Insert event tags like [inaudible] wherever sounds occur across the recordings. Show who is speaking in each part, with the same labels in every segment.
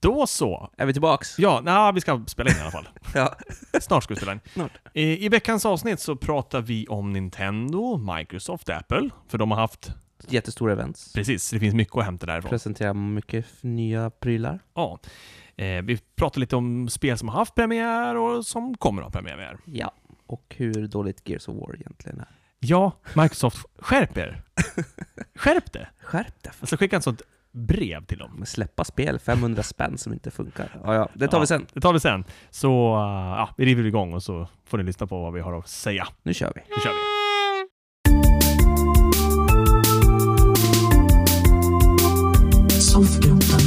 Speaker 1: Då så.
Speaker 2: Är vi tillbaks?
Speaker 1: Ja, nej, vi ska spela in i alla
Speaker 2: [laughs]
Speaker 1: fall.
Speaker 2: Ja.
Speaker 1: Snart ska vi spela in.
Speaker 2: Snart.
Speaker 1: I, I veckans avsnitt så pratar vi om Nintendo, Microsoft, Apple. För de har haft,
Speaker 2: Jättestora events.
Speaker 1: precis, det finns mycket att hämta därifrån.
Speaker 2: Presenterar mycket f- nya prylar.
Speaker 1: Ja. Eh, vi pratar lite om spel som har haft premiär och som kommer att ha premiär.
Speaker 2: Ja. Och hur dåligt Gears of War egentligen är.
Speaker 1: Ja, Microsoft, skärp er!
Speaker 2: [laughs]
Speaker 1: Skärp det!
Speaker 2: Skärp dig! för-
Speaker 1: Alltså skicka ett sånt brev till dem.
Speaker 2: Men släppa spel, 500 spänn som inte funkar. Ja, ja, det tar
Speaker 1: Ja.
Speaker 2: vi sen.
Speaker 1: Det tar vi sen. Så eh, ja, vi river igång och så får ni lyssna på vad vi har att säga.
Speaker 2: Nu kör vi.
Speaker 1: Nu kör vi!
Speaker 3: Soffgrottan.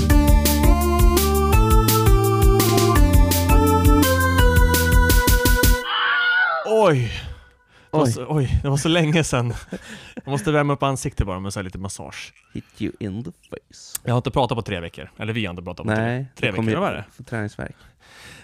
Speaker 1: Oj! Det var,
Speaker 2: Oj.
Speaker 1: så, oj, det var så länge sedan. Jag måste värma upp ansiktet bara med så här lite massage.
Speaker 2: Hit you in the face.
Speaker 1: Jag har inte pratat på tre veckor. Eller vi har inte pratat på tre
Speaker 2: Nej,
Speaker 1: tre
Speaker 2: det kommer
Speaker 1: veckor,
Speaker 2: ju-
Speaker 1: vad är det?
Speaker 2: För träningsvärk.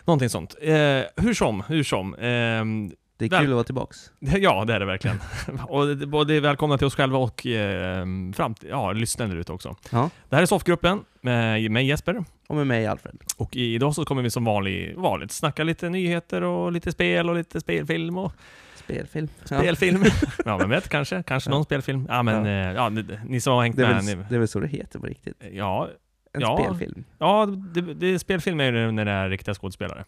Speaker 1: Någonting sånt. Eh, hur som, hur som. Ehm,
Speaker 2: Det är
Speaker 1: Väl-
Speaker 2: kul att vara tillbaks.
Speaker 1: [laughs] ja, det är det verkligen. [laughs] och det, både välkomna till oss själva och eh, fram, ja, lyssnarna där ute också.
Speaker 2: Ja.
Speaker 1: Det här är Soffgruppen med mig Jesper.
Speaker 2: Och med mig Alfred.
Speaker 1: Och i- idag så kommer vi som vanlig, vanligt snacka lite nyheter och lite spel och lite spelfilm och
Speaker 2: Spelfilm. [laughs]
Speaker 1: spelfilm. ja, vem vet, kanske. Kanske någon spelfilm. Ja, men
Speaker 2: Ja.
Speaker 1: eh, ja, ni, ni som har
Speaker 2: Ja.
Speaker 1: hängt
Speaker 2: Det, är
Speaker 1: med.
Speaker 2: väl,
Speaker 1: ni,
Speaker 2: det är väl så det heter på riktigt?
Speaker 1: Ja,
Speaker 2: En
Speaker 1: Ja.
Speaker 2: spelfilm?
Speaker 1: ja det, det, spelfilm är ju när det är riktiga skådespelare.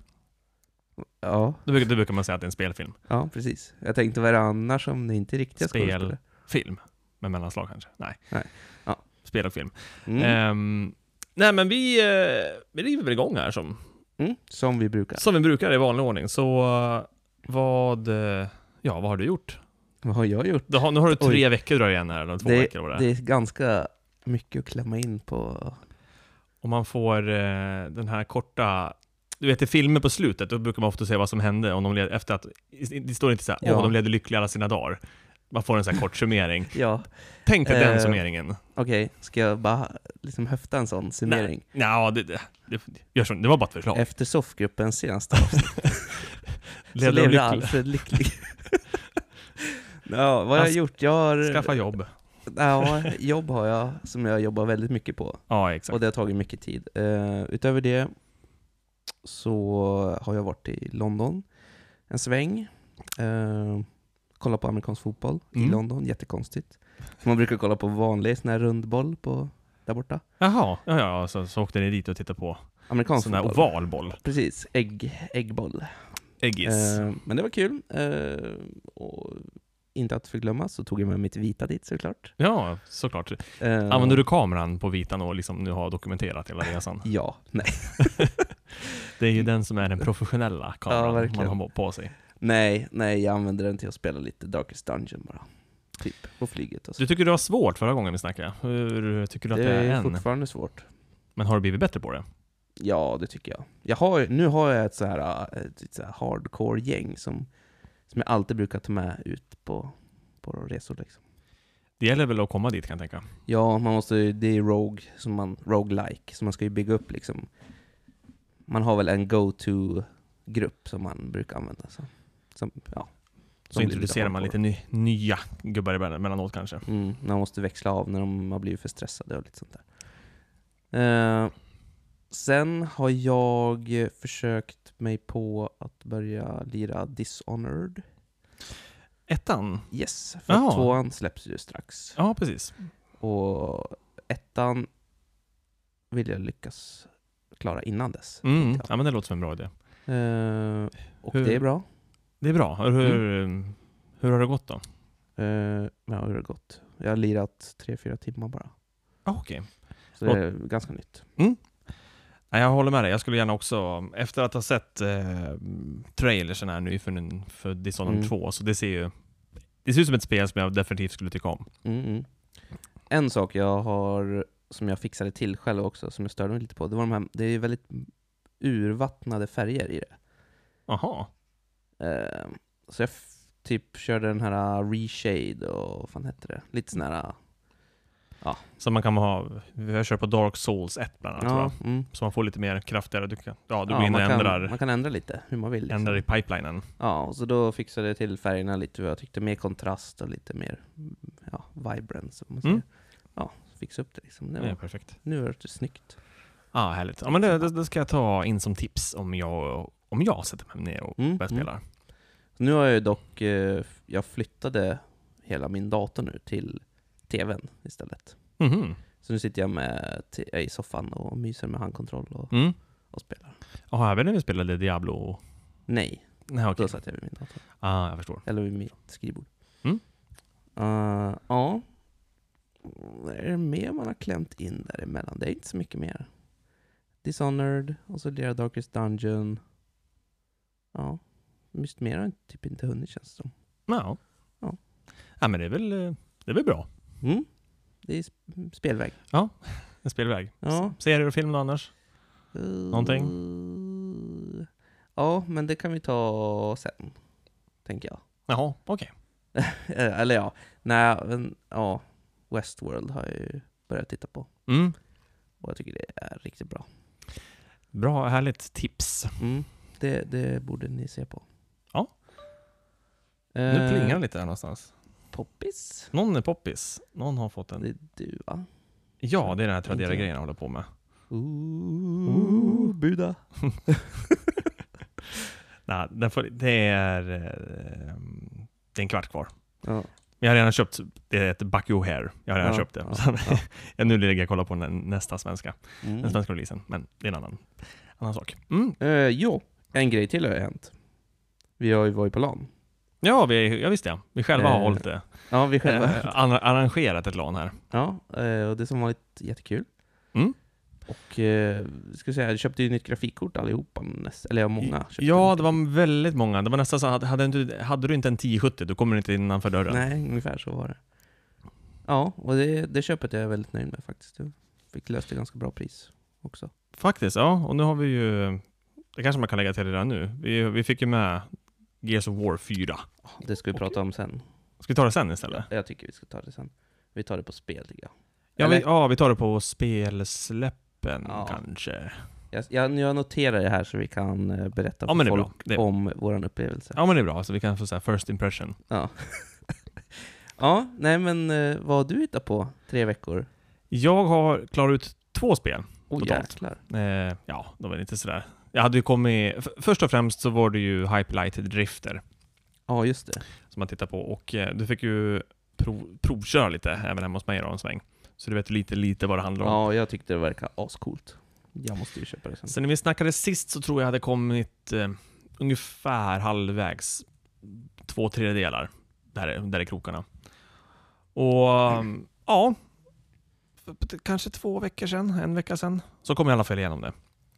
Speaker 2: Ja.
Speaker 1: Då brukar, då brukar man säga att det är en spelfilm.
Speaker 2: ja, precis. Jag tänkte vad är det annars om det inte är riktiga
Speaker 1: Spel.
Speaker 2: skådespelare?
Speaker 1: Film, med mellanslag kanske. Nej.
Speaker 2: Nej. Ja.
Speaker 1: Spel och film.
Speaker 2: Mm.
Speaker 1: Ehm, nej, men vi, eh, vi river väl igång här som,
Speaker 2: Mm. Som vi brukar.
Speaker 1: som vi brukar i vanlig ordning. Så eh, vad, eh, ja, vad har du gjort?
Speaker 2: Vad har jag gjort?
Speaker 1: Du har, nu har du tre veckor drar igen här, eller två
Speaker 2: det,
Speaker 1: veckor. Var det.
Speaker 2: det är ganska mycket att klämma in på.
Speaker 1: Om man får eh, den här korta du vet i filmer på slutet, då brukar man ofta se vad som hände om de led, efter att, det står inte såhär
Speaker 2: Ja.
Speaker 1: åh, de levde lyckliga alla sina dagar. Man får en sån här kort summering.
Speaker 2: Ja,
Speaker 1: Tänk dig den
Speaker 2: Eh,
Speaker 1: summeringen.
Speaker 2: okej. Ska jag bara liksom höfta en sån summering?
Speaker 1: Ja, det, det, det, gör så, det var bara ett förslag.
Speaker 2: Efter soffgruppens senaste
Speaker 1: [laughs]
Speaker 2: avsnitt så
Speaker 1: Levde de
Speaker 2: levde
Speaker 1: lyckliga,
Speaker 2: Alfred lycklig. [laughs] ja, vad har jag
Speaker 1: Han
Speaker 2: gjort? Jag har...
Speaker 1: skaffa jobb.
Speaker 2: Ja, jobb har jag, som jag jobbar väldigt mycket på.
Speaker 1: Ja,
Speaker 2: Och
Speaker 1: exakt.
Speaker 2: det har tagit mycket tid. Eh, utöver det så har jag varit i London en sväng. Uh, kollat på amerikansk fotboll i
Speaker 1: Mm.
Speaker 2: London, jättekonstigt. Man brukar kolla på vanlig sån här rundboll på, där borta.
Speaker 1: Jaha, ja, ja, så, så åkte ni dit och tittade på
Speaker 2: Amerikansk
Speaker 1: sån där
Speaker 2: fotboll.
Speaker 1: oval boll.
Speaker 2: Precis, ägg, äggboll.
Speaker 1: Äggis.
Speaker 2: Eh, men det var kul. Eh, och inte att förglömma så tog jag med mitt vita dit såklart.
Speaker 1: Ja, såklart.
Speaker 2: Uh,
Speaker 1: Använder du kameran på vitan och liksom nu har dokumenterat hela resan?
Speaker 2: Ja, nej.
Speaker 1: [laughs] Det är ju den som är den professionella kameran
Speaker 2: verkligen.
Speaker 1: man har på sig.
Speaker 2: nej, nej, jag använde den till att spela lite Darkest Dungeon bara. Typ, på flyget och så.
Speaker 1: Du tycker det var svårt förra gången vi snackade. Hur tycker du att det, är än?
Speaker 2: fortfarande svårt.
Speaker 1: Men har du blivit bättre på det?
Speaker 2: Ja, det tycker jag. jag har, nu har jag ett så här, äh, ett så här hardcore-gäng som, som jag alltid brukar ta med ut på, på resor. Liksom.
Speaker 1: Det gäller väl att komma dit kan jag tänka.
Speaker 2: Ja, man måste, ju- det är rogue, som man, rogue-like, så man ska ju bygga upp liksom. Man har väl en go-to-grupp som man brukar använda. Så, som, ja,
Speaker 1: Så
Speaker 2: som blir
Speaker 1: introducerar man lite
Speaker 2: hardcore.
Speaker 1: ny, nya gubbar emellanåt kanske.
Speaker 2: Mm, man måste växla av när de har blivit för stressade och lite sånt där. Eh, sen har jag försökt mig på att börja lira Dishonored.
Speaker 1: Ettan?
Speaker 2: Yes, för
Speaker 1: Jaha.
Speaker 2: att tvåan släpps ju strax.
Speaker 1: Ja, precis.
Speaker 2: Och ettan vill jag lyckas klara innan dess.
Speaker 1: Mm. Ja, men det låter som en bra idé.
Speaker 2: Eh, och
Speaker 1: Hur-
Speaker 2: det är bra.
Speaker 1: Det är bra. Hur, hur, hur har det gått då?
Speaker 2: Eh, men ja, hur har det gått? Jag har lirat 3-4 timmar bara.
Speaker 1: Ah, Okej.
Speaker 2: Så det är ganska nytt.
Speaker 1: Nej, jag håller med dig. Jag skulle gärna också, efter att ha sett eh, trailersen här nu för, den- för Dishonored
Speaker 2: Mm.
Speaker 1: 2, så det ser ju... Det ser ut som ett spel som jag definitivt skulle tycka om.
Speaker 2: Mm, mm. En sak jag har, som jag fixade till själv också, som jag störde mig lite på, det var de här, det är väldigt urvattnade färger i det.
Speaker 1: Jaha.
Speaker 2: Eh, så jag f- typ körde den här eh, reshade och vad fan hette det? Lite sån här... eh,
Speaker 1: Så man kan ha... Jag kör på Dark Souls 1 bland annat tror jag.
Speaker 2: mm.
Speaker 1: Så man får lite mer kraftigare, du kan, ja du
Speaker 2: Ja,
Speaker 1: går in och
Speaker 2: man, kan,
Speaker 1: ändrar,
Speaker 2: man kan ändra lite hur man vill. Liksom.
Speaker 1: ändrar i pipelinen.
Speaker 2: Ja, och så då fixade jag till färgerna lite hur jag tyckte, mer kontrast och lite mer mm, ja, vibrance. Om man säger.
Speaker 1: Mm.
Speaker 2: Ja, fixade upp det liksom. Det
Speaker 1: Det är
Speaker 2: var,
Speaker 1: perfekt.
Speaker 2: nu är det snyggt.
Speaker 1: Ja, härligt. Ja, men det, det, det ska jag ta in som tips om jag, om jag sätter mig ner och
Speaker 2: Mm,
Speaker 1: börjar
Speaker 2: mm.
Speaker 1: spela.
Speaker 2: Nu har jag ju dock, eh, jag flyttade hela min dator nu till TVn istället.
Speaker 1: Mhm.
Speaker 2: Så nu sitter jag med t- i soffan och myser med handkontroll och,
Speaker 1: Mm.
Speaker 2: och spelar.
Speaker 1: Jaha, även när vi spelade Diablo?
Speaker 2: Nej,
Speaker 1: Nej, okej.
Speaker 2: då satt jag vid min dator.
Speaker 1: Ah, jag förstår.
Speaker 2: Eller vid mitt skrivbord.
Speaker 1: Mm.
Speaker 2: Eh, ja. Vad är det mer man har klämt in däremellan? Det är inte så mycket mer. Dishonored, och så Lera Darkest Dungeon. Ja, just mer har jag typ inte hunnit känns det som.
Speaker 1: Ja.
Speaker 2: Ja.
Speaker 1: ja, men det är väl, eh, det är väl bra.
Speaker 2: Mm. Det är sp- spelväg.
Speaker 1: En spelväg.
Speaker 2: Ja.
Speaker 1: Serier och film då annars? Någonting?
Speaker 2: Eh, Ja, men det kan vi ta sen, tänker jag.
Speaker 1: Jaha, okej.
Speaker 2: Eh, Eller ja, nej, men, ja, Westworld har jag ju börjat titta på
Speaker 1: Mm.
Speaker 2: och jag tycker det är riktigt bra.
Speaker 1: Bra, härligt tips.
Speaker 2: Mm, det, det borde ni se på.
Speaker 1: Ja. Nu
Speaker 2: Eh,
Speaker 1: plingar det lite här någonstans.
Speaker 2: Poppis?
Speaker 1: Någon är poppis. Någon har fått
Speaker 2: Det
Speaker 1: en...
Speaker 2: är du va?
Speaker 1: Ja, det är den här
Speaker 2: Inte jag.
Speaker 1: Tradera-grejen jag håller på med.
Speaker 2: Ooh, Buda.
Speaker 1: Nej, den får, det är... eh, Det är en kvart kvar.
Speaker 2: Ja.
Speaker 1: Jag har redan köpt, det är ett Bucky O'Hare. Jag har redan
Speaker 2: Ja,
Speaker 1: köpt det. [laughs]
Speaker 2: ja,
Speaker 1: Så-
Speaker 2: ja.
Speaker 1: jag nu ligger jag och kollar på den nästa svenska. [laughs] Den
Speaker 2: Mm.
Speaker 1: svenska releasen. Men det är en annan, annan sak. Mm.
Speaker 2: Eh, jo, en grej till har ju hänt. Vi har ju varit på LAN.
Speaker 1: Ja, vi, ja, visst ja. Vi själva har
Speaker 2: Eh,
Speaker 1: hållit det.
Speaker 2: Ja, vi själva.
Speaker 1: Eh, arra- arrangerat ett LAN här.
Speaker 2: Ja, eh, och det som varit jättekul.
Speaker 1: Mm.
Speaker 2: Och eh, ska jag säga, jag köpte ju nytt grafikkort allihopa, näst, eller ja, många. köpte
Speaker 1: Ja,
Speaker 2: nytt
Speaker 1: det var väldigt många. Det var nästan så att hade, inte- hade du inte en 1070, då kommer du inte innanför dörren.
Speaker 2: Nej, ungefär så var det. Ja, och det, det köpet är jag väldigt nöjd med faktiskt. Jag fick löst det ganska bra pris också.
Speaker 1: Faktiskt, ja. Och nu har vi ju... Det kanske man kan lägga till redan nu. Vi, vi fick ju med Gears of War 4.
Speaker 2: Det ska vi prata om sen.
Speaker 1: Ska vi ta det sen istället?
Speaker 2: Jag tycker vi ska ta det sen. Vi tar det på spel tycker jag.
Speaker 1: Ja, vi,
Speaker 2: Eller-
Speaker 1: ja, vi tar det på spelsläppen
Speaker 2: Ja.
Speaker 1: kanske.
Speaker 2: Jag, jag, jag noterar det här så vi kan eh, berätta
Speaker 1: Ja,
Speaker 2: för
Speaker 1: men det är bra.
Speaker 2: folk
Speaker 1: Det är,
Speaker 2: om vår upplevelse.
Speaker 1: ja, men det är bra. Så vi kan få så här first impression.
Speaker 2: Ja. ja, nej men eh, vad har du hittat på tre veckor?
Speaker 1: Jag har klarat ut två spel.
Speaker 2: Oh,
Speaker 1: Totalt.
Speaker 2: jäklar.
Speaker 1: Eh, ja, de är lite sådär. Jag hade ju kommit... f- Först och främst så var det ju Hype Light Drifter
Speaker 2: Ja, just det.
Speaker 1: som man tittar på och eh, du fick ju prov, provköra lite även hemma hos mig då en sväng. Så du vet lite, lite vad det handlar om.
Speaker 2: Ja, jag tyckte det verkar ascoolt. Jag måste ju köpa det sen.
Speaker 1: Sen när vi snackade sist så tror jag hade kommit eh, ungefär halvvägs, två tredjedelar, där, är- där i krokarna. Och eh, ja, för- kanske två veckor sedan, en vecka sedan, så kom jag i alla fall igenom det.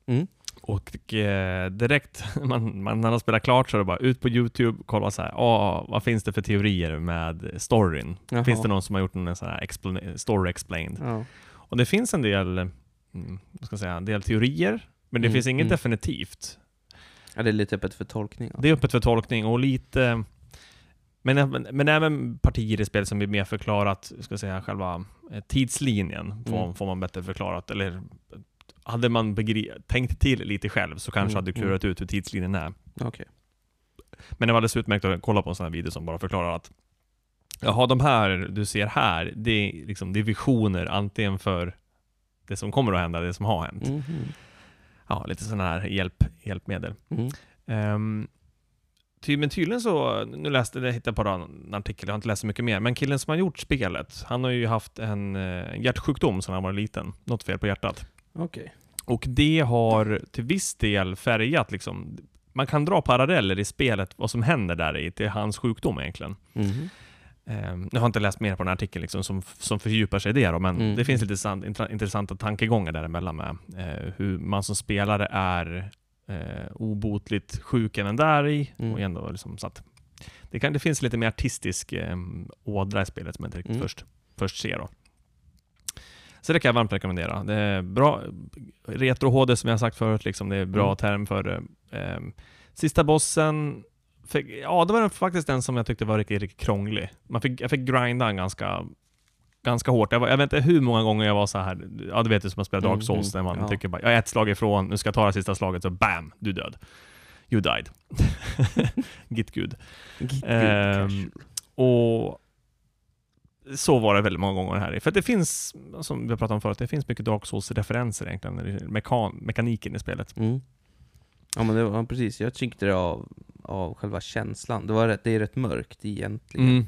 Speaker 2: Mm.
Speaker 1: Och eh, direkt [laughs] man, man, när man spelar klart så är det bara ut på Youtube, kolla så här, ah, vad finns det för teorier med storyn?
Speaker 2: Jaha.
Speaker 1: Finns det någon som har gjort en sån här explan- story explained?
Speaker 2: Ja.
Speaker 1: Och det finns en del, mm, vad ska jag säga, en del teorier, men det
Speaker 2: Mm,
Speaker 1: finns inget
Speaker 2: mm.
Speaker 1: definitivt.
Speaker 2: ja, det är lite öppet för tolkning. Ja.
Speaker 1: Det är öppet för tolkning och lite... Men, även- men även partier i spel som blir mer förklarat, ska jag säga, själva eh, tidslinjen får,
Speaker 2: Mm.
Speaker 1: får man bättre förklarat. Eller hade man begri- tänkt till lite själv så kanske
Speaker 2: Mm,
Speaker 1: hade du klurat ut hur tidslinjen är.
Speaker 2: Okej.
Speaker 1: Men det var alldeles utmärkt att kolla på en sån här video som bara förklarar att Jaha, de här du ser här, det är liksom divisioner antingen för det som kommer att hända, det som har hänt.
Speaker 2: Mhm.
Speaker 1: ja, lite sådana här hjälp, hjälpmedel.
Speaker 2: Mm.
Speaker 1: Um, ty, men tydligen så, nu läste jag hittade bara en artikel, jag har inte läst så mycket mer, men killen som har gjort spelet, han har ju haft en eh, hjärtsjukdom sedan han var liten, något fel på hjärtat.
Speaker 2: Okej.
Speaker 1: Och det har till viss del färgat liksom, man kan dra paralleller i spelet vad som händer där i till hans sjukdom egentligen.
Speaker 2: Mhm.
Speaker 1: Ehm, nu har jag inte läst mer på den här artikeln liksom, som, som fördjupar sig i det, då, men
Speaker 2: Mm.
Speaker 1: det finns lite sant, intra- intressanta tankegångar däremellan med eh, hur man som spelare är eh, obotligt sjuk även där i.
Speaker 2: Mm.
Speaker 1: Och ändå liksom, så att det, kan, det finns lite mer artistisk eh, ådra i spelet som jag inte riktigt
Speaker 2: Mm.
Speaker 1: först, först ser. Då. Så det kan jag varmt rekommendera. Det är bra, retro-HD som jag sagt förut, liksom, det är bra
Speaker 2: Mm.
Speaker 1: term för det. Ehm, Sista bossen, fick, ja det var den, faktiskt den som jag tyckte var riktigt, riktigt krånglig. Man fick, jag fick grinda den ganska, ganska hårt. Jag, var, jag vet inte hur många gånger jag var så här. ja du vet ju som man spelar
Speaker 2: Mm,
Speaker 1: Dark Souls,
Speaker 2: mm,
Speaker 1: när man
Speaker 2: ja.
Speaker 1: tycker bara, jag är ett slag ifrån, nu ska jag ta det sista slaget, så bam, du är död. You died. [laughs] Git gud.
Speaker 2: Git-
Speaker 1: Ehm,
Speaker 2: casual.
Speaker 1: Och så var det väldigt många gånger här. För att det finns, som vi har pratat om förut, det finns mycket Dark Souls-referenser egentligen, när det gäller mekan- mekaniken i spelet.
Speaker 2: Mm. Ja men det var, ja, precis, jag tyckte det av, av själva känslan. Det, var rätt, det är rätt mörkt egentligen.
Speaker 1: Mm.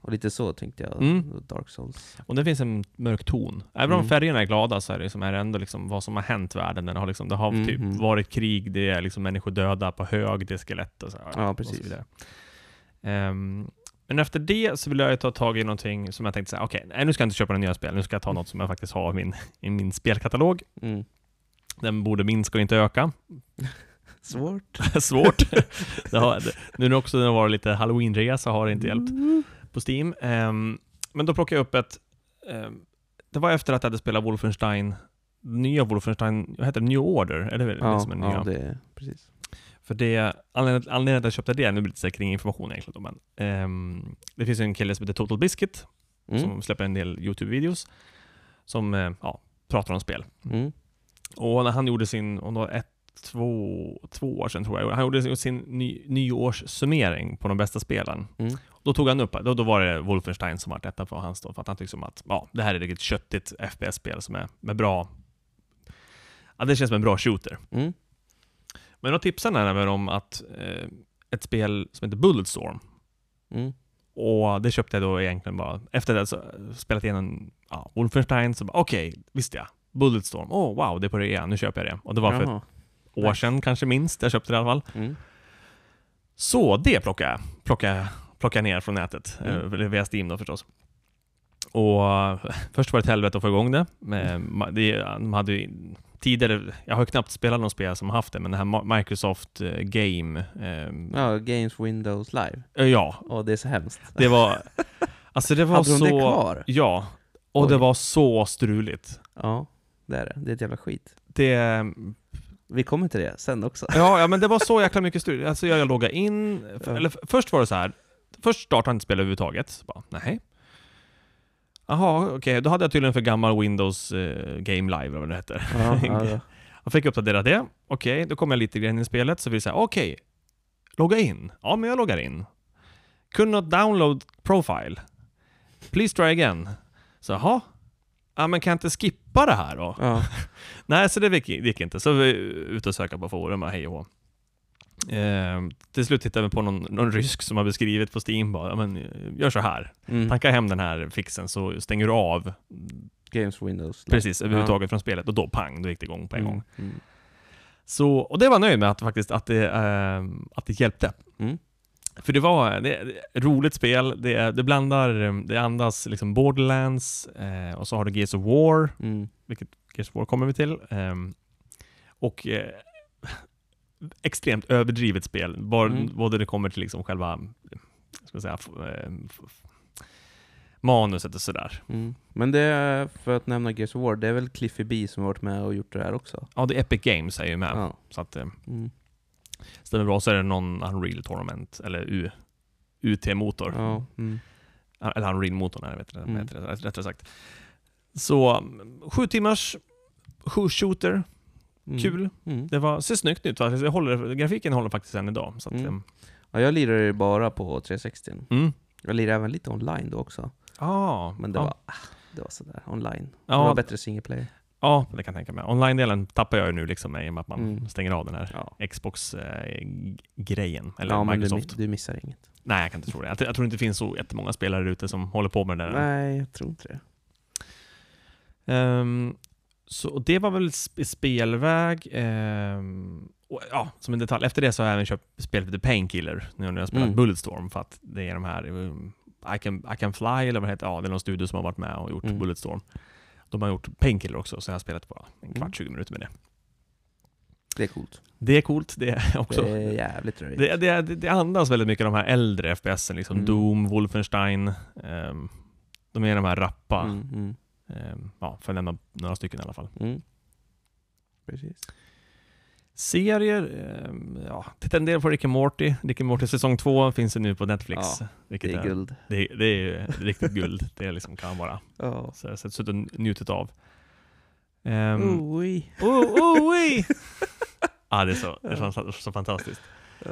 Speaker 2: Och lite så tänkte jag,
Speaker 1: Mm.
Speaker 2: Dark Souls.
Speaker 1: Och det finns en mörk ton. Även om
Speaker 2: Mm.
Speaker 1: färgerna är glada så är det, liksom, är det ändå liksom vad som har hänt världen. Den har liksom, det har
Speaker 2: Mm,
Speaker 1: typ
Speaker 2: mm.
Speaker 1: varit krig, det är liksom människor döda på hög, det är skelett och så. här,
Speaker 2: Ja,
Speaker 1: Och
Speaker 2: precis.
Speaker 1: så vidare. Ehm, men efter det så vill jag ju ta tag i någonting som jag tänkte säga, okej, nej nu ska jag inte köpa några nya spel, nu ska jag ta något som jag faktiskt har i min, i min spelkatalog.
Speaker 2: Mm.
Speaker 1: Den borde minska och inte öka. [laughs]
Speaker 2: Svårt. [laughs]
Speaker 1: Svårt. det har, det, nu när också det har varit lite halloweenresa har det inte hjälpt
Speaker 2: Mm.
Speaker 1: på Steam. Ehm, men då plockade jag upp ett... ehm, det var efter att jag hade spelat Wolfenstein, nya Wolfenstein, vad heter det? New Order? Är det väl det
Speaker 2: Ja,
Speaker 1: som är nya?
Speaker 2: ja det är precis.
Speaker 1: För det, anledningen anledningen till att jag köpte det, nu blir det lite så här kring information egentligen då, men ehm, Det finns ju en kille som heter Total Biscuit,
Speaker 2: Mm.
Speaker 1: som släpper en del YouTube-videos, som eh, ja, pratar om spel.
Speaker 2: Mm.
Speaker 1: Och när han gjorde sin, om det var ett, två, två år sedan tror jag, han gjorde sin- sin ny, nyårssummering på de bästa spelen.
Speaker 2: Mm.
Speaker 1: Då tog han upp, då, då var det Wolfenstein som var detta på hans då, för att han tyckte som att ja, det här är ett riktigt köttigt FPS-spel som är med bra... Ja, det känns som en bra shooter.
Speaker 2: Mm.
Speaker 1: Men då tipsade han även om att eh, ett spel som heter Bulletstorm,
Speaker 2: Mm.
Speaker 1: och det köpte jag då egentligen bara, efter det så eh, spelat igenom ja, Wolfenstein, så bara okej, visste jag. Bulletstorm, åh oh, wow, det är på rea, nu köper jag det. Och det var för
Speaker 2: Jaha.
Speaker 1: år sedan kanske minst, jag köpte det i alla fall.
Speaker 2: Mm.
Speaker 1: Så det plockade jag, plockade, plockade jag ner från nätet,
Speaker 2: Mm.
Speaker 1: mm. via Steam då förstås. Och [laughs] eh, först var det ett helvete att få igång det. Men ma- det de hade ju, tidigare, jag har ju knappt spelat någon spel som haft det, men det här Ma- Microsoft eh, Game, eh,
Speaker 2: Ja, Games Windows Live.
Speaker 1: ja,
Speaker 2: Åh, det är så hemskt.
Speaker 1: det var... Alltså
Speaker 2: [laughs]
Speaker 1: det var
Speaker 2: Hade de
Speaker 1: så...
Speaker 2: det kvar?
Speaker 1: Ja. Och det
Speaker 2: Oj.
Speaker 1: var så struligt.
Speaker 2: Ja, det är det. Det är ett jävla skit.
Speaker 1: Det,
Speaker 2: Vi kommer till det sen också.
Speaker 1: Ja, ja men det var så jäkla mycket strul. Alltså jag loggade in, f-
Speaker 2: Ja.
Speaker 1: eller f- först var det så här. först startade han inte spelet överhuvudtaget. Så Bara, nej. Jaha, okej, då hade jag tydligen för gammal Windows eh, Game Live, eller vad det heter.
Speaker 2: [laughs] Ja, ja, ja.
Speaker 1: [laughs] Jag fick uppdatera det, okej, då kom jag lite grann in i spelet, så vi säga, okej, logga in. Ja, men jag loggar in. Could not download profile. Please try again. Så jaha, ja men kan jag inte skippa det här då?
Speaker 2: ja.
Speaker 1: Nej, så det gick, det gick inte. Så vi ute och söka på forum och hej och hå. Eh, till slut hittade vi på någon, någon rysk som har beskrivit på Steam bara, "Ja, men eh, gör så här.
Speaker 2: Mm.
Speaker 1: Tanka hem den här fixen så stänger du av
Speaker 2: Games Windows Live.
Speaker 1: precis överhuvudtaget från spelet och då pang, då gick det igång på en
Speaker 2: Mm,
Speaker 1: gång.
Speaker 2: Mm.
Speaker 1: Så, och det var jag nöjd med att faktiskt att det, eh, att det hjälpte.
Speaker 2: Mm.
Speaker 1: För det var det, är ett roligt spel, det, är- det blandar, eh, det andas liksom Borderlands eh, och så har du Gears of War
Speaker 2: Mm.
Speaker 1: vilket Gears of War kommer vi till. Ehm, och eh, [laughs] extremt överdrivet spel, bara,
Speaker 2: Mm.
Speaker 1: både det kommer till liksom själva ska jag säga, f- eh, f- f- manuset och sådär.
Speaker 2: Mm. Men det, är, för att nämna Gears of War, det är väl Cliffy B som har varit med och gjort det här också?
Speaker 1: Ja, det är Epic Games är ju med, så att eh,
Speaker 2: Mm.
Speaker 1: stämmer bra så är det någon Unreal Tournament, eller U, UT-motor.
Speaker 2: Ja. Mm.
Speaker 1: Eller Unreal-motorn är det, vet jag,
Speaker 2: Mm.
Speaker 1: vet jag, rätt- rättare sagt. Så, mm, sju timmars sju shooter,
Speaker 2: Mm.
Speaker 1: kul.
Speaker 2: Mm.
Speaker 1: Det var, ser snyggt ut faktiskt. Det håller, grafiken håller faktiskt än idag. Så att,
Speaker 2: Mm.
Speaker 1: ehm,
Speaker 2: Ja, jag lirar ju bara på 360.
Speaker 1: mm.
Speaker 2: Jag lirar även lite online då också.
Speaker 1: Ah,
Speaker 2: Men det,
Speaker 1: ja.
Speaker 2: var, ah, det var sådär, online. Det
Speaker 1: Ja,
Speaker 2: var bättre single player.
Speaker 1: ja, det kan jag tänka mig. Online-delen tappar jag ju nu liksom i och med att man
Speaker 2: Mm.
Speaker 1: stänger av den här eh,
Speaker 2: Ja. Xbox-grejen. Eller ja, men du,
Speaker 1: Microsoft.
Speaker 2: du missar inget.
Speaker 1: Nej, jag kan inte tro det. Jag, jag tror inte det finns så jättemånga spelare där ute som håller på med det där.
Speaker 2: Nej, jag tror inte det.
Speaker 1: Ehm, så och det var väl sp- spelväg. ehm, och, ja, som en detalj. Efter det så har jag även köpt spelet The Painkiller. Nu när jag har spelat
Speaker 2: Mm.
Speaker 1: Bulletstorm för att det är de här um, I can, I can Fly eller vad det heter. Ja, det är någon studio som har varit med och gjort
Speaker 2: Mm.
Speaker 1: Bulletstorm. De har gjort Painkiller också, så jag har spelat bara en kvart,
Speaker 2: Mm.
Speaker 1: 20 minuter med det.
Speaker 2: Det är coolt.
Speaker 1: Det är coolt, det är [laughs] också.
Speaker 2: Det är jävligt rörigt.
Speaker 1: Det, det, det andas väldigt mycket de här äldre FPSen, liksom
Speaker 2: Mm.
Speaker 1: Doom, Wolfenstein. ehm, de är de här rappa,
Speaker 2: Mm, mm,
Speaker 1: ehm, ja, för att nämna några stycken i alla fall.
Speaker 2: mm. Precis.
Speaker 1: Serier, eh, ja, titta en del på Rick and Morty. Rick and Morty säsong 2 finns ju nu på Netflix.
Speaker 2: Ja,
Speaker 1: vilket
Speaker 2: Det är guld.
Speaker 1: Det, det är ju riktigt guld. Det liksom kan man bara
Speaker 2: Ja.
Speaker 1: så jag har suttit och njutit av. Um,
Speaker 2: Oj.
Speaker 1: oh, oh,
Speaker 2: [laughs]
Speaker 1: oj! ja, det är, så, det är så, så fantastiskt.
Speaker 2: Ja.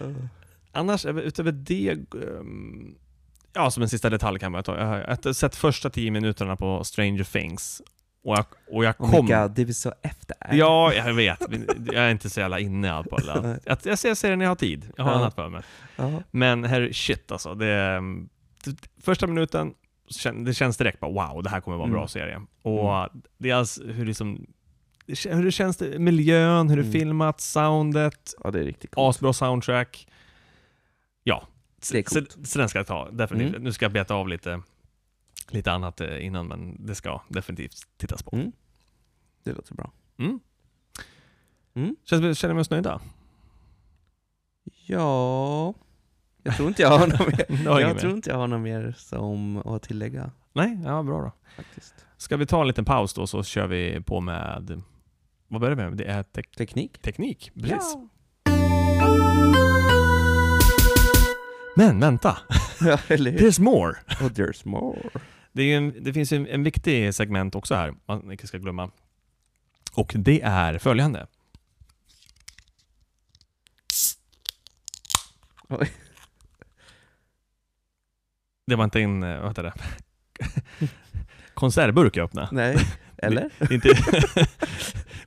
Speaker 1: Annars, över- utöver det, ehm, Ja, som en sista detalj kan jag ta. Jag har jag har sett första tio minuterna på Stranger Things. Och jag, och jag
Speaker 2: Oh
Speaker 1: kom...
Speaker 2: my god, det vi så efter.
Speaker 1: Ja, jag vet. Jag är inte så jävla inne på alla. Jag, jag ser serien när jag har tid. Jag har
Speaker 2: Ja.
Speaker 1: annat för mig.
Speaker 2: Ja.
Speaker 1: Men herre shit alltså. Det, mm, det- första minuten, så kän- det känns direkt bara wow, det här kommer vara en bra
Speaker 2: Mm.
Speaker 1: serie. Och det är alltså hur liksom, det kän- hur det känns, det, miljön, hur det är
Speaker 2: Mm.
Speaker 1: filmat, soundet,
Speaker 2: ja, det är riktigt coolt.
Speaker 1: asbra soundtrack. Ja,
Speaker 2: Det är
Speaker 1: så, så,
Speaker 2: coolt.
Speaker 1: så den ska jag ta, definitivt.
Speaker 2: Mm.
Speaker 1: Nu ska jag beta av lite, lite annat eh, innan, men det ska definitivt tittas på.
Speaker 2: Mm. Det låter bra.
Speaker 1: Mm.
Speaker 2: Mm.
Speaker 1: Känns, känner vi oss nöjda?
Speaker 2: Ja, jag tror inte jag [laughs] har något mer.
Speaker 1: [laughs] Du har inget
Speaker 2: Mm. Jag
Speaker 1: mer?
Speaker 2: tror inte jag har något mer som att tillägga
Speaker 1: Nej, ja, bra då.
Speaker 2: faktiskt.
Speaker 1: Ska vi ta en liten paus då, så kör vi på med... Vad börjar vi med? Det är tek-
Speaker 2: Teknik?
Speaker 1: teknik. Precis.
Speaker 2: Ja.
Speaker 1: Men vänta,
Speaker 2: [laughs] Ja, eller hur?
Speaker 1: there's more!
Speaker 2: Oh, there's more.
Speaker 1: Det, är ju en, det finns ju en, en viktig segment också här, man inte ska glömma. Och det är följande.
Speaker 2: Oj.
Speaker 1: Det var inte en... eh, Vad heter det? [laughs] Konservburk jag öppnade.
Speaker 2: Nej, eller?
Speaker 1: [laughs] Det är Inte, [laughs]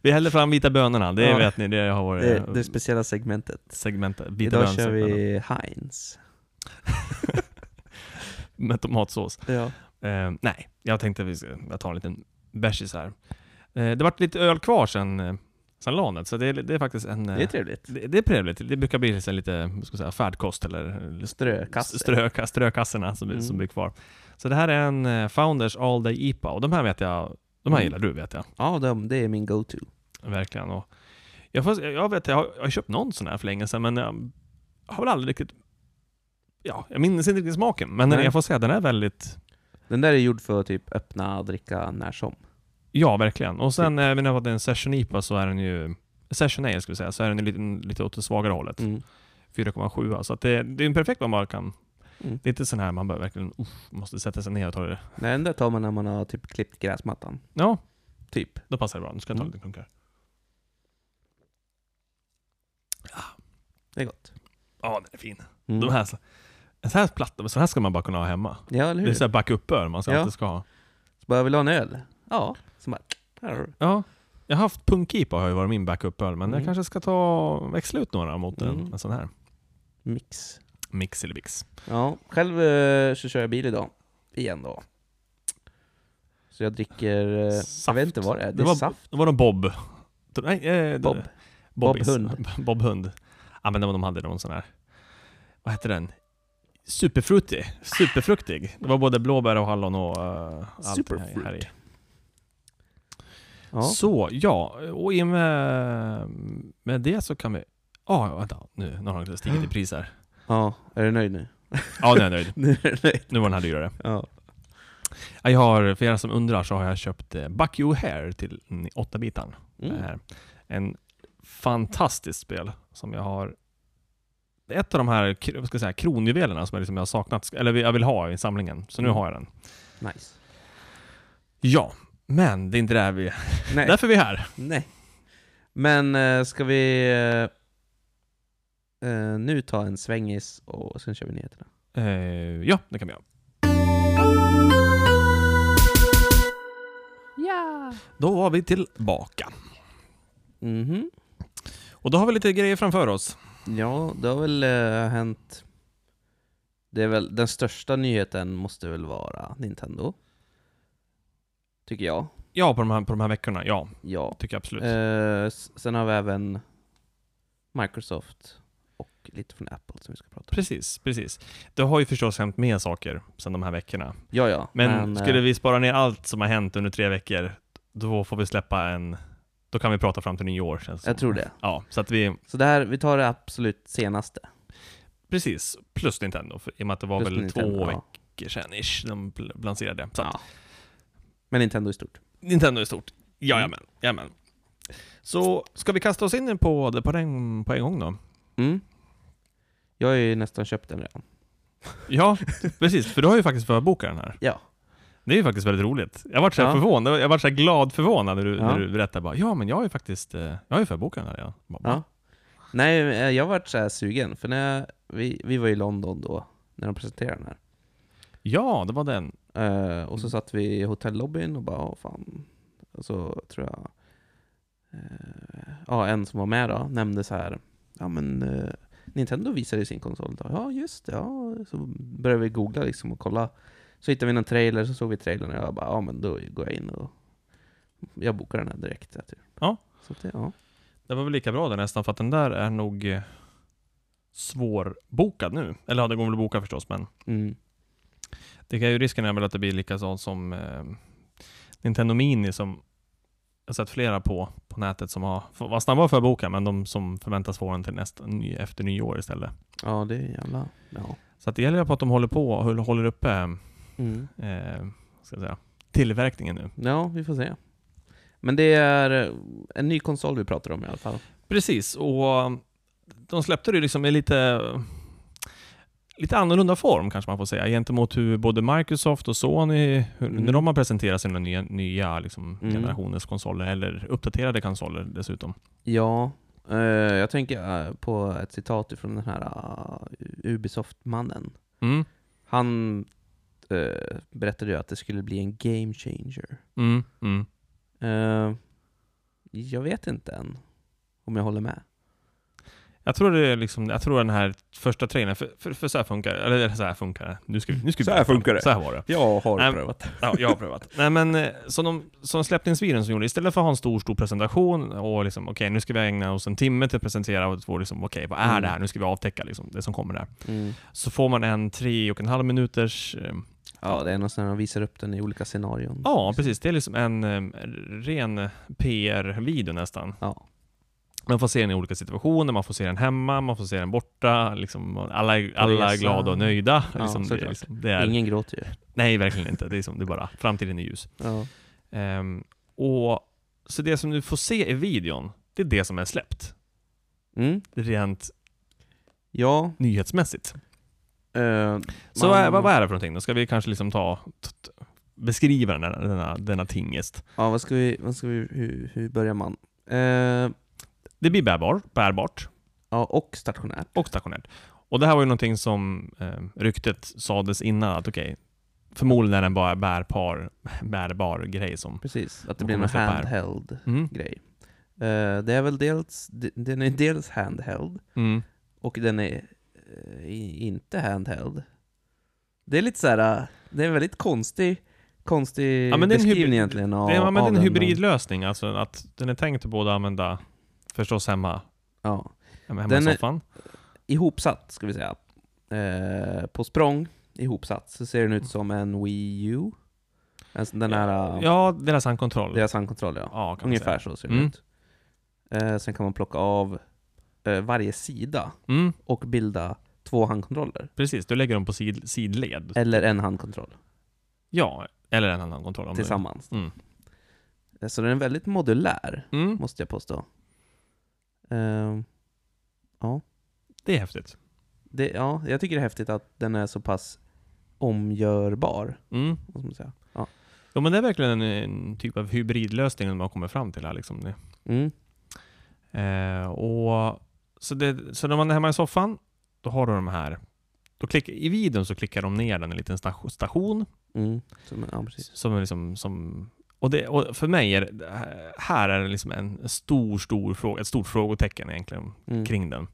Speaker 1: vi häller fram vita bönorna, det
Speaker 2: Ja.
Speaker 1: vet ni, det har varit
Speaker 2: Det, det speciella segmentet.
Speaker 1: segment, vita
Speaker 2: Idag kör
Speaker 1: bönsegmenten.
Speaker 2: vi Heinz.
Speaker 1: med tomatsås.
Speaker 2: Ja.
Speaker 1: Eh, nej, jag tänkte vi ska- jag tar en liten bärsis här. Eh, det vart lite öl kvar sen, eh, sen lanet, så det är, det är faktiskt en... eh,
Speaker 2: Det är trevligt.
Speaker 1: det, det är trevligt. Det brukar bli så lite vad ska jag säga, färdkost eller eller
Speaker 2: Strökasse.
Speaker 1: ströka, strökassorna som,
Speaker 2: Mm.
Speaker 1: som blir kvar. Så det här är en eh, Founders All Day IPA och de här vet jag, de här
Speaker 2: Mm.
Speaker 1: gillar du vet jag.
Speaker 2: Ja, de, det är min go-to.
Speaker 1: Verkligen. Och jag, får, jag vet, jag har, jag har köpt någon sån här för länge sedan, men jag har väl aldrig riktigt... Ja, jag minns inte riktigt smaken, men
Speaker 2: Nej.
Speaker 1: jag får säga den är väldigt...
Speaker 2: Den där är gjord för att typ öppna och dricka när som.
Speaker 1: Ja, verkligen. Och
Speaker 2: Typ.
Speaker 1: sen, eh, men när det var en Session IPA så är den ju... Session Ale ska vi säga, så är den ju lite, lite åt det svagare hållet.
Speaker 2: Mm.
Speaker 1: 4,7. alltså. Så att det, det är en perfekt vad man kan...
Speaker 2: Mm.
Speaker 1: Det är inte sån här man behöver verkligen... Uff, måste sätta sig ner och ta det.
Speaker 2: Nej, den där tar man när man har typ klippt gräsmattan.
Speaker 1: Ja,
Speaker 2: Typ.
Speaker 1: då passar det bra. Nu ska jag ta
Speaker 2: Mm.
Speaker 1: lite klunkar.
Speaker 2: Det är gott.
Speaker 1: Ja, den är fin.
Speaker 2: Mm.
Speaker 1: De här... så- En sån här platta, så här ska man bara kunna ha hemma.
Speaker 2: Ja, eller
Speaker 1: Det
Speaker 2: hur?
Speaker 1: är
Speaker 2: Så
Speaker 1: så här backup-öl man så
Speaker 2: Ja.
Speaker 1: alltid ska ha.
Speaker 2: bara, vill du ha en öl? Ja. Så bara, här har du.
Speaker 1: Ja. Jag har haft punk-IPA har ju varit min backup-öl, men jag
Speaker 2: Mm.
Speaker 1: kanske ska ta växla ut några mot en,
Speaker 2: Mm.
Speaker 1: en sån här.
Speaker 2: mix.
Speaker 1: Mix eller bix.
Speaker 2: Ja, själv eh, så kör jag bil idag. Igen då. Så jag dricker, eh, jag
Speaker 1: Saft.
Speaker 2: vet inte vad det är. Det,
Speaker 1: Det
Speaker 2: är
Speaker 1: var-
Speaker 2: saft.
Speaker 1: Det var någon Bob. Nej, eh,
Speaker 2: Bob.
Speaker 1: Bobbis.
Speaker 2: Bob Hund.
Speaker 1: [laughs] Bob Hund. Ja men det var- de hade någon sån här, vad hette den? Superfruktig. Superfruktig. Det var både blåbär och hallon och uh, allt här, här i.
Speaker 2: Superfruit. Ja.
Speaker 1: Så, ja. Och i och med, med det så kan vi... Ah, Ja, vänta. Nu, nu har den stigit i pris här.
Speaker 2: ja, är du nöjd nu?
Speaker 1: Ja, nu är jag nöjd.
Speaker 2: nu är du nöjd.
Speaker 1: Nu var den här dyrare.
Speaker 2: Ja.
Speaker 1: Ja, Jag har, för er som undrar så har jag köpt eh, Bucky O'Hare till 8-bitaren. Det
Speaker 2: Mm.
Speaker 1: här. En fantastiskt spel som jag har... Det är ett av de här kr- vad ska jag säga, kronjuvelerna som jag, liksom, jag har saknat, eller jag vill ha i samlingen. Så nu
Speaker 2: Mm.
Speaker 1: har jag den.
Speaker 2: Nice.
Speaker 1: Ja, men det är inte där vi...
Speaker 2: Nej.
Speaker 1: Därför är vi här.
Speaker 2: Nej. Men eh, ska vi eh, eh, nu ta en svängis och sen kör vi nyheterna?
Speaker 1: Eh, ja, det kan vi göra.
Speaker 2: Ja!
Speaker 1: Då var vi tillbaka.
Speaker 2: Mhm.
Speaker 1: Och då har vi lite grejer framför oss.
Speaker 2: Ja, det har väl eh, hänt... Det är väl, den största nyheten måste väl vara Nintendo? Tycker jag.
Speaker 1: Ja, på de här, på de här veckorna. Ja,
Speaker 2: Ja.
Speaker 1: tycker jag absolut.
Speaker 2: Eh, s- sen har vi även Microsoft och lite från Apple som vi ska prata om.
Speaker 1: Precis, precis. Det har ju förstås hänt mer saker sedan de här veckorna.
Speaker 2: Ja, ja.
Speaker 1: Men, skulle
Speaker 2: eh,
Speaker 1: vi spara ner allt som har hänt under tre veckor, då får vi släppa en... Då kan vi prata fram till nyår känns det
Speaker 2: Jag
Speaker 1: som.
Speaker 2: tror det.
Speaker 1: Ja, så att vi...
Speaker 2: Så det här, vi tar det absolut senaste.
Speaker 1: Precis, plus Nintendo, för, i och med att det var
Speaker 2: Plus
Speaker 1: väl
Speaker 2: Nintendo,
Speaker 1: två
Speaker 2: ja.
Speaker 1: veckor sedan ish de pl- lanserade. Så att,
Speaker 2: Ja. Men Nintendo i stort.
Speaker 1: Nintendo är stort.
Speaker 2: Mm.
Speaker 1: Jajamän, jajamän. Så ska vi kasta oss in på det på en, på en gång då?
Speaker 2: Mm. Jag har ju nästan köpt den redan.
Speaker 1: Ja, precis, för du har ju faktiskt förbokat den här.
Speaker 2: Ja.
Speaker 1: Det är ju faktiskt väldigt roligt. Jag vart så här
Speaker 2: Ja.
Speaker 1: förvånad, jag vart så här glad förvånad när du,
Speaker 2: Ja.
Speaker 1: när du berättade bara, ja men jag har ju faktiskt, eh, jag har ju förbokat den här redan. Bara,
Speaker 2: Ja. Nej, eh, jag vart så här sugen, för när jag, vi, vi var i London då, när de presenterade den här.
Speaker 1: Ja, det var den.
Speaker 2: Eh, och så
Speaker 1: Mm.
Speaker 2: satt vi i hotellobbyn och bara, åh fan. Och så tror jag, eh, ja en som var med då, nämnde så här, ja men eh, Nintendo visade ju sin konsol då. Ja just det, ja. Så började vi googla liksom och kolla. Så hittade vi någon trailer, så såg vi trailern och jag bara, ja men då går jag in och jag bokar den här direkt. Så här, typ.
Speaker 1: Ja.
Speaker 2: Så att det, ja.
Speaker 1: Det var väl lika bra där nästan, för att den där är nog eh, svårbokad nu. Eller ja, den går väl att boka förstås, men
Speaker 2: Mm.
Speaker 1: det kan ju risken är väl att det blir likadant som eh, Nintendo Mini som jag har sett flera på, på nätet som har, var snabba för att boka, men de som förväntas få den till nästa, ny, efter nyår istället.
Speaker 2: Ja, det är jävla... Ja.
Speaker 1: Så att det gäller ju på att de håller på och håller- håller uppe
Speaker 2: Mm.
Speaker 1: eh, vad ska jag säga, tillverkningen nu.
Speaker 2: ja, vi får se. Men det är eh, en ny konsol vi pratar om i alla fall.
Speaker 1: Precis, och de släppte det liksom i lite, lite annorlunda form kanske man får säga, gentemot hur både Microsoft och Sony, hur,
Speaker 2: Mm.
Speaker 1: när de har presenterat sina nya, nya liksom
Speaker 2: Mm.
Speaker 1: generationens konsoler, eller uppdaterade konsoler dessutom.
Speaker 2: Ja, eh, jag tänker eh, på ett citat från den här eh, Ubisoft-mannen.
Speaker 1: Mm.
Speaker 2: Han eh, berättade ju att det skulle bli en game changer.
Speaker 1: Mm. Mm.
Speaker 2: Eh, jag vet inte än om jag håller med.
Speaker 1: Jag tror det är liksom, jag tror den här första trailern, för, för, för så här funkar det, eller så här funkar det. Nu ska vi, nu ska vi
Speaker 2: Så här
Speaker 1: berätta.
Speaker 2: funkar det.
Speaker 1: Så här var det.
Speaker 2: Jag har
Speaker 1: Nej,
Speaker 2: prövat.
Speaker 1: Ja, jag har prövat. [laughs] Nej men, eh, som de, som de släppte in Sweden som gjorde, istället för att ha en stor, stor presentation och liksom, okej nu ska vi ägna oss en timme till att presentera och två, liksom, okej vad är
Speaker 2: Mm.
Speaker 1: det här? Nu ska vi avtäcka liksom, det som kommer där.
Speaker 2: Mm.
Speaker 1: Så får man en tre och en halv minuters, eh,
Speaker 2: Ja, det är något sånt där de visar upp den i olika scenarion.
Speaker 1: ja precis, det är liksom en eh, ren PR-video nästan.
Speaker 2: Ja.
Speaker 1: Man får se den i olika situationer, man får se den hemma, man får se den borta, liksom, alla, är- alla är
Speaker 2: resa.
Speaker 1: glada och nöjda.
Speaker 2: Ja,
Speaker 1: liksom, det, är
Speaker 2: såklart.
Speaker 1: liksom, det är,
Speaker 2: Ingen gråter ju.
Speaker 1: nej, verkligen inte. Det är, liksom, det är bara framtiden är ljus.
Speaker 2: Ja.
Speaker 1: Ehm, och Så det som du får se i videon, det är det som är släppt.
Speaker 2: Mm.
Speaker 1: Rent
Speaker 2: Ja,
Speaker 1: nyhetsmässigt.
Speaker 2: eh,
Speaker 1: Så
Speaker 2: Man-
Speaker 1: vad, vad är det för någonting då? Ska vi kanske liksom ta, t- t- beskriva den här, denna, denna tingest?
Speaker 2: ja vad ska vi, vad ska vi hur, hur börjar man? Eh,
Speaker 1: Det blir bärbar, bärbart
Speaker 2: ja, och stationärt.
Speaker 1: och stationärt. Och det här var ju någonting som eh, ryktet sades innan att okej, förmodligen är den bara bärpar, bärbar grej som...
Speaker 2: Precis, att det
Speaker 1: Man
Speaker 2: blir en
Speaker 1: kommer släppa här.
Speaker 2: handheld
Speaker 1: Mm,
Speaker 2: grej. Eh, det är väl dels, de- den är dels handheld,
Speaker 1: mm,
Speaker 2: och den är eh, i- inte handheld. Det är lite så här, eh, det är en väldigt konstig, konstig
Speaker 1: Ja, men det är en
Speaker 2: beskrivning
Speaker 1: hybrid-
Speaker 2: egentligen av,
Speaker 1: det, är, ja, men det är
Speaker 2: av
Speaker 1: en
Speaker 2: den,
Speaker 1: hybridlösning, alltså att den är tänkt att både använda, förstås hemma,
Speaker 2: Ja,
Speaker 1: hemma
Speaker 2: Den
Speaker 1: i
Speaker 2: är-
Speaker 1: soffan.
Speaker 2: ihopsatt ska vi säga. Eh, på språng, ihopsatt, så ser den ut som en Wii U. Alltså den här, eh,
Speaker 1: Mm. Ja, deras handkontroll.
Speaker 2: deras handkontroll ja.
Speaker 1: Ja, kan man
Speaker 2: Ungefär så ser den
Speaker 1: Mm.
Speaker 2: ut. Eh, sen kan man plocka av eh, varje sida
Speaker 1: säga. Mm,
Speaker 2: och bilda två handkontroller.
Speaker 1: precis. Du lägger dem på sid, sidled.
Speaker 2: Eller en handkontroll
Speaker 1: Ja, eller en annan kontroll. Om du-
Speaker 2: tillsammans.
Speaker 1: Mm.
Speaker 2: Eh, Så den är väldigt modulär,
Speaker 1: Mm,
Speaker 2: måste jag påstå. Eh,
Speaker 1: det är häftigt.
Speaker 2: det, ja, jag tycker det är häftigt att den är så pass omgörbar.
Speaker 1: Mm.
Speaker 2: vad ska man säga.
Speaker 1: Jo, men det är verkligen en, en typ av hybridlösning de har kommit fram till här. Liksom. Det-
Speaker 2: Mm.
Speaker 1: Eh, och, så, det, så när man är hemma i soffan, då har du de här. Då klick, I videon så klickar de ner den i en liten sta- station.
Speaker 2: Mm. Som, ja, precis.
Speaker 1: Som är liksom, som, och, det, och för mig är det, här är det liksom en stor, stor fråga, ett stort frågetecken egentligen.
Speaker 2: Mm.
Speaker 1: kring den.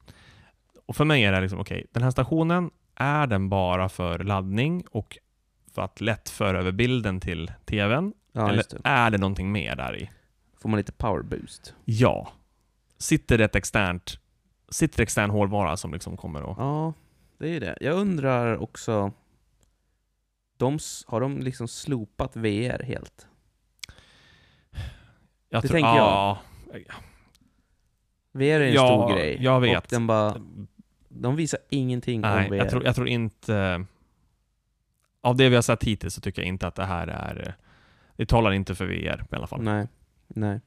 Speaker 1: Och för mig är det liksom, okej, den här stationen, är den bara för laddning och för att lätt föra över bilden till TVn?
Speaker 2: Ja,
Speaker 1: eller
Speaker 2: just det.
Speaker 1: är det någonting mer där i?
Speaker 2: Får man lite power boost.
Speaker 1: Ja. Sitter det ett externt, sitter det extern hårdvara som liksom kommer att...
Speaker 2: Ja, det är ju det. Jag undrar också, de, s- har de liksom slopat VR helt?
Speaker 1: Jag
Speaker 2: det tänker jag.
Speaker 1: ja,
Speaker 2: VR är en
Speaker 1: Ja,
Speaker 2: stor grej.
Speaker 1: jag vet. Mm.
Speaker 2: Och den bara, de visar ingenting om
Speaker 1: Nej,
Speaker 2: VR.
Speaker 1: jag tror, jag tror inte... Av det vi har sett hittills så tycker jag inte att det här är... Det talar inte för VR i alla fall.
Speaker 2: Nej, nej.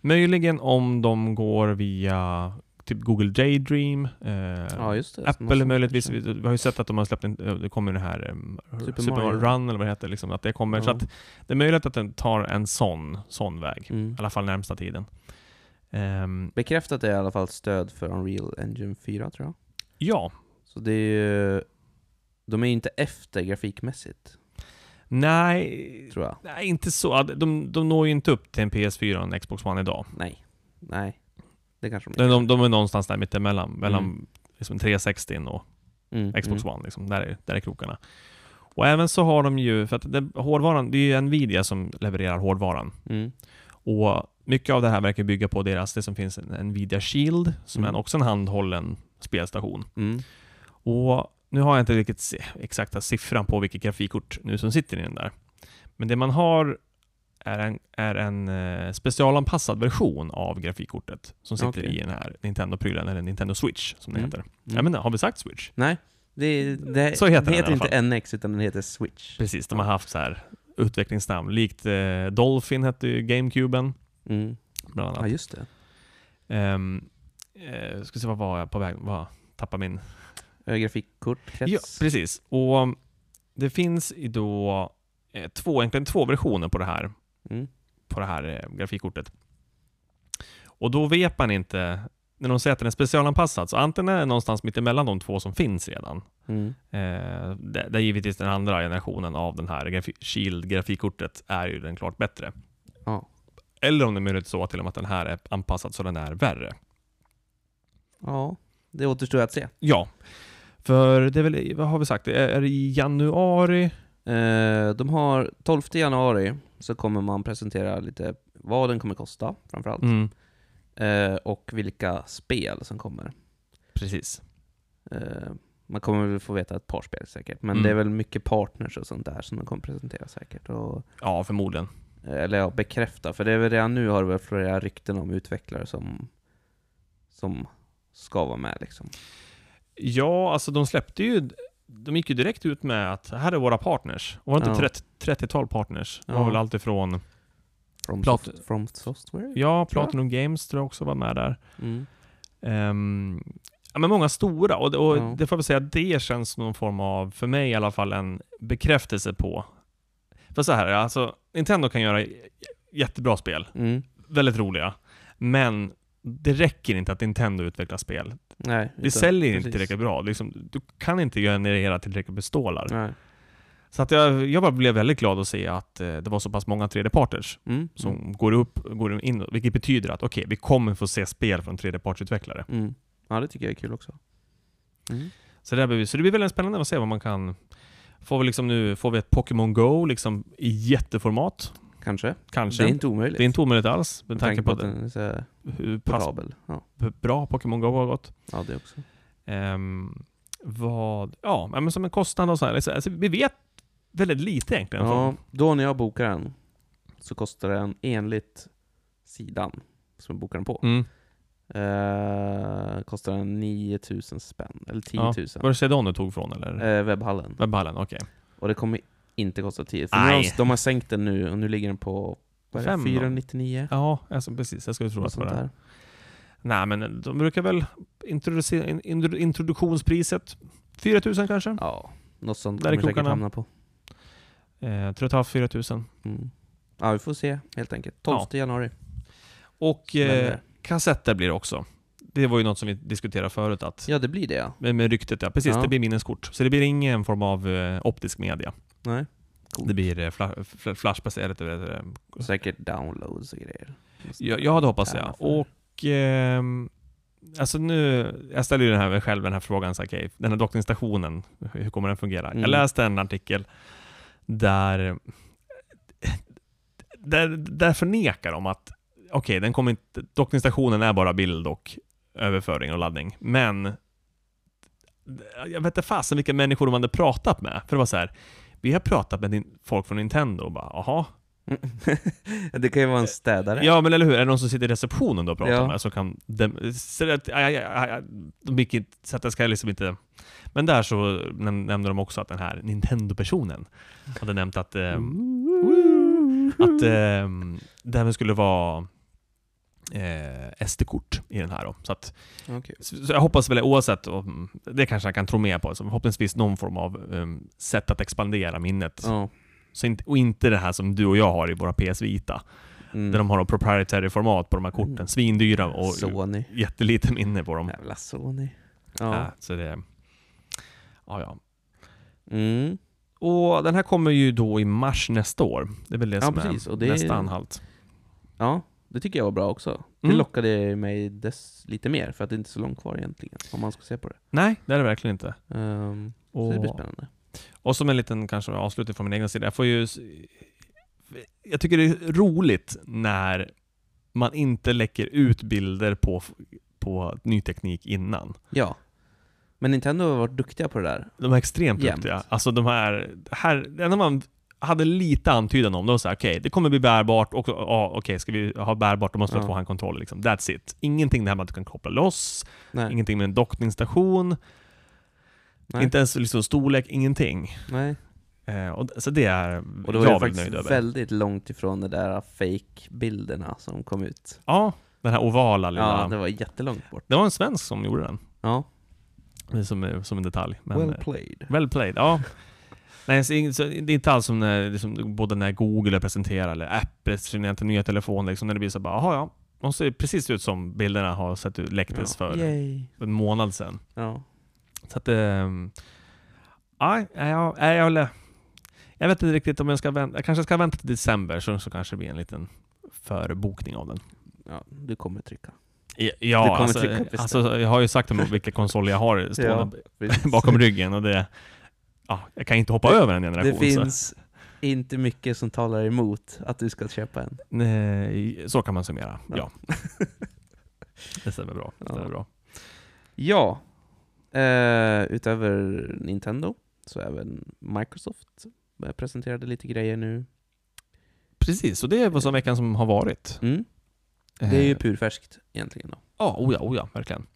Speaker 1: Möjligen om de går via typ Google Daydream, eh,
Speaker 2: Ja, just det. Alltså, Något
Speaker 1: Apple
Speaker 2: sånt
Speaker 1: möjligtvis. Vi,
Speaker 2: kanske.
Speaker 1: vi har ju sett att de har släppt en, eh, det kommer den här eh,
Speaker 2: Super
Speaker 1: Super, Mario
Speaker 2: Mario.
Speaker 1: Run eller vad det heter, liksom, att det kommer. Så
Speaker 2: Ja.
Speaker 1: att det är möjligt att den tar en sån, sån väg,
Speaker 2: Mm.
Speaker 1: i alla fall närmsta tiden. Ehm,
Speaker 2: Bekräftat är i alla fall stöd för Unreal Engine 4 tror jag.
Speaker 1: ja,
Speaker 2: Så det är ju De är ju inte efter grafikmässigt,
Speaker 1: Nej,
Speaker 2: tror jag.
Speaker 1: nej inte så. De, de når ju inte upp till en PS4 och en Xbox One idag.
Speaker 2: Nej. Nej. Det kanske de
Speaker 1: De,
Speaker 2: inte
Speaker 1: de, de är någonstans där mittemellan, mellan
Speaker 2: Mm.
Speaker 1: liksom 360 och
Speaker 2: mm.
Speaker 1: Xbox One. Liksom. Där, är, där är krokarna. Och även så har de ju, för att det, hårdvaran, det är ju Nvidia som levererar hårdvaran.
Speaker 2: Mm.
Speaker 1: Och mycket av det här verkar bygga på deras, det som finns en Nvidia Shield, som
Speaker 2: Mm.
Speaker 1: är också en handhållen spelstation.
Speaker 2: Mm.
Speaker 1: Och nu har jag inte riktigt se- exakta siffran på vilket grafikkort nu som sitter i den där. Men det man har är en, är en eh, specialanpassad version av grafikkortet som sitter
Speaker 2: Okej.
Speaker 1: i den här Nintendo-prylen, eller Nintendo Switch som det
Speaker 2: Mm.
Speaker 1: heter.
Speaker 2: Mm.
Speaker 1: Jag menar, har vi sagt Switch?
Speaker 2: Nej, det, det,
Speaker 1: Så heter
Speaker 2: det
Speaker 1: den
Speaker 2: heter
Speaker 1: i alla
Speaker 2: inte NX utan den heter Switch.
Speaker 1: Precis, de har haft så här utvecklingsnamn. Likt eh, Dolphin hette ju GameCuben,
Speaker 2: Mm.
Speaker 1: bland annat.
Speaker 2: Ja, just det.
Speaker 1: Ehm, eh, ska se, vad var jag på väg? Vad, tappa min
Speaker 2: Eh, Grafikkort, krets.
Speaker 1: Ja, precis. Och um, det finns ju då eh, två, egentligen två versioner på det här,
Speaker 2: Mm.
Speaker 1: på det här eh, grafikkortet. Och då vet man inte, när de säger att den är specialanpassad, så antingen är det någonstans mitt emellan de två som finns redan.
Speaker 2: Mm.
Speaker 1: Eh, där, där givetvis den andra generationen av den här grafi- Shield-grafikkortet är ju den klart bättre.
Speaker 2: Ja.
Speaker 1: Eller om det är möjligt så till och med att den här är anpassad så den är värre.
Speaker 2: ja, det återstår att se.
Speaker 1: Ja, för det är väl, vad har vi sagt, är, är det i januari
Speaker 2: Eh, de har 12 januari så kommer man presentera lite vad den kommer kosta framförallt.
Speaker 1: Mm,
Speaker 2: Eh, och vilka spel som kommer.
Speaker 1: precis.
Speaker 2: Eh, man kommer väl få veta ett par spel säkert, men
Speaker 1: Mm.
Speaker 2: det är väl mycket partners och sånt där som de kommer presentera säkert. Och, eh,
Speaker 1: Ja, förmodligen.
Speaker 2: eller ja, bekräfta, för det är väl redan nu har det väl flera rykten om utvecklare som, som ska vara med liksom.
Speaker 1: Ja, alltså de släppte ju... De gick ju direkt ut med att här är våra partners. Och var det inte
Speaker 2: Ja.
Speaker 1: 30 30-tal partners? Det
Speaker 2: Ja.
Speaker 1: var väl allt ifrån...
Speaker 2: From,
Speaker 1: Plat-
Speaker 2: soft, from software?
Speaker 1: Ja,
Speaker 2: Tror jag.
Speaker 1: Platinum Games tror jag också var med där.
Speaker 2: Mm.
Speaker 1: Ehm, ja, men många stora. Och, och
Speaker 2: Ja.
Speaker 1: det får jag väl säga, det känns som någon form av, för mig i alla fall, en bekräftelse på... För så här är det, alltså Nintendo kan göra j- jättebra spel,
Speaker 2: Mm.
Speaker 1: väldigt roliga. Men det räcker inte att Nintendo utvecklar spel.
Speaker 2: Nej,
Speaker 1: Det säljer inte tillräckligt bra. Liksom, du kan inte generera tillräckligt med stålar.
Speaker 2: Nej.
Speaker 1: Så att jag, jag bara blev väldigt glad att se att eh, det var så pass många 3D-parters
Speaker 2: Mm.
Speaker 1: som
Speaker 2: Mm.
Speaker 1: går upp, går in, vilket betyder att okej, vi kommer få se spel från 3D-partsutvecklare.
Speaker 2: Mm. Ja, det tycker jag är kul också. Mm.
Speaker 1: Så det, där blir, så det blir väldigt spännande att se vad man kan... Får vi liksom nu, får vi ett Pokémon Go liksom i jätteformat?
Speaker 2: Kanske.
Speaker 1: Kanske.
Speaker 2: Det är inte omöjligt.
Speaker 1: Det är inte omöjligt alls, med tanke på,
Speaker 2: att den är så här
Speaker 1: hur pass
Speaker 2: portabel. Ja.
Speaker 1: bra Pokémon Go har gått.
Speaker 2: ja, det också.
Speaker 1: Ehm, vad, ja, men som en kostnad och så här. Alltså, vi vet väldigt lite egentligen.
Speaker 2: Ja, då när jag bokar den så kostar den enligt sidan som jag bokar den på.
Speaker 1: Mm.
Speaker 2: Eh, kostar den 9000 spänn, eller 10 000.
Speaker 1: Var det Sedan du tog från eller?
Speaker 2: Eh, webbhallen.
Speaker 1: Webhallen, okej.
Speaker 2: Och det kommer inte kosta 10 för nu har de,
Speaker 1: Nej.
Speaker 2: de har sänkt den nu och nu ligger den på vad är det,
Speaker 1: Fem, va?
Speaker 2: 499.
Speaker 1: Ja, alltså, precis. Jag skulle tro
Speaker 2: något
Speaker 1: att det
Speaker 2: sånt
Speaker 1: var det.
Speaker 2: där.
Speaker 1: Nej, men de brukar väl introducera, in, in- introduktionspriset 4000 kanske?
Speaker 2: Ja, något sånt
Speaker 1: Där är
Speaker 2: kommer säkert
Speaker 1: krokarna.
Speaker 2: hamna på.
Speaker 1: Eh, tror jag tar 4000.
Speaker 2: Mm. Ja, vi får se helt enkelt. 12 januari.
Speaker 1: Och
Speaker 2: Men,
Speaker 1: eh,
Speaker 2: eh,
Speaker 1: kassetter blir det också. Det var ju något som vi diskuterade förut, att
Speaker 2: Ja, det blir det ja.
Speaker 1: med, med ryktet ja. Precis,
Speaker 2: Ja.
Speaker 1: det blir minneskort. Så det blir ingen form av eh, optisk media.
Speaker 2: Nej.
Speaker 1: Det blir eh, fla, fl- flashbaserat, eller eh, vad heter det?
Speaker 2: Säkert downloads och grejer. [laughs]
Speaker 1: Jag, jag hade hoppats
Speaker 2: Ja,
Speaker 1: det.
Speaker 2: för-
Speaker 1: Och... ehm, alltså nu... Jag ställer ju den här själv den här frågan, så här, okej, den här dockningsstationen, hur kommer den fungera?
Speaker 2: Mm.
Speaker 1: Jag läste en artikel där... Där, där förnekar de att okej, den kommer inte... Dockningsstationen är bara bild och överföring och laddning, men... Jag vet inte fasen vilka människor de hade pratat med, för det var så här... Vi har pratat med din, folk från Nintendo och bara, jaha,
Speaker 2: det kan ju vara en städare.
Speaker 1: Ja men eller hur, är det någon som sitter i receptionen då och pratar
Speaker 2: Ja.
Speaker 1: med som kan... Dem, så att, aj, aj, aj, aj, de gick inte, så att jag ska liksom inte... Men där så näm, nämnde de också att den här Nintendo-personen hade nämnt att, eh,
Speaker 2: Ehm. Mm.
Speaker 1: att eh, det här skulle vara eh, SD-kort i den här då. Så, att,
Speaker 2: Okej.
Speaker 1: så så jag hoppas väl oavsett, om- det kanske jag kan tro med på, så förhoppningsvis någon form av eh, sätt att expandera minnet.
Speaker 2: Ja.
Speaker 1: Så inte, och inte det här som du och jag har i våra PS Vita.
Speaker 2: Mm.
Speaker 1: Där de har de proprietary format på de här korten.
Speaker 2: Mm.
Speaker 1: Svindyra och Mm.
Speaker 2: Sony.
Speaker 1: jättelite minne på dem.
Speaker 2: Jävla Sony. Ja.
Speaker 1: Äh, så det... Ja, ja.
Speaker 2: Mm.
Speaker 1: Och den här kommer ju då i mars nästa år. Det är väl det
Speaker 2: Ja,
Speaker 1: som
Speaker 2: precis,
Speaker 1: är
Speaker 2: och det är-
Speaker 1: nästa anhalt.
Speaker 2: Ja, det tycker jag var bra också. Det
Speaker 1: Mm.
Speaker 2: lockade mig dess lite mer, för att det är inte är så långt kvar egentligen, om man ska se på det.
Speaker 1: Nej, det är det verkligen inte.
Speaker 2: Ehm, Så det blir
Speaker 1: Och,
Speaker 2: spännande.
Speaker 1: och som en liten kanske avslutning från min egen sida. Jag får ju... s- Jag tycker det är roligt när man inte läcker ut bilder på, på ny teknik innan.
Speaker 2: Ja. Men Nintendo har varit duktiga på det där.
Speaker 1: De är extremt
Speaker 2: Jämt.
Speaker 1: duktiga. Alltså de här, här, det enda man hade lite antydan om, det var såhär, okej, det kommer bli bärbart, och ja, okej, ska vi ha bärbart, då måste vi
Speaker 2: Ja.
Speaker 1: få ha en kontroll liksom. That's it. Ingenting det här med att du kan koppla loss,
Speaker 2: Nej.
Speaker 1: ingenting med en dockningsstation,
Speaker 2: Nej.
Speaker 1: inte ens liksom storlek, ingenting.
Speaker 2: Nej.
Speaker 1: Eh, och, så det är
Speaker 2: Och det var
Speaker 1: jag
Speaker 2: ju
Speaker 1: väldigt nöjd
Speaker 2: faktiskt
Speaker 1: över.
Speaker 2: väldigt långt ifrån de där fake-bilderna som kom ut.
Speaker 1: Ja, den här ovala lilla.
Speaker 2: Ja,
Speaker 1: det,
Speaker 2: det
Speaker 1: var...
Speaker 2: var jättelångt bort. en
Speaker 1: en svensk som gjorde den,
Speaker 2: Ja.
Speaker 1: eh, som, som en detalj. Men, eh,
Speaker 2: played.
Speaker 1: Well played, ja. Nej, så ing- så det är inte alls som när, liksom, både när Google presenterar eller Apple presenterar till nya telefoner, liksom, när det blir så bara, jaha ja, de ser precis ut som bilderna har sett ut, läcktes för
Speaker 2: Yay.
Speaker 1: en månad sedan.
Speaker 2: Ja.
Speaker 1: Så att, ehm, ja, jag, jag, jag, håller- jag vet inte riktigt om jag ska vänta, jag kanske ska vänta till december så, så kanske det blir en liten förbokning av den.
Speaker 2: ja, du
Speaker 1: [laughs]
Speaker 2: kommer trycka.
Speaker 1: Ja,
Speaker 2: Du kommer
Speaker 1: alltså,
Speaker 2: trycka på
Speaker 1: alltså, jag har ju sagt om vilka konsoler jag
Speaker 2: [laughs]
Speaker 1: har stående
Speaker 2: Precis.
Speaker 1: bakom ryggen och det, ja, jag kan inte hoppa
Speaker 2: Det-
Speaker 1: över en generation.
Speaker 2: Det
Speaker 1: så.
Speaker 2: finns inte mycket som talar emot att du ska köpa en.
Speaker 1: Nej, så kan man summera, ja. [laughs] Det stämmer bra. Det
Speaker 2: Ja.
Speaker 1: stämmer bra.
Speaker 2: Ja, eh, utöver Nintendo så även Microsoft eh, presenterade lite grejer nu.
Speaker 1: Precis, och det var som veckan som har varit.
Speaker 2: Mm. Det är ju
Speaker 1: Eh,
Speaker 2: purfärskt egentligen då.
Speaker 1: Ja, oh ja, oh ja, verkligen.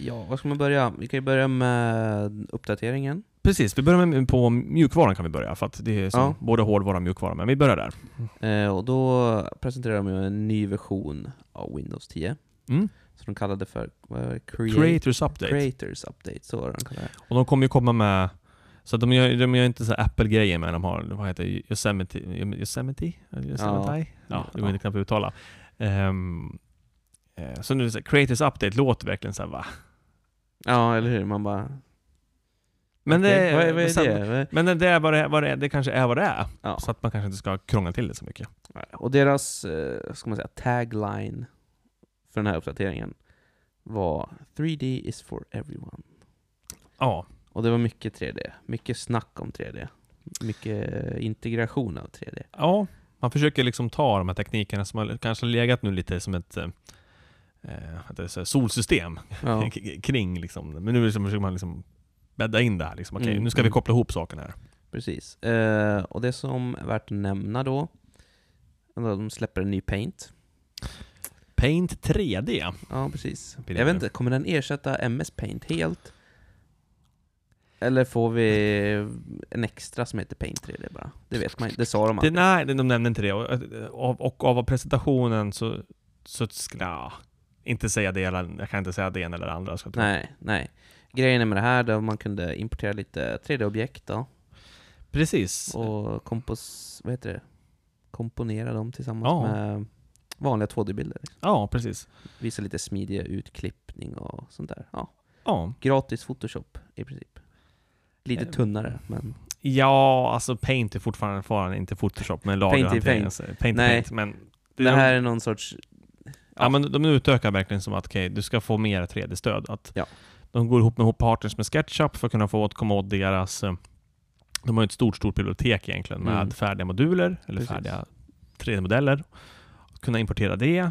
Speaker 2: Ja, var ska man börja? Vi kan ju börja med uppdateringen.
Speaker 1: Precis, vi börjar med på mjukvaran kan vi börja, för att det är som
Speaker 2: Ja.
Speaker 1: både hårdvara och mjukvara, men vi börjar där.
Speaker 2: Eh, och då presenterade de ju en ny version av Windows 10.
Speaker 1: Mm.
Speaker 2: Som de kallade för vad var det? Create-
Speaker 1: Creators Update.
Speaker 2: Creators Update. Så var det de kallade det.
Speaker 1: Och de kommer ju komma med så att de gör, de gör inte så här Apple-grejer men de har, vad heter det, Yosemite? Yosemite? Yosemite? Ja, det går
Speaker 2: Ja.
Speaker 1: inte knappt att uttala. Ehm, eh, så nu, så här, Creators Update låter verkligen så här, va?
Speaker 2: Ja, eller hur? Man bara...
Speaker 1: Men
Speaker 2: okej,
Speaker 1: det,
Speaker 2: vad, är- vad är
Speaker 1: sen-
Speaker 2: det? Vad är-
Speaker 1: Men det, är vad det, vad det, det kanske är vad det är.
Speaker 2: Ja.
Speaker 1: Så att man kanske inte ska krångla till det så mycket.
Speaker 2: Och deras, eh, vad ska man säga, tagline för den här uppdateringen var 3D is for everyone.
Speaker 1: Ja,
Speaker 2: Och det var mycket 3D. Mycket snack om 3D. Mycket integration av 3D.
Speaker 1: ja man försöker liksom ta de här teknikerna som har kanske legat nu lite som ett eh, eh, vad heter det, så här, solsystem [laughs]
Speaker 2: Ja,
Speaker 1: kring. Liksom. Men nu liksom försöker man liksom bädda in det här. Liksom. Okej,
Speaker 2: Mm,
Speaker 1: nu ska vi
Speaker 2: mm.
Speaker 1: koppla ihop sakerna här.
Speaker 2: precis. Eh, och det som är värt att nämna då, de släpper en ny Paint.
Speaker 1: Paint 3D.
Speaker 2: Ja, precis.
Speaker 1: Blir det
Speaker 2: Jag vet
Speaker 1: nu?
Speaker 2: inte, kommer den ersätta MS Paint helt? Eller får vi en extra som heter Paint 3D bara? Det vet man inte, det sa de
Speaker 1: Det,
Speaker 2: aldrig.
Speaker 1: nej, de nämnde inte det. Och, och, och av presentationen så, så skulle jag inte säga det eller, jag kan inte säga det ena eller det andra. Ska jag tro.
Speaker 2: Nej, nej. Grejen är med det här då man kunde importera lite 3D-objekt då
Speaker 1: Precis.
Speaker 2: och kompos, vad heter det? komponera dem tillsammans
Speaker 1: Ja.
Speaker 2: med vanliga 2D-bilder.
Speaker 1: Ja, precis.
Speaker 2: Visa lite smidiga utklippning och sånt där. Ja.
Speaker 1: Ja.
Speaker 2: Gratis Photoshop i princip. Lite
Speaker 1: Eh,
Speaker 2: tunnare, men
Speaker 1: Ja, alltså Paint är fortfarande, fortfarande inte Photoshop, men lagerhantering.
Speaker 2: Paint
Speaker 1: Paint, paint,
Speaker 2: Nej.
Speaker 1: paint. Men det,
Speaker 2: det här är någon sorts...
Speaker 1: ja. men de utökar verkligen som att okej, du ska få mer 3D-stöd. Att
Speaker 2: Ja.
Speaker 1: De går ihop med partners med SketchUp för att kunna få åt, komma åt deras... eh, De har ju ett stort, stort bibliotek egentligen med
Speaker 2: Mm.
Speaker 1: färdiga moduler, eller
Speaker 2: Precis.
Speaker 1: färdiga 3D-modeller. Att kunna importera det.
Speaker 2: Mm.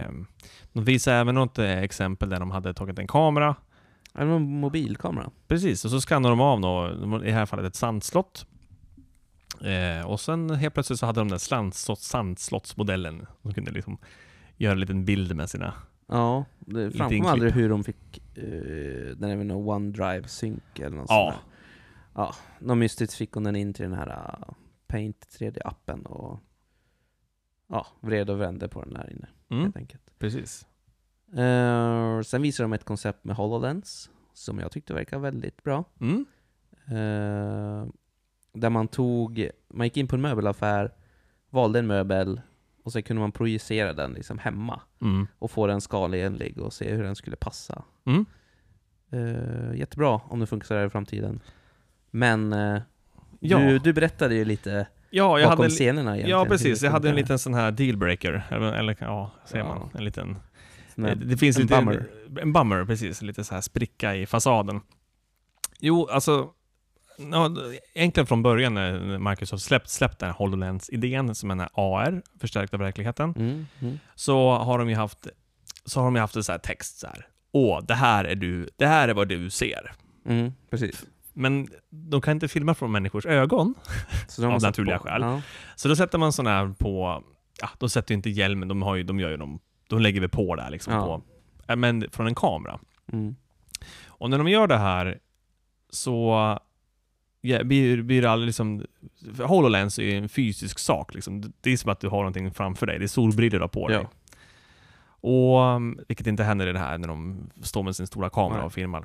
Speaker 1: Ehm, De visar även något eh, exempel där de hade tagit en kamera
Speaker 2: Ja, det var en mobilkamera.
Speaker 1: Precis, och så skannar de av då, i det här fallet ett sandslott. Eh, och sen helt plötsligt så hade de den sandslott, sandslottsmodellen. De kunde liksom göra en liten bild med sina...
Speaker 2: Ja, det
Speaker 1: Lite
Speaker 2: framkom
Speaker 1: inklipp.
Speaker 2: aldrig hur de fick uh, den även OneDrive synk eller något
Speaker 1: Ja.
Speaker 2: sånt där. Ja, något mystiskt fick hon den in till den här eh, Paint 3D-appen och ja, vred och vände på den där inne
Speaker 1: Mm,
Speaker 2: helt enkelt.
Speaker 1: precis.
Speaker 2: Eh, sen visade de ett koncept med HoloLens som jag tyckte verkar väldigt bra.
Speaker 1: Mm,
Speaker 2: Eh, där man tog, man gick in på en möbelaffär, valde en möbel och sen kunde man projicera den liksom hemma
Speaker 1: mm,
Speaker 2: och få den skalenlig och se hur den skulle passa.
Speaker 1: mm.
Speaker 2: Eh, jättebra om det funkar så här i framtiden. Men eh,
Speaker 1: Ja,
Speaker 2: du, du berättade ju lite
Speaker 1: ja jag
Speaker 2: bakom
Speaker 1: hade en,
Speaker 2: scenerna egentligen.
Speaker 1: Ja,
Speaker 2: hur
Speaker 1: precis.
Speaker 2: det
Speaker 1: Jag hade en
Speaker 2: funkar.
Speaker 1: liten sån här dealbreaker, eller, eller ja, säger
Speaker 2: Ja.
Speaker 1: man? En liten...
Speaker 2: Sån här-
Speaker 1: det, det finns
Speaker 2: en
Speaker 1: lite,
Speaker 2: bummer.
Speaker 1: En bummer, precis. Lite så här spricka i fasaden. Jo, alltså... Ja, egentligen från början när Microsoft släppt, släppt den här HoloLens-idén som en AR, förstärkta verkligheten,
Speaker 2: Mm, mm.
Speaker 1: så har de ju haft, så har de ju haft en så här text så här. Åh, det här är du, det här är vad du ser.
Speaker 2: Mm, precis.
Speaker 1: Men de kan inte filma från människors ögon,
Speaker 2: Så de
Speaker 1: Av
Speaker 2: har satt
Speaker 1: naturliga
Speaker 2: på-
Speaker 1: skäl.
Speaker 2: Ja.
Speaker 1: så då sätter man sådana här på, ja, de sätter ju inte hjälmen, de, har ju, de gör ju dem, de lägger väl på där liksom,
Speaker 2: Ja.
Speaker 1: på, ja, men från en kamera.
Speaker 2: Mm.
Speaker 1: Och när de gör det här så ja, blir, blir det aldrig liksom... för HoloLens är ju en fysisk sak liksom. Det är som att du har någonting framför dig, det är solbrillor du har på dig.
Speaker 2: Ja.
Speaker 1: Och, um, vilket inte händer i det här när de står med sin stora kamera
Speaker 2: Nej.
Speaker 1: och filmar.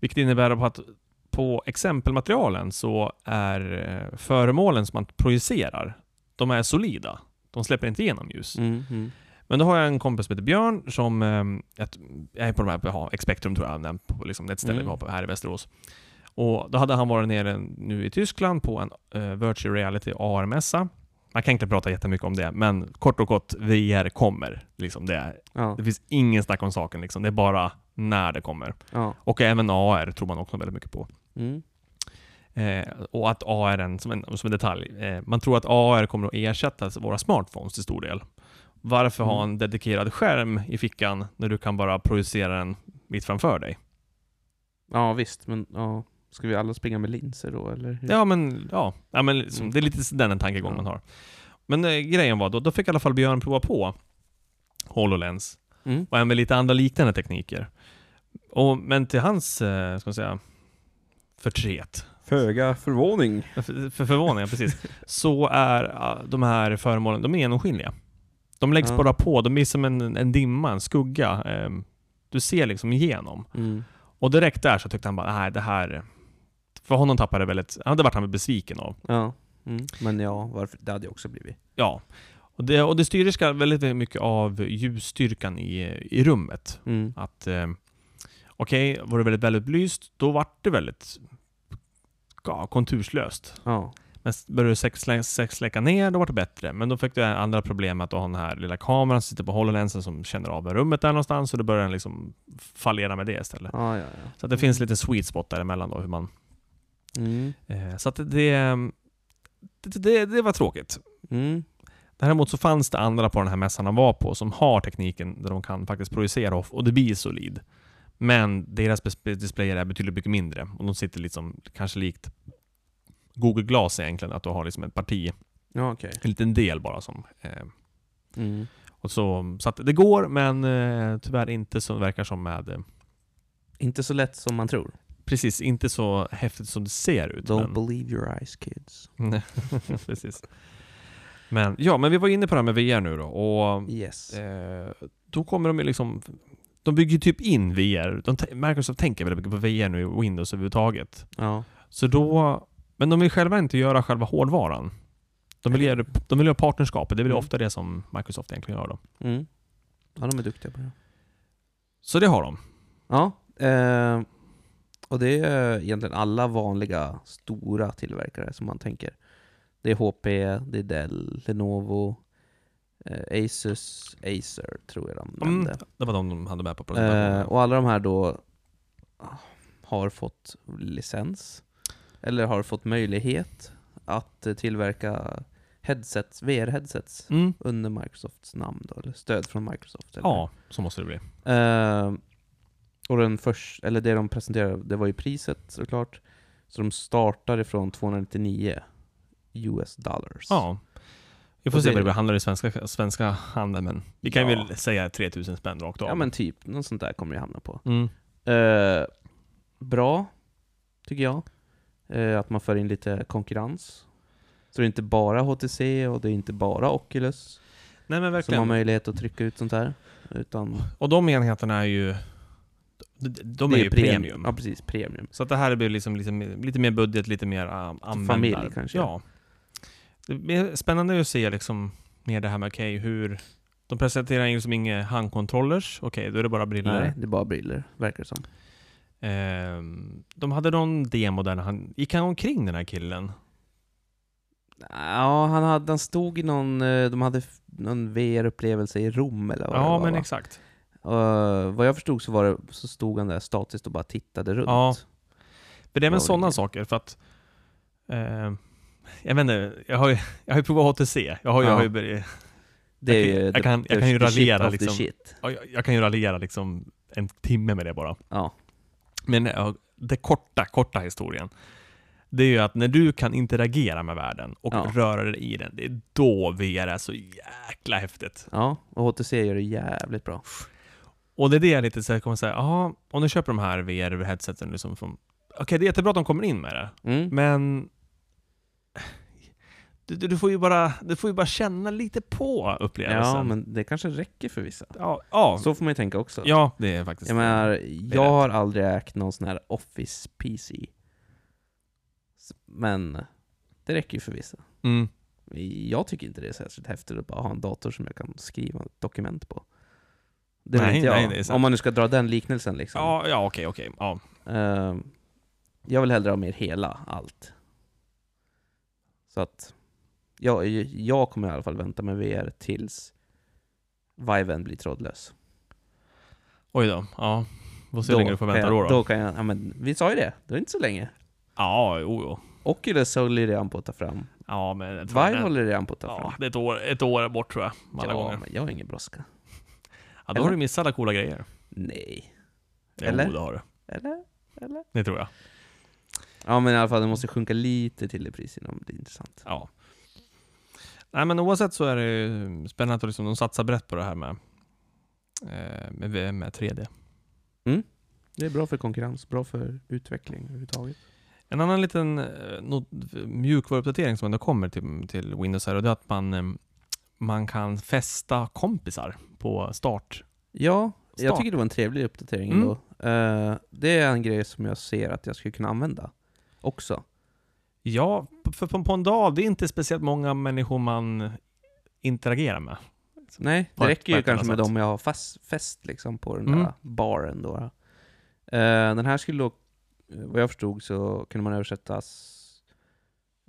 Speaker 1: Vilket innebär på att på exempelmaterialen så är eh, föremålen som man projicerar, de är solida. De släpper inte igenom ljus.
Speaker 2: Mm, mm.
Speaker 1: Men då har jag en kompis som heter Björn som, ehm, jag- jag är på de här, ja, Expectrum tror jag han nämnt på liksom, ett ställe
Speaker 2: Mm.
Speaker 1: vi har på, här i Västerås. Och då hade han varit nere nu i Tyskland på en eh, virtual reality AR-mässa. Man kan inte prata jättemycket om det, men kort och gott, VR kommer. Liksom det, är,
Speaker 2: Ja.
Speaker 1: det finns ingen snack om saken, liksom. det är bara när det kommer.
Speaker 2: Ja.
Speaker 1: Och även AR tror man också väldigt mycket på.
Speaker 2: Mm.
Speaker 1: Eh, och att AR, en, som, en, som en detalj, eh, man tror att AR kommer att ersätta våra smartphones till stor del. Varför ha
Speaker 2: Mm.
Speaker 1: en dedikerad skärm i fickan när du kan bara projicera den mitt framför dig?
Speaker 2: ja, visst. Men ja. ska vi alla springa med linser då, eller? hur?
Speaker 1: Ja, men, ja, ja, men liksom,
Speaker 2: Mm.
Speaker 1: det är lite den tankegång
Speaker 2: Ja.
Speaker 1: man har. Men eh, grejen var, då, då fick i alla fall Björn prova på HoloLens.
Speaker 2: Mm.
Speaker 1: och även lite andra liknande tekniker. Och, men till hans, eh, ska man säga, förtret,
Speaker 2: Föga förvåning.
Speaker 1: för, för förvåning, precis, så är ah, de här föremålen, de är genomskinliga. De läggs
Speaker 2: Ja.
Speaker 1: bara på, de blir som en, en dimma, en skugga. ehm, Du ser liksom igenom.
Speaker 2: Mm.
Speaker 1: Och direkt där så tyckte han bara, nej det här, för honom tappade det väldigt, han hade varit han besviken av.
Speaker 2: Ja. Mm. Men ja, varför? det hade jag också blivit.
Speaker 1: Ja. Och det, och det styrs väldigt mycket av ljusstyrkan i, i rummet.
Speaker 2: Mm.
Speaker 1: Att eh, okej, var det väldigt välutbelyst, då vart det väldigt ja, konturslöst.
Speaker 2: Ja.
Speaker 1: Men s- började du sexlä- sexläcka ner, då vart det bättre. Men då fick du andra problem med att du har den här lilla kameran som sitter på HoloLensen som känner av rummet där någonstans, och då börjar den liksom fallera med det istället.
Speaker 2: Ja, ja, ja.
Speaker 1: Så att det finns lite sweet spot däremellan då, hur man...
Speaker 2: Mm.
Speaker 1: Eh, så att det, det, det, det var tråkigt.
Speaker 2: Mm.
Speaker 1: Däremot så fanns det andra på den här mässan han var på som har tekniken där de kan faktiskt projicera off och det blir solid. Men deras bes- displayer är betydligt mycket mindre och de sitter liksom kanske likt Google Glass egentligen, att du har liksom ett parti,
Speaker 2: Ja, okej.
Speaker 1: en liten del bara som... Eh,
Speaker 2: Mm.
Speaker 1: och så så att det går, men eh, tyvärr inte som verkar som med... Eh,
Speaker 2: Inte så lätt som man tror.
Speaker 1: precis, inte så häftigt som det ser ut.
Speaker 2: Don't
Speaker 1: men-
Speaker 2: believe your eyes kids.
Speaker 1: Nej, [laughs] precis. Men ja, men vi var inne på det här med VR nu då och
Speaker 2: Yes.
Speaker 1: Eh, då kommer de ju liksom... De bygger ju typ in VR. De, t- Microsoft tänker väldigt mycket på VR nu i Windows överhuvudtaget.
Speaker 2: Ja.
Speaker 1: Så då... Men de vill själva inte göra själva hårdvaran. De vill göra, de vill göra partnerskapet. Det är väl
Speaker 2: Mm.
Speaker 1: ofta det som Microsoft egentligen gör då.
Speaker 2: Mm. Ja, de är duktiga på det.
Speaker 1: Så det har de.
Speaker 2: Ja. Eh, och det är egentligen alla vanliga stora tillverkare som man tänker. Det är HP, det är Dell, Lenovo, eh, Asus, Acer tror jag de
Speaker 1: Mm,
Speaker 2: nämnde.
Speaker 1: det var de de hade med på
Speaker 2: Eh,
Speaker 1: presentationen.
Speaker 2: och alla de här då ah, har fått licens, eller har fått möjlighet att eh, tillverka headsets, VR-headsets
Speaker 1: Mm.
Speaker 2: under Microsofts namn då, eller stöd från Microsoft. Eller?
Speaker 1: Ja, så måste det bli.
Speaker 2: Eh, och den först, eller det de presenterade, det var ju priset såklart. Så de startar ifrån 299 US dollars.
Speaker 1: Ja. Vi får
Speaker 2: Och
Speaker 1: se
Speaker 2: det-
Speaker 1: vad det blir. handlar i svenska, svenska handeln, men vi kan
Speaker 2: Ja.
Speaker 1: väl säga 3000 spänn rakt av.
Speaker 2: ja men typ, något sånt där kommer det hamna på.
Speaker 1: mm.
Speaker 2: Eh, bra, tycker jag. Eh, att man för in lite konkurrens. Så det är inte bara HTC och det är inte bara Oculus
Speaker 1: Nej men
Speaker 2: som har
Speaker 1: verkligen.
Speaker 2: möjlighet att trycka ut sånt här. Utan
Speaker 1: Och de enheterna är ju... De, de är,
Speaker 2: det
Speaker 1: ju premium.
Speaker 2: Ja precis, premium.
Speaker 1: Så att det här blir liksom lite, mer- lite mer budget, lite mer um, användar.
Speaker 2: familj kanske.
Speaker 1: Ja. Det blir spännande att se liksom mer det här med, okej, hur... De presenterar ju liksom inga handkontrollers, okej, då är det bara brillor.
Speaker 2: Nej, det är bara briller, verkar det som.
Speaker 1: Ehm, de hade någon demo där när han gick han omkring den här killen.
Speaker 2: Ja, han, hade, han stod i någon, eh, de hade f- någon VR-upplevelse i Rom eller vad det
Speaker 1: Ja,
Speaker 2: var,
Speaker 1: men
Speaker 2: va?
Speaker 1: exakt.
Speaker 2: Eh, vad jag förstod så, var det, så stod han där statiskt och bara tittade runt.
Speaker 1: Ja. För det är
Speaker 2: var
Speaker 1: väl
Speaker 2: väl
Speaker 1: sådana
Speaker 2: det.
Speaker 1: saker, för att... ehm, jag vet inte, jag har ju, jag har ju provat HTC. Jag har, ju- jag
Speaker 2: Ja.
Speaker 1: har ju börjat,
Speaker 2: Det
Speaker 1: Jag
Speaker 2: är
Speaker 1: kan-
Speaker 2: ju
Speaker 1: jag
Speaker 2: the-
Speaker 1: kan- jag
Speaker 2: the-
Speaker 1: kan ju
Speaker 2: the
Speaker 1: raljera
Speaker 2: shit of the
Speaker 1: liksom.
Speaker 2: shit.
Speaker 1: ja, jag, jag kan ju raljera liksom en timme med det bara.
Speaker 2: Ja.
Speaker 1: Men ja, det korta, korta historien. Det är ju att när du kan interagera med världen och
Speaker 2: Ja.
Speaker 1: röra dig i den, det är då VR är så jäkla häftigt.
Speaker 2: ja, och HTC gör det jävligt bra.
Speaker 1: Och det är det jag lite så här kommer säga, jaha, om du köper de här VR-headseten liksom från... Okej, det är jättebra att de kommer in med det,
Speaker 2: Mm.
Speaker 1: men... Du, du, du, får ju bara, du får ju bara känna lite på upplevelsen.
Speaker 2: Ja, men det kanske räcker för vissa.
Speaker 1: ja, ja,
Speaker 2: Så får man ju tänka också.
Speaker 1: ja, det är faktiskt...
Speaker 2: Jag menar, jag
Speaker 1: rätt.
Speaker 2: har aldrig ägt någon sån här Office-PC. S- Men det räcker ju för vissa.
Speaker 1: Mm,
Speaker 2: Jag tycker inte det är särskilt häftigt att bara ha en dator som jag kan skriva ett dokument på. Det
Speaker 1: Nej,
Speaker 2: nej, inte jag.
Speaker 1: nej, det är sant.
Speaker 2: Om man nu ska dra den liknelsen liksom.
Speaker 1: ja, ja, okej, okej. Ja.
Speaker 2: Ehm, jag vill hellre ha mer hela allt. Så att jag, jag kommer i alla fall vänta med VR tills Viven blir trådlös.
Speaker 1: Oj då. Ja. Får se hur länge du får
Speaker 2: kan
Speaker 1: vänta
Speaker 2: jag,
Speaker 1: då. då.
Speaker 2: då kan jag, ja, men, vi sa ju det, det är inte så länge.
Speaker 1: Ja, jo, jo.
Speaker 2: Oculus håller redan på att ta fram.
Speaker 1: Ja, men... jag tror
Speaker 2: Vive
Speaker 1: det-
Speaker 2: håller redan på att ta
Speaker 1: Ja,
Speaker 2: fram.
Speaker 1: det är ett år, ett år bort tror jag. Alla gånger.
Speaker 2: men jag har ingen brådska.
Speaker 1: Ja, då har
Speaker 2: eller?
Speaker 1: du missat alla coola grejer.
Speaker 2: Nej.
Speaker 1: Jo,
Speaker 2: Eller?
Speaker 1: det har du.
Speaker 2: Eller? Eller?
Speaker 1: Det tror jag.
Speaker 2: Ja men i alla fall, det måste sjunka lite till i pris innan det blir intressant.
Speaker 1: Ja. Nej men oavsett så är det ju spännande att liksom de satsar brett på det här med, eh, med, V- med 3D.
Speaker 2: Det är bra för konkurrens, bra för utveckling överhuvudtaget.
Speaker 1: En annan liten eh, not- mjukvaruuppdatering som ändå kommer till, till Windows här, och det är att man, eh, man kan fästa kompisar på start.
Speaker 2: Ja, jag
Speaker 1: Start.
Speaker 2: tycker det var en trevlig uppdatering
Speaker 1: Mm.
Speaker 2: ändå. Eh, det är en grej som jag ser att jag skulle kunna använda också.
Speaker 1: Ja, p- för på, på en dag, det är inte speciellt många människor man interagerar med.
Speaker 2: Nej,
Speaker 1: På
Speaker 2: det
Speaker 1: ett-
Speaker 2: räcker
Speaker 1: på
Speaker 2: ju
Speaker 1: ett
Speaker 2: kanske
Speaker 1: annat
Speaker 2: med
Speaker 1: sätt.
Speaker 2: dem jag har fast, fest liksom på den där
Speaker 1: Mm.
Speaker 2: baren då. Eh, den här skulle då, eh, vad jag förstod så kunde man översätta s-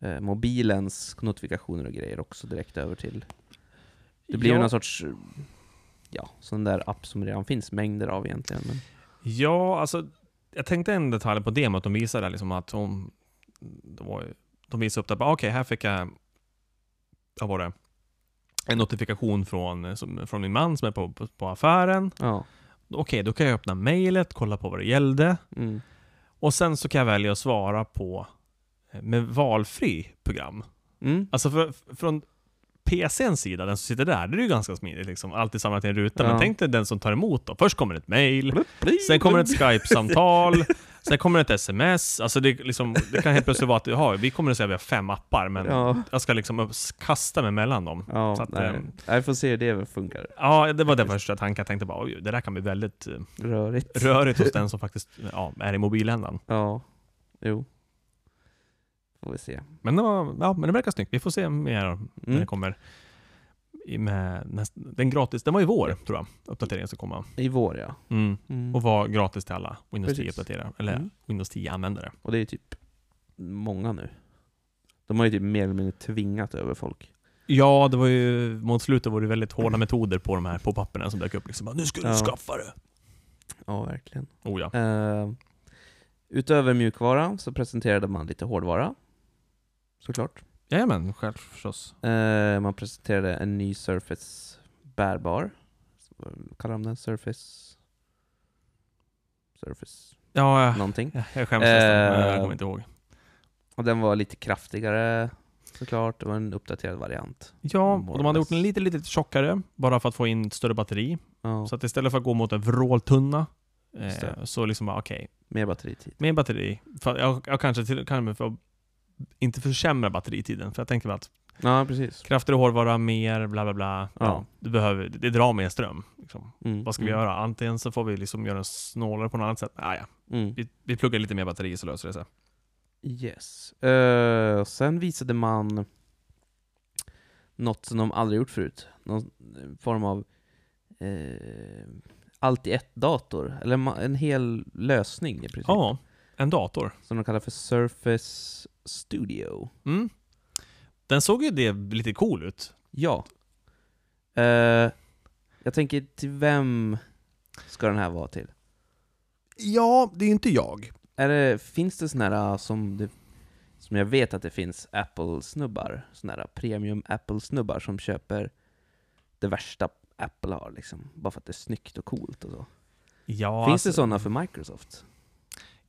Speaker 2: eh, mobilens notifikationer och grejer också direkt över till. Det blir ju
Speaker 1: ja,
Speaker 2: någon sorts, eh, ja, sån där app som redan finns mängder av egentligen. Men,
Speaker 1: ja, alltså jag tänkte en detalj på demot de visade där, liksom att hon, det var, ju- de visade upp det, bara, okej här fick jag, vad var det, en notifikation från, eh, som, från min man som är på, på, på affären.
Speaker 2: ja.
Speaker 1: Okej, då kan jag öppna mejlet, kolla på vad det gällde
Speaker 2: Mm.
Speaker 1: och sen så kan jag välja att svara på eh, med valfri program.
Speaker 2: Mm.
Speaker 1: Alltså för, f- från PCns sida, den som sitter där, det är ju ganska smidigt liksom. Alltid samlat i en ruta, men
Speaker 2: Ja.
Speaker 1: tänk dig den som tar emot då. Först kommer ett mejl, Sen kommer
Speaker 2: [laughs]
Speaker 1: ett Skype-samtal, sen kommer ett sms. Alltså det, är liksom, det kan helt plötsligt vara att jaha, vi kommer att säga att vi har fem appar, men
Speaker 2: Ja.
Speaker 1: jag ska liksom upp- kasta mig mellan dem.
Speaker 2: Ja,
Speaker 1: Så att,
Speaker 2: nej.
Speaker 1: ehm,
Speaker 2: Jag får se hur det funkar.
Speaker 1: Ja, det var den
Speaker 2: Faktiskt.
Speaker 1: första tanken. Jag tänkte bara, oj, det där kan bli väldigt eh,
Speaker 2: Rörigt.
Speaker 1: rörigt hos den som faktiskt ja, är i mobiländan.
Speaker 2: Ja, jo. Får vi se.
Speaker 1: Men det, var, ja, men det verkar snyggt. Vi får se mer när det
Speaker 2: Mm.
Speaker 1: kommer. I med näst, den gratis, den var i vår, tror jag, uppdateringen ska komma.
Speaker 2: I vår ja.
Speaker 1: Mm.
Speaker 2: Mm.
Speaker 1: Och var gratis till alla Windows
Speaker 2: Precis.
Speaker 1: 10-uppdaterare, eller
Speaker 2: Mm.
Speaker 1: Windows 10-användare.
Speaker 2: Och det är typ många nu. De har ju typ mer eller mindre tvingat över folk.
Speaker 1: Ja, det var ju, mot slutet var det väldigt hårda metoder på de här pop-upperna som dök upp. Liksom, bara, nu ska du
Speaker 2: Ja.
Speaker 1: skaffa det!
Speaker 2: Ja, verkligen.
Speaker 1: Oh, ja.
Speaker 2: Eh, utöver mjukvara så presenterade man lite hårdvara. Såklart.
Speaker 1: Jajamän, själv förstås.
Speaker 2: Eh, man presenterade en ny Surface bärbar. Vad Kallar de den Surface? Surface
Speaker 1: Ja, jag-
Speaker 2: någonting.
Speaker 1: jag, jag skäms nästan, men jag
Speaker 2: Eh.
Speaker 1: kommer inte ihåg.
Speaker 2: Och den var lite kraftigare såklart. Det var en uppdaterad variant.
Speaker 1: Ja,
Speaker 2: More
Speaker 1: och de
Speaker 2: or
Speaker 1: hade
Speaker 2: less.
Speaker 1: gjort den lite, lite tjockare, bara för att få in ett större batteri.
Speaker 2: Ja,
Speaker 1: Så att istället för att gå mot en vråltunna,
Speaker 2: Just
Speaker 1: eh,
Speaker 2: det.
Speaker 1: så liksom bara, okej,
Speaker 2: mer batteritid.
Speaker 1: mer batteri. För jag, jag kanske till kan för inte försämra batteritiden, för jag tänker mig att
Speaker 2: Ja, precis.
Speaker 1: kraftigare hårdvara, mer, bla bla bla. Ja.
Speaker 2: Ja.
Speaker 1: du behöver, det drar mer ström. Liksom.
Speaker 2: Mm,
Speaker 1: Vad ska vi
Speaker 2: mm,
Speaker 1: göra? Antingen så får vi liksom göra den snålare på något annat sätt. Ah, ja.
Speaker 2: Mm.
Speaker 1: vi, vi pluggar lite mer batteri så löser det sig.
Speaker 2: Yes. Eh, sen visade man något som de aldrig gjort förut. Någon form av eh, allt i ett-dator. Eller ma- en hel lösning i princip.
Speaker 1: Ja, en dator.
Speaker 2: Som de kallar för Surface Studio.
Speaker 1: Mm. Den såg ju det lite cool ut.
Speaker 2: Ja. Eh, jag tänker, till vem ska den här vara till?
Speaker 3: Ja, det är inte jag.
Speaker 2: Är det, finns det såna här ah, som, det, som jag vet att det finns Apple-snubbar? Såna här premium Apple-snubbar som köper det värsta Apple har liksom, bara för att det är snyggt och coolt och så.
Speaker 1: Ja,
Speaker 2: finns
Speaker 1: alltså-
Speaker 2: det såna för Microsoft?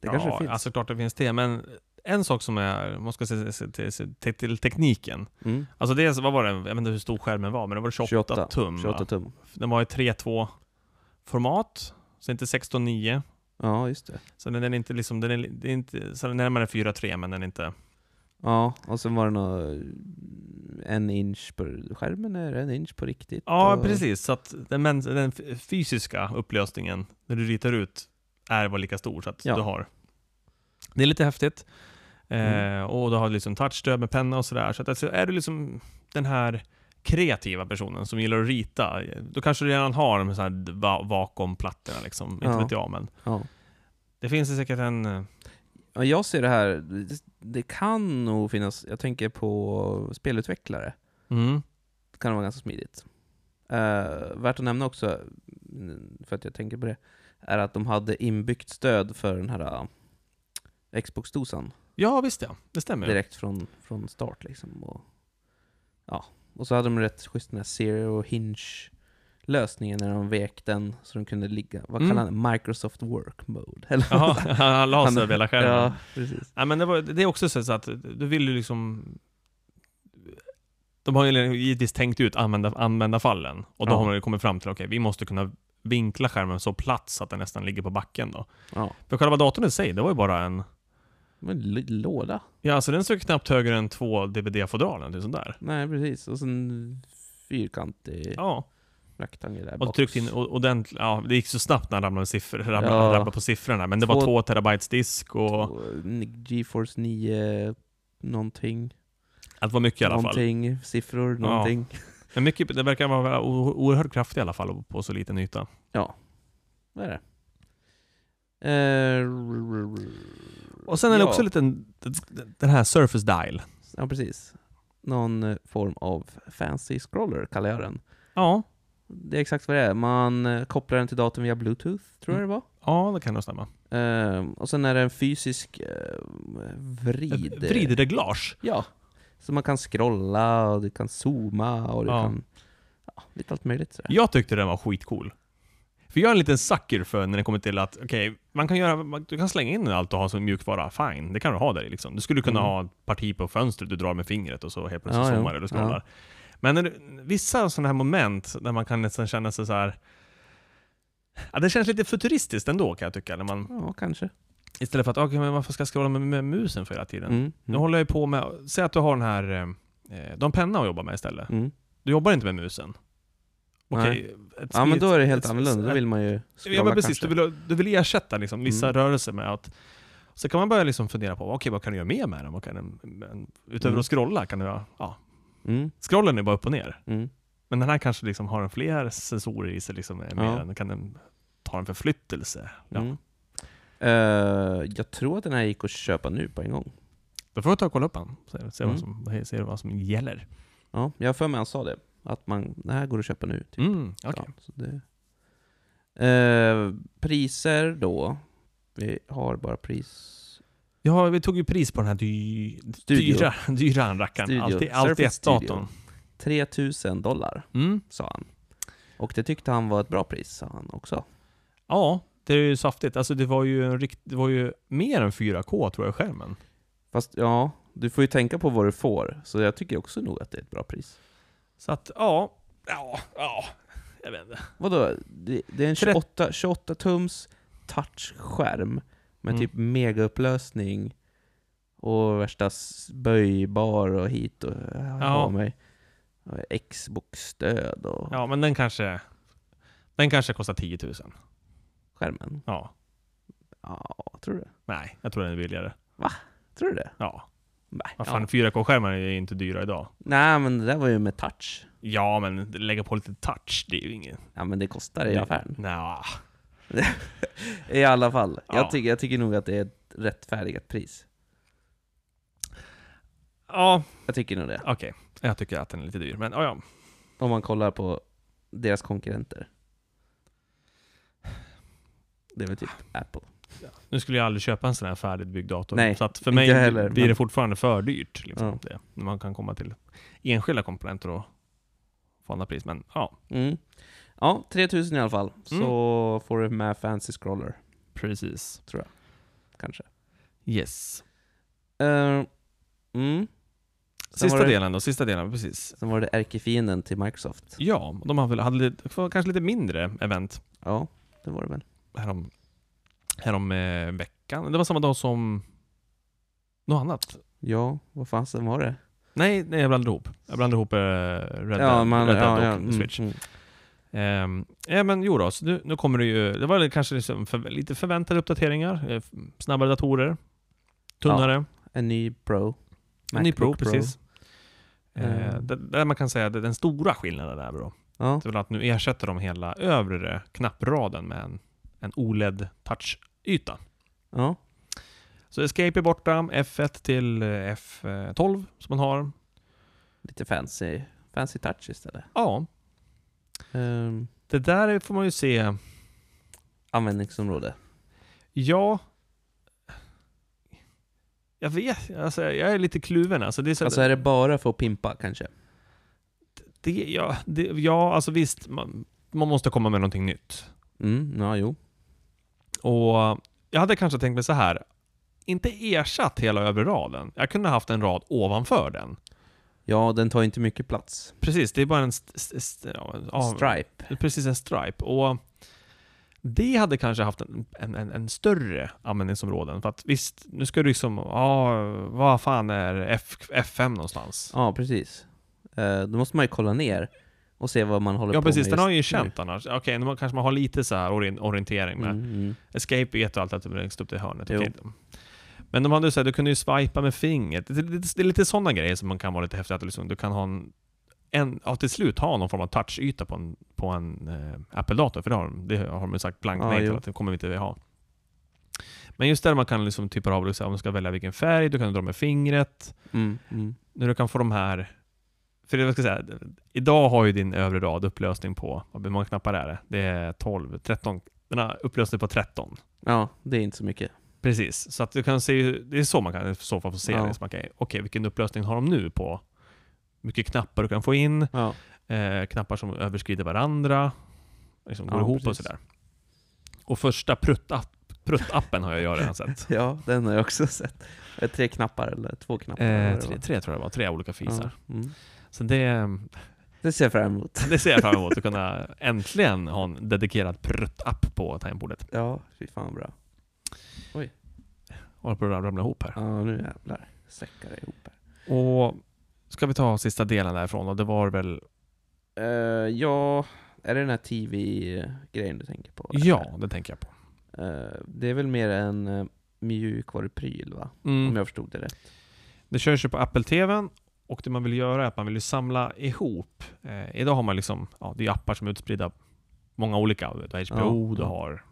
Speaker 2: Det kanske det finns?
Speaker 1: alltså klart det finns det, men en sak som är, man ska säga se- se- se- te- till tekniken.
Speaker 2: Mm.
Speaker 1: Alltså dels, vad var det, jag vet inte hur stor skärmen var, men det var 28,
Speaker 2: 28,
Speaker 1: tum. va?
Speaker 2: 28 tum.
Speaker 1: Den var i 3.2 format, så inte 16.9.
Speaker 2: Ja, just det.
Speaker 1: Så den är inte liksom, den är, li- det är inte, så den är närmare 4.3 men den är inte...
Speaker 2: Ja, och sen var det nå en inch på skärmen, är det en inch på riktigt?
Speaker 1: Ja,
Speaker 2: och,
Speaker 1: precis. Så att den, men- den f- fysiska upplösningen, när du ritar ut, är var lika stor så att
Speaker 2: Ja.
Speaker 1: du har. Det är lite häftigt. Eh,
Speaker 2: Mm.
Speaker 1: och du har liksom touchstöd med penna och sådär. Så att alltså, är du liksom den här kreativa personen som gillar att rita, eh, då kanske du redan har de här d- va- vakuumplattorna liksom. Inte
Speaker 2: Ja.
Speaker 1: vet jag, men
Speaker 2: Ja.
Speaker 1: det finns det säkert en... eh,
Speaker 2: Ja, jag ser det här, det, det kan nog finnas, jag tänker på spelutvecklare,
Speaker 1: Mm,
Speaker 2: det kan vara ganska smidigt. Eh, värt att nämna också, mm, för att jag tänker på det, är att de hade inbyggt stöd för den här eh, Xbox-dosan
Speaker 1: ja, visst ja. Det stämmer. ju.
Speaker 2: direkt från, från start. Liksom, och, ja. och så hade de rätt schysst den här Zero Hinge-lösningen när de vek den så de kunde ligga, vad
Speaker 1: Mm.
Speaker 2: kallar han det? Microsoft Work Mode? Eller
Speaker 1: Jaha, [laughs] han la sig över hela skärmen.
Speaker 2: Ja, precis.
Speaker 1: Ja, men det, var, det är också så att du vill ju liksom... De har ju givetvis tänkt ut använda, använda fallen och då
Speaker 2: Ja.
Speaker 1: har man ju kommit fram till okej, vi måste kunna vinkla skärmen så platt så att den nästan ligger på backen då.
Speaker 2: Ja.
Speaker 1: För själva datorn i sig, det var ju bara en...
Speaker 2: Det var en l- låda.
Speaker 1: Ja, alltså den såg knappt högre än två DVD-fodral eller någonting sånt där.
Speaker 2: Nej, precis. Och sen fyrkantig
Speaker 1: Ja,
Speaker 2: rektangel där
Speaker 1: och du
Speaker 2: bak.
Speaker 1: tryckte in och, och den, ja, det gick så snabbt när han ramlade, med siffror, ramlade,
Speaker 2: Ja.
Speaker 1: ramlade på siffrorna, men det var
Speaker 2: Två-
Speaker 1: två terabytes disk och...
Speaker 2: Och n- GeForce 9 någonting.
Speaker 1: Allt var mycket i alla fall.
Speaker 2: någonting. Siffror, någonting.
Speaker 1: Men mycket, det verkar vara o- oerhört kraftigt i alla fall på så liten yta.
Speaker 2: Vad är det? Eh, r- r- r-
Speaker 1: Och sen är det
Speaker 2: Ja.
Speaker 1: också en liten, d- d- den här Surface Dial.
Speaker 2: ja, precis. Någon eh, form av fancy scroller kallar jag den.
Speaker 1: Ja,
Speaker 2: Det är exakt vad det är. Man eh, kopplar den till datorn via bluetooth, tror
Speaker 1: Mm.
Speaker 2: jag det var.
Speaker 1: ja det kan nog stämma.
Speaker 2: Eh, och sen är det en fysisk eh, vrid.
Speaker 1: Vridreglage.
Speaker 2: Ja. Så man kan scrolla och du kan zooma och du
Speaker 1: Ja.
Speaker 2: kan... Ja, lite allt möjligt sådär.
Speaker 1: Jag tyckte den var skitcool. För jag är en liten sucker för när det kommer till att, okej, man kan göra, man- du kan slänga in allt och ha som mjukvara, fine, det kan du ha där i liksom. Du skulle kunna
Speaker 2: Mm.
Speaker 1: ha ett parti på fönstret du drar med fingret och så helt plötsligt
Speaker 2: Ja, jo.
Speaker 1: zoomar du eller scrollar. Men när du, vissa sådana här moment där man kan nästan känna sig så här. Ja, det känns lite futuristiskt ändå kan jag tycka, när man,
Speaker 2: Ja, kanske.
Speaker 1: istället för att, okej, men varför ska jag scrolla med, med musen för hela tiden?
Speaker 2: Mm.
Speaker 1: Nu håller jag ju på med, säg att du har den här, eh, du har en penna att jobba med istället.
Speaker 2: Mm.
Speaker 1: Du jobbar inte med musen. Okej, ett
Speaker 2: Ja, men då är det helt
Speaker 1: ett-
Speaker 2: annorlunda. Då
Speaker 1: ett-
Speaker 2: vill man ju scrolla
Speaker 1: Ja men precis,
Speaker 2: kanske.
Speaker 1: du vill, du vill ersätta liksom vissa
Speaker 2: Mm.
Speaker 1: rörelser med att så kan man börja liksom fundera på, okej vad kan du göra mer med den? Vad kan den men utöver
Speaker 2: Mm.
Speaker 1: att scrolla kan du göra, ja.
Speaker 2: Mm.
Speaker 1: Scrollen är bara upp och ner.
Speaker 2: Mm.
Speaker 1: Men den här kanske liksom har en fler sensorer i sig, liksom, är mer
Speaker 2: Ja.
Speaker 1: än, kan den ta en förflyttelse? Ja.
Speaker 2: Mm. Eh, jag tror att den här gick att köpa nu på en gång.
Speaker 1: Då får jag ta och kolla upp den, se, se,
Speaker 2: Mm.
Speaker 1: vad, som, se vad som gäller.
Speaker 2: Ja, jag har för mig han sa det. Att man, det här går att köpa nu. Typ.
Speaker 1: Mm, okej.
Speaker 2: Ja, så det. Eh, priser då. Vi har bara pris...
Speaker 1: Ja, vi tog ju pris på den här dy,
Speaker 2: Studio.
Speaker 1: dyra, dyra rackaren.
Speaker 2: Studio.
Speaker 1: Alltid, alltid
Speaker 2: Surface
Speaker 1: ett datorn.
Speaker 2: 3000 dollar,
Speaker 1: Mm.
Speaker 2: sa han. Och det tyckte han var ett bra pris, sa han också.
Speaker 1: Ja, det är ju saftigt. Alltså det var ju, en rikt, det var ju mer än 4K tror jag, skärmen.
Speaker 2: Fast ja, du får ju tänka på vad du får. Så jag tycker också nog att det är ett bra pris.
Speaker 1: Så att, ja. Ja, ja. Jag vet inte.
Speaker 2: Vadå? Det, det är en
Speaker 1: Trett-
Speaker 2: 28, 28 tums touchskärm med
Speaker 1: Mm.
Speaker 2: typ megaupplösning och värsta s- böjbar och hit och ja.
Speaker 1: Ja.
Speaker 2: ha mig. Och Xbox-stöd och
Speaker 1: Ja, men den kanske... Den kanske kostar 10 000.
Speaker 2: skärmen.
Speaker 1: Ja.
Speaker 2: Ja, tror du det?
Speaker 1: Nej, jag tror den är billigare.
Speaker 2: Tror du det?
Speaker 1: Ja.
Speaker 2: Nej,
Speaker 1: Vad fan,
Speaker 2: ja.
Speaker 1: 4K-skärmar är ju inte dyra idag.
Speaker 2: Nej, men det där var ju med touch.
Speaker 1: Ja, men lägga på lite touch, det är ju inget...
Speaker 2: Ja, men det kostar i affären.
Speaker 1: Nja.
Speaker 2: I alla fall.
Speaker 1: Ja.
Speaker 2: Jag, tycker, jag tycker nog att det är ett rättfärdigat pris.
Speaker 1: Ja,
Speaker 2: Jag tycker nog det.
Speaker 1: okej. Jag tycker att den är lite dyr, men ja, ja.
Speaker 2: Om man kollar på deras konkurrenter. Det är väl typ Apple.
Speaker 1: Nu skulle jag aldrig köpa en sån här färdigbyggd dator.
Speaker 2: Nej,
Speaker 1: så att för
Speaker 2: inte
Speaker 1: mig
Speaker 2: jag heller,
Speaker 1: blir
Speaker 2: men-
Speaker 1: det fortfarande för dyrt. Liksom,
Speaker 2: Ja.
Speaker 1: det. När Man kan komma till enskilda komponenter och få andra pris. Men ja,
Speaker 2: Mm. Ja, 3000 i alla fall.
Speaker 1: Mm.
Speaker 2: Så får du med Fancy Scroller,
Speaker 1: precis.
Speaker 2: kanske.
Speaker 1: Yes.
Speaker 2: Eh, mm. Sen
Speaker 1: Sista
Speaker 2: var det-
Speaker 1: delen då, sista delen, precis.
Speaker 2: Sen var det ärkefienden till Microsoft.
Speaker 1: Ja, de hade väl hade lite, kanske lite mindre event
Speaker 2: Ja, det var det väl.
Speaker 1: härom, härom eh, veckan. Det var samma dag som något annat.
Speaker 2: Ja, vad fasen var det?
Speaker 1: Nej, nej jag blandade ihop. Jag blandade ihop eh, Red
Speaker 2: ja,
Speaker 1: Dead, Red Dead och
Speaker 2: mm,
Speaker 1: Switch.
Speaker 2: mm.
Speaker 1: Ehm, ja men jo då, så nu, nu kommer det ju, det var väl kanske liksom för, lite förväntade uppdateringar, eh, f- snabbare datorer, tunnare,
Speaker 2: En ny Pro.
Speaker 1: en ny
Speaker 2: Macbook
Speaker 1: Pro precis. Eh,
Speaker 2: Ehm.
Speaker 1: det- Där man kan säga att den stora skillnaden där då,
Speaker 2: Ja,
Speaker 1: det är väl att nu ersätter de hela övre knappraden med en, en OLED touchyta.
Speaker 2: ja.
Speaker 1: Så Escape är borta, F1 till eh, F12 som man har.
Speaker 2: Lite fancy, fancy touch istället.
Speaker 1: Ja,
Speaker 2: Um,
Speaker 1: det där får man ju se
Speaker 2: användningsområde.
Speaker 1: Ja. Jag vet alltså, jag är lite kluven alltså. Det är så,
Speaker 2: Alltså är det bara för att pimpa kanske?
Speaker 1: det, ja, det, ja, alltså visst, man, man måste komma med någonting nytt.
Speaker 2: Mm, ja, jo.
Speaker 1: Och jag hade kanske tänkt mig så här, inte ersatt hela övre raden. Jag kunde haft en rad ovanför den.
Speaker 2: Ja, den tar ju inte mycket plats.
Speaker 1: Precis, det är bara en... St, st, st, ja, ja,
Speaker 2: Stripe.
Speaker 1: Precis, en stripe. Och det hade kanske haft en, en, en, en större användningsområden. För att visst, nu ska du liksom, ja, vad fan är F, F5 någonstans?
Speaker 2: Ja, precis. Eh, då måste man ju kolla ner och se vad man håller
Speaker 1: Ja
Speaker 2: på
Speaker 1: precis,
Speaker 2: med.
Speaker 1: den har ju
Speaker 2: just nu.
Speaker 1: känt annars. Okej, nu må- kanske man har lite så här orien- orientering med.
Speaker 2: Mm, mm.
Speaker 1: Escape vet du alltid att du blir längst upp till hörnet.
Speaker 2: Jo.
Speaker 1: okej. Men de hade ju så här, du kunde ju swipa med fingret. Det, det, det är lite sådana grejer som man kan vara lite häftigt att liksom, du kan ha en, en ja, till slut ha någon form av touchyta på en, på en eh, Apple-dator, för det har, de- det har de ju sagt blankt
Speaker 2: Ja,
Speaker 1: nej till
Speaker 2: jo.
Speaker 1: att det kommer vi inte ha. Men just där man kan liksom typ av, liksom, om du ska välja vilken färg, du kan dra med fingret,
Speaker 2: Mm, mm.
Speaker 1: när du kan få de här... För det jag ska säga, idag har ju din övre rad upplösning på, vad- hur många knappar är det? Det är 12, 13. Den har upplösning på 13.
Speaker 2: Ja, det är inte så mycket.
Speaker 1: Precis, så att du kan se, det är så man kan i så fall få se
Speaker 2: Ja.
Speaker 1: det. Liksom, okej, okej, vilken upplösning har de nu på mycket knappar du kan få in,
Speaker 2: Ja.
Speaker 1: eh, knappar som överskrider varandra, liksom går
Speaker 2: Ja,
Speaker 1: ihop och
Speaker 2: precis.
Speaker 1: sådär. Och första pruttapp, pruttappen har jag ju redan sett.
Speaker 2: [laughs] ja, den har jag också [laughs] sett. Eh, Tre knappar, eller två knappar. eller
Speaker 1: Eh,
Speaker 2: vad det
Speaker 1: tre,
Speaker 2: var.
Speaker 1: tre tror jag det var, tre olika fisar.
Speaker 2: Ja, mm.
Speaker 1: Så det,
Speaker 2: Det ser jag fram emot. [laughs]
Speaker 1: [laughs] Det ser jag fram emot, att kunna äntligen ha en dedikerad prutt-app på tangentbordet.
Speaker 2: Ja, fy fan bra.
Speaker 1: Håller på att ramla ihop här.
Speaker 2: Ja, nu jävlar. Säckar det ihop här.
Speaker 1: Och ska vi ta sista delen därifrån då? Det var väl...
Speaker 2: Eh, ja, är det den här TV-grejen du tänker på? eller?
Speaker 1: Ja, det tänker jag på.
Speaker 2: Eh, det är väl mer en uh, mjukvarupryl va? Om
Speaker 1: Mm.
Speaker 2: jag förstod det rätt.
Speaker 1: Det körs ju på Apple TVn och det man vill göra är att man vill ju samla ihop. Eh, idag har man liksom, ja det är ju appar som är utspridda, många olika. Du vet, HBO,
Speaker 2: Ja.
Speaker 1: du har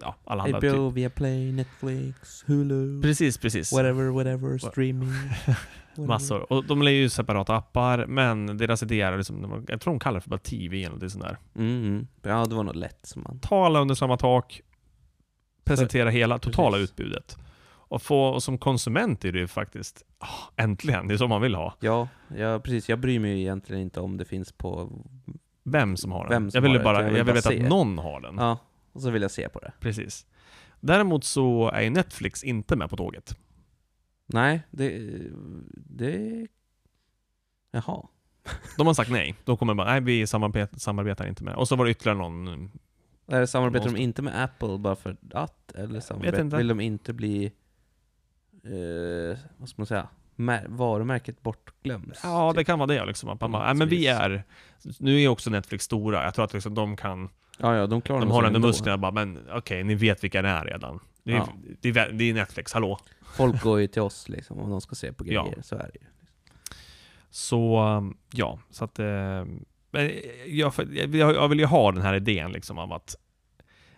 Speaker 1: ja, alla andra. Typ.
Speaker 2: HBO, Viaplay, Netflix, Hulu,
Speaker 1: Precis, precis.
Speaker 2: whatever, whatever, streaming.
Speaker 1: [laughs]
Speaker 2: whatever.
Speaker 1: Massor. Och de är ju separata appar, men deras idé är liksom, jag tror de kallar det för bara TV eller någonting sånt där.
Speaker 2: Mm, mm. Ja, det var nog lätt som man...
Speaker 1: ta alla under samma tak, presentera hela totala
Speaker 2: Precis.
Speaker 1: utbudet. Och, få, och som konsument är det ju faktiskt, ah, äntligen, det är så man vill ha.
Speaker 2: Ja, ja, precis. Jag bryr mig ju egentligen inte om det finns på...
Speaker 1: Mm. Vem som har den.
Speaker 2: Vem som
Speaker 1: jag vill
Speaker 2: har
Speaker 1: ju
Speaker 2: det,
Speaker 1: bara,
Speaker 2: utan
Speaker 1: jag vill, veta
Speaker 2: se.
Speaker 1: att någon har den.
Speaker 2: Ja, och så vill jag se på det.
Speaker 1: Precis. Däremot så är ju Netflix inte med på tåget.
Speaker 2: Nej, det... det... Jaha.
Speaker 1: De har sagt nej. De kommer bara, nej vi samarbetar, samarbetar inte med. Och så var det ytterligare någon,
Speaker 2: Är det samarbetar de
Speaker 1: Måste-
Speaker 2: inte med Apple bara för att? Eller samarbetar,
Speaker 1: inte.
Speaker 2: vill de inte bli, eh, vad ska man säga, mär, varumärket bortglömt?
Speaker 1: ja det
Speaker 2: typ.
Speaker 1: kan vara det liksom. Att man
Speaker 2: På
Speaker 1: bara,
Speaker 2: något
Speaker 1: nej men vi
Speaker 2: vis.
Speaker 1: är, nu är ju också Netflix stora. Jag tror att liksom de kan
Speaker 2: ja, ja, de klarar
Speaker 1: De
Speaker 2: nog
Speaker 1: har
Speaker 2: sig
Speaker 1: ändå musklerna bara, men okej, ni vet vilka det är redan. Det är,
Speaker 2: Ja.
Speaker 1: det är, det är Netflix, hallå.
Speaker 2: Folk går ju till oss liksom om de ska se på
Speaker 1: Ja.
Speaker 2: grejer, så är det ju.
Speaker 1: Så um, ja, så eh, att... eh, Men jag, jag, jag vill ju ha den här idén liksom av att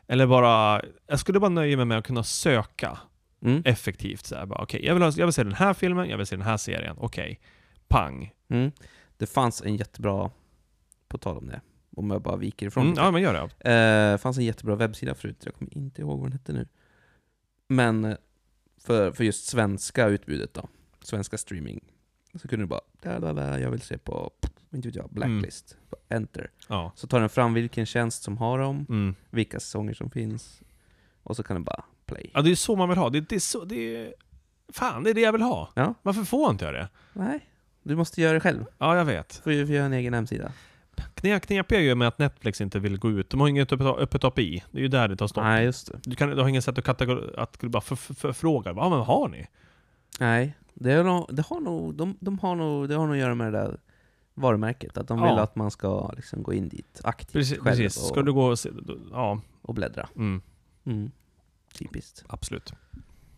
Speaker 1: Eller bara, jag skulle bara nöja mig med att kunna söka
Speaker 2: Mm.
Speaker 1: Eh. effektivt. Så här, bara, okej, jag, vill ha, jag vill se den här filmen, jag vill se den här serien. Okej, pang.
Speaker 2: Mm. Det fanns en jättebra, på tal om det, om jag bara viker ifrån
Speaker 1: Mm,
Speaker 2: lite.
Speaker 1: ja, men gör det.
Speaker 2: Eh, fanns en jättebra webbsida förut, jag kommer inte ihåg vad den hette nu. Men eh, för, för just svenska utbudet då, svenska streaming, så kunde du bara da, da, da, jag vill se på, inte vet jag, Blacklist,
Speaker 1: Mm.
Speaker 2: Bara enter.
Speaker 1: Ja.
Speaker 2: Så tar den fram vilken tjänst som har dem,
Speaker 1: Mm.
Speaker 2: vilka säsonger som finns, och så kan den bara play.
Speaker 1: ja, det är så man vill ha. Det, det är så, det är, fan, det är det jag vill ha.
Speaker 2: Ja.
Speaker 1: Varför får inte jag det?
Speaker 2: Nej, du måste göra det själv.
Speaker 1: Ja, jag vet.
Speaker 2: Får ju får göra en egen hemsida.
Speaker 1: Kne- Knepiga är ju med att Netflix inte vill gå ut. De har inget öppet, öppet API. Det är ju där det tar stopp.
Speaker 2: Nej, just det.
Speaker 1: Du, kan, du har inget sätt att, kategor- att bara för, för, förfråga. Ja, men har ni?
Speaker 2: Nej, det, är nog, det har nog, de, de har nog, det har nog att göra med det där varumärket. Att de
Speaker 1: Ja.
Speaker 2: vill att man ska liksom gå in dit aktivt
Speaker 1: Precis.
Speaker 2: själv
Speaker 1: precis. Ska
Speaker 2: och,
Speaker 1: du gå och se? Ja,
Speaker 2: och bläddra.
Speaker 1: mm,
Speaker 2: Mm. Typiskt.
Speaker 1: absolut.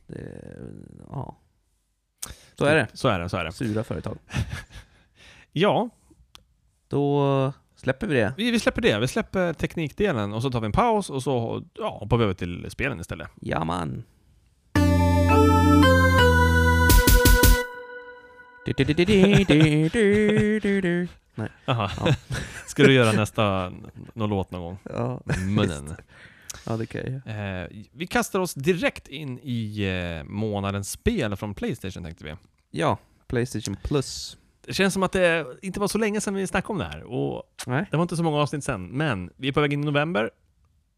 Speaker 2: Det, ja. Så är det.
Speaker 1: Så är det, så är det.
Speaker 2: Sura företag.
Speaker 1: Ja,
Speaker 2: Då släpper vi det.
Speaker 1: vi, vi släpper det. Vi släpper teknikdelen och så tar vi en paus och så ja, hoppar vi över till spelen istället.
Speaker 2: Ja man. Du, du, du, du, du, du, du, du, du.
Speaker 1: Aha.
Speaker 2: Ja.
Speaker 1: [laughs] Ska du göra nästa någon låt någon gång?
Speaker 2: Ja,
Speaker 1: Munnen.
Speaker 2: ja, det kan jag göra.
Speaker 1: [laughs] Eh, vi kastar oss direkt in i eh, månadens spel från Playstation tänkte vi.
Speaker 2: Ja, Playstation Plus.
Speaker 1: Det känns som att det inte var så länge sedan vi snackade om det här och
Speaker 2: Nej.
Speaker 1: det var inte så många avsnitt sen. Men vi är på väg in i november.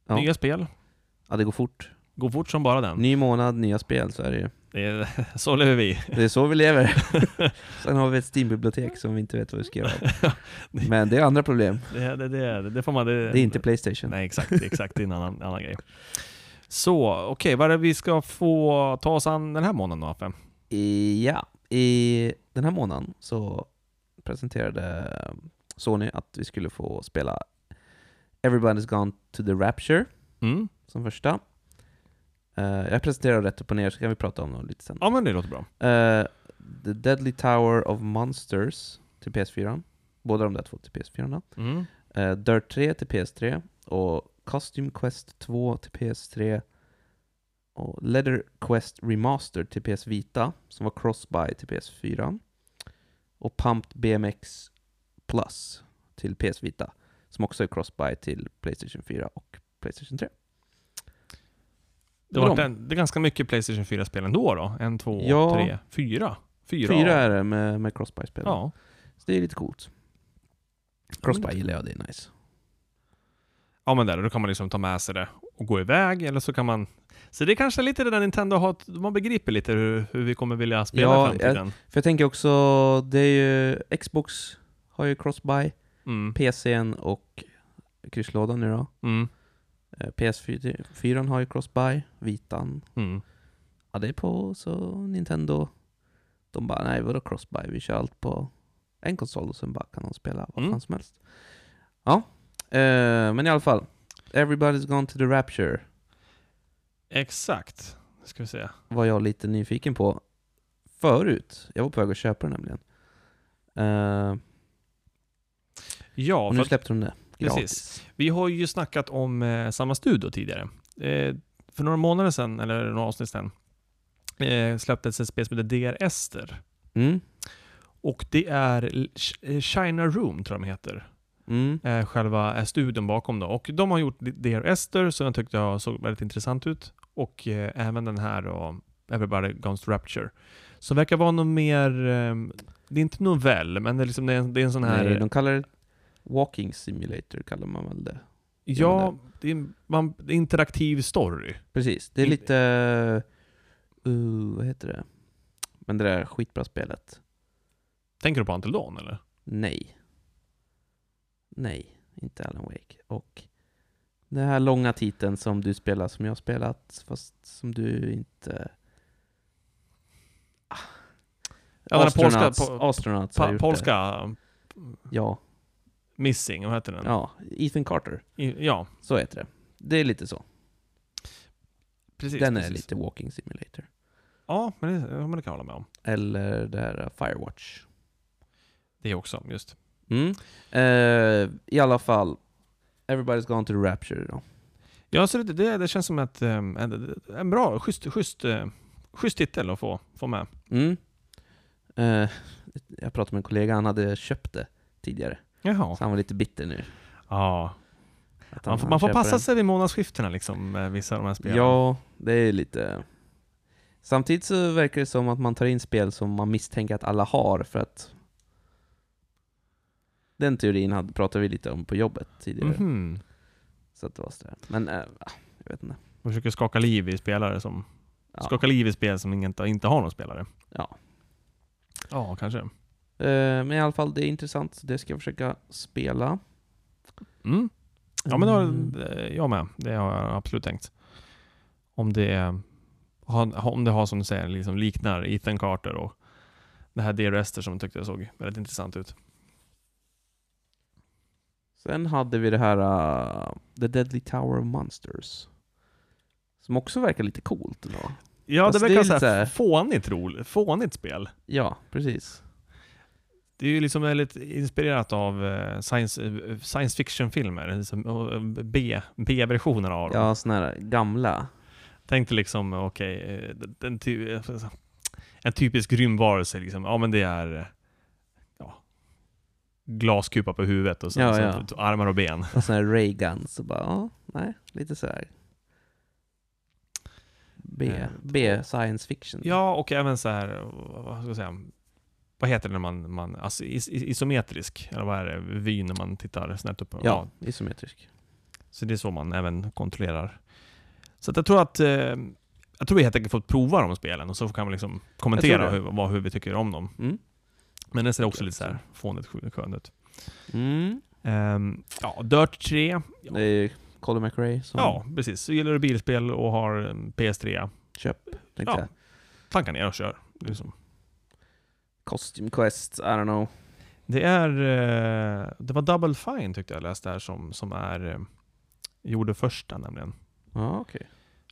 Speaker 2: Ja.
Speaker 1: Nya spel.
Speaker 2: Ja, det går fort.
Speaker 1: Går fort som bara den.
Speaker 2: Ny månad, nya spel, så är det ju.
Speaker 1: Det är, [laughs] så lever vi.
Speaker 2: Det är så vi lever. Sen har vi ett Steam-bibliotek som vi inte vet vad vi ska göra av. Men det är andra problem.
Speaker 1: Det, det, det, det får man... Det,
Speaker 2: Det är inte Playstation.
Speaker 1: Nej, exakt. Exakt. Det är en annan, annan grej. Så, okej. vad är det vi ska få ta oss an den här månaden då, Affe?
Speaker 2: I, ja, i den här månaden så presenterade Sony att vi skulle få spela Everybody's Gone to the Rapture
Speaker 1: Mm.
Speaker 2: som första. Eh, jag presenterar rätt upp och ner så kan vi prata om det lite sen.
Speaker 1: Ja, men det låter bra.
Speaker 2: Eh, the Deadly Tower of Monsters till PS4. Båda de där två till PS4. -na.
Speaker 1: Mm.
Speaker 2: Eh, Dirt 3 till PS3 och Costume Quest 2 till PS3 och Leather Quest Remastered till PS Vita som var Crossbuy till PS4 och Pumped BMX Plus till PS Vita som också är Crossbuy till Playstation 4 och Playstation 3.
Speaker 1: Det,
Speaker 2: var
Speaker 1: var
Speaker 2: de.
Speaker 1: en, det är ganska mycket Playstation 4-spel ändå då. En, två,
Speaker 2: Ja.
Speaker 1: tre, fyra. Fyra,
Speaker 2: Fyra är det med, med Crossbuy-spel.
Speaker 1: Ja.
Speaker 2: Så det är lite coolt. Mm. Crossbuy gillar jag, det är nice.
Speaker 1: Ja men där, då kan man liksom ta med sig det och gå iväg, eller så kan man... Så det är kanske lite det där Nintendo har, att man begriper lite hur, hur vi kommer vilja spela
Speaker 2: Ja,
Speaker 1: i framtiden.
Speaker 2: För jag tänker också, det är ju, Xbox har ju Crossbuy,
Speaker 1: Mm,
Speaker 2: PCn och krysslådan nu då.
Speaker 1: mm,
Speaker 2: Eh, PS4 fyran har ju Crossbuy, vitan.
Speaker 1: mm.
Speaker 2: Ja, det är på, så Nintendo. De bara, nej vadå Crossbuy? Vi kör allt på en konsol och sen bara kan de spela vad
Speaker 1: Mm.
Speaker 2: fan som helst. Ja, eh, men i alla fall. Everybody's gone to the rapture
Speaker 1: Exakt. Nu ska vi se.
Speaker 2: var jag lite nyfiken på förut. Jag var på väg att köpa den nämligen. Eh,
Speaker 1: Ja,
Speaker 2: och
Speaker 1: för
Speaker 2: nu
Speaker 1: att
Speaker 2: släppte de det.
Speaker 1: Precis.
Speaker 2: Gratis.
Speaker 1: vi har ju snackat om eh, samma studio tidigare. Eh, för några månader sedan, eller några avsnitt sedan, eh, släpptes ett spel som heter DR Ester.
Speaker 2: Mm.
Speaker 1: Och det är L- Ch- eh, China Room, tror jag de heter.
Speaker 2: Mm.
Speaker 1: eh, själva eh, studion bakom då. Och de har gjort Dear Esther som jag tyckte jag såg väldigt intressant ut. Och eh, även den här då, Everybody Goes to Rapture. Som verkar vara någon mer, eh, det är inte novell, men det är, liksom, det är, en, det är en sån här...
Speaker 2: Nej, de kallar det Walking Simulator, kallar man väl det.
Speaker 1: ja, det är en man, det är interaktiv story.
Speaker 2: Precis, det är
Speaker 1: In-
Speaker 2: lite... Uh, vad heter det? Men det där skitbra spelet.
Speaker 1: Tänker du på Until Dawn eller?
Speaker 2: Nej. Nej, inte Alan Wake. Och den här långa titeln som du spelar, som jag har spelat, fast som du inte... Ah.
Speaker 1: Ja, den här polska-
Speaker 2: Astronauts,
Speaker 1: po-
Speaker 2: Astronauts har
Speaker 1: Pa,
Speaker 2: gjort
Speaker 1: polska um,
Speaker 2: Det. Ja,
Speaker 1: Missing, vad heter den? Ja.
Speaker 2: ja, Ethan Carter.
Speaker 1: I, ja,
Speaker 2: Så heter det. Det är lite så.
Speaker 1: precis.
Speaker 2: Den är
Speaker 1: precis.
Speaker 2: lite Walking Simulator.
Speaker 1: Ja, men det, ja, men det kan jag hålla med om.
Speaker 2: Eller det här uh, Firewatch.
Speaker 1: Det också, just.
Speaker 2: Mm. Eh, I alla fall, Everybody's gone to the rapture då.
Speaker 1: Ja, så det, det, det känns som ett, eh, en, en bra, schysst, schysst, eh, schysst titel att få, få med.
Speaker 2: Mm. Eh, jag pratade med en kollega, han hade köpt det tidigare.
Speaker 1: Jaha.
Speaker 2: Så han var lite bitter nu.
Speaker 1: Ja.
Speaker 2: att
Speaker 1: Man, får-
Speaker 2: han
Speaker 1: man får
Speaker 2: köper
Speaker 1: passa
Speaker 2: den.
Speaker 1: sig vid månadsskiftena liksom, med vissa av de här spelen.
Speaker 2: Ja, det är lite... Samtidigt så verkar det som att man tar in spel som man misstänker att alla har för att... Den teorin hade, pratade vi lite om på jobbet tidigare.
Speaker 1: Mhm.
Speaker 2: Så att det var sådär. Men, eh, jag vet inte.
Speaker 1: Man försöker skaka liv i spelare som...
Speaker 2: Ja.
Speaker 1: Skaka liv i spel som inte, inte har någon spelare.
Speaker 2: Ja.
Speaker 1: Ja, kanske.
Speaker 2: Eh, men i alla fall, det är intressant. så Det ska jag försöka spela.
Speaker 1: Mm. Ja, men det har
Speaker 2: Mm.
Speaker 1: eh, jag med. Det har jag absolut tänkt. Om det är- har- om det har som du säger, liksom liknar Ethan Carter och det här Dear Esther som jag tyckte jag såg väldigt intressant ut.
Speaker 2: Sen hade vi det här eh, The Deadly Tower of Monsters. Som också verkar lite coolt då.
Speaker 1: Ja,
Speaker 2: Fast
Speaker 1: det
Speaker 2: det är
Speaker 1: verkar
Speaker 2: lite
Speaker 1: så
Speaker 2: så här-
Speaker 1: här fånigt, roligt, fånigt spel.
Speaker 2: Ja, precis.
Speaker 1: Det är ju liksom väldigt inspirerat av eh, science, eh, science fiction-filmer, liksom, eh, B- B-versionerna av dem.
Speaker 2: Ja, sådana här gamla.
Speaker 1: Tänk dig liksom, okej, eh, den ty- en typisk rymdvarelse liksom. Ja men det är eh, ja, glaskupa på huvudet och sen,
Speaker 2: Ja,
Speaker 1: sen armar och ben.
Speaker 2: Och sådana här ray guns och bara, ja, nej, lite sådär. B,
Speaker 1: Eh,
Speaker 2: B, science fiction.
Speaker 1: Ja och även så här, vad- vad ska jag säga, vad heter det när man, man alltså, is, is, isometrisk, eller vad är det, vy när man tittar snett upp?
Speaker 2: ja isometrisk.
Speaker 1: Så det är så man även kontrollerar. Så att jag tror att eh, jag tror vi helt enkelt får prova de spelen och så kan vi liksom kommentera
Speaker 2: det.
Speaker 1: hur, vad, hur vi tycker om dem.
Speaker 2: Mm.
Speaker 1: Men det ser också lite så här fånigt skönt ut.
Speaker 2: Mm.
Speaker 1: Ehm, ja, Dirt 3. Ja,
Speaker 2: Det är Colin McRae som
Speaker 1: ja precis. Så gillar du bilspel och har eh, en PS3,
Speaker 2: köp. tänkte
Speaker 1: Ja.
Speaker 2: jag.
Speaker 1: tanka ner och kör. Liksom.
Speaker 2: Costume Quest, I don't know.
Speaker 1: Det är... eh, det var Double Fine tyckte jag läste här som, som är... eh, gjorde första nämligen.
Speaker 2: Ja, okej.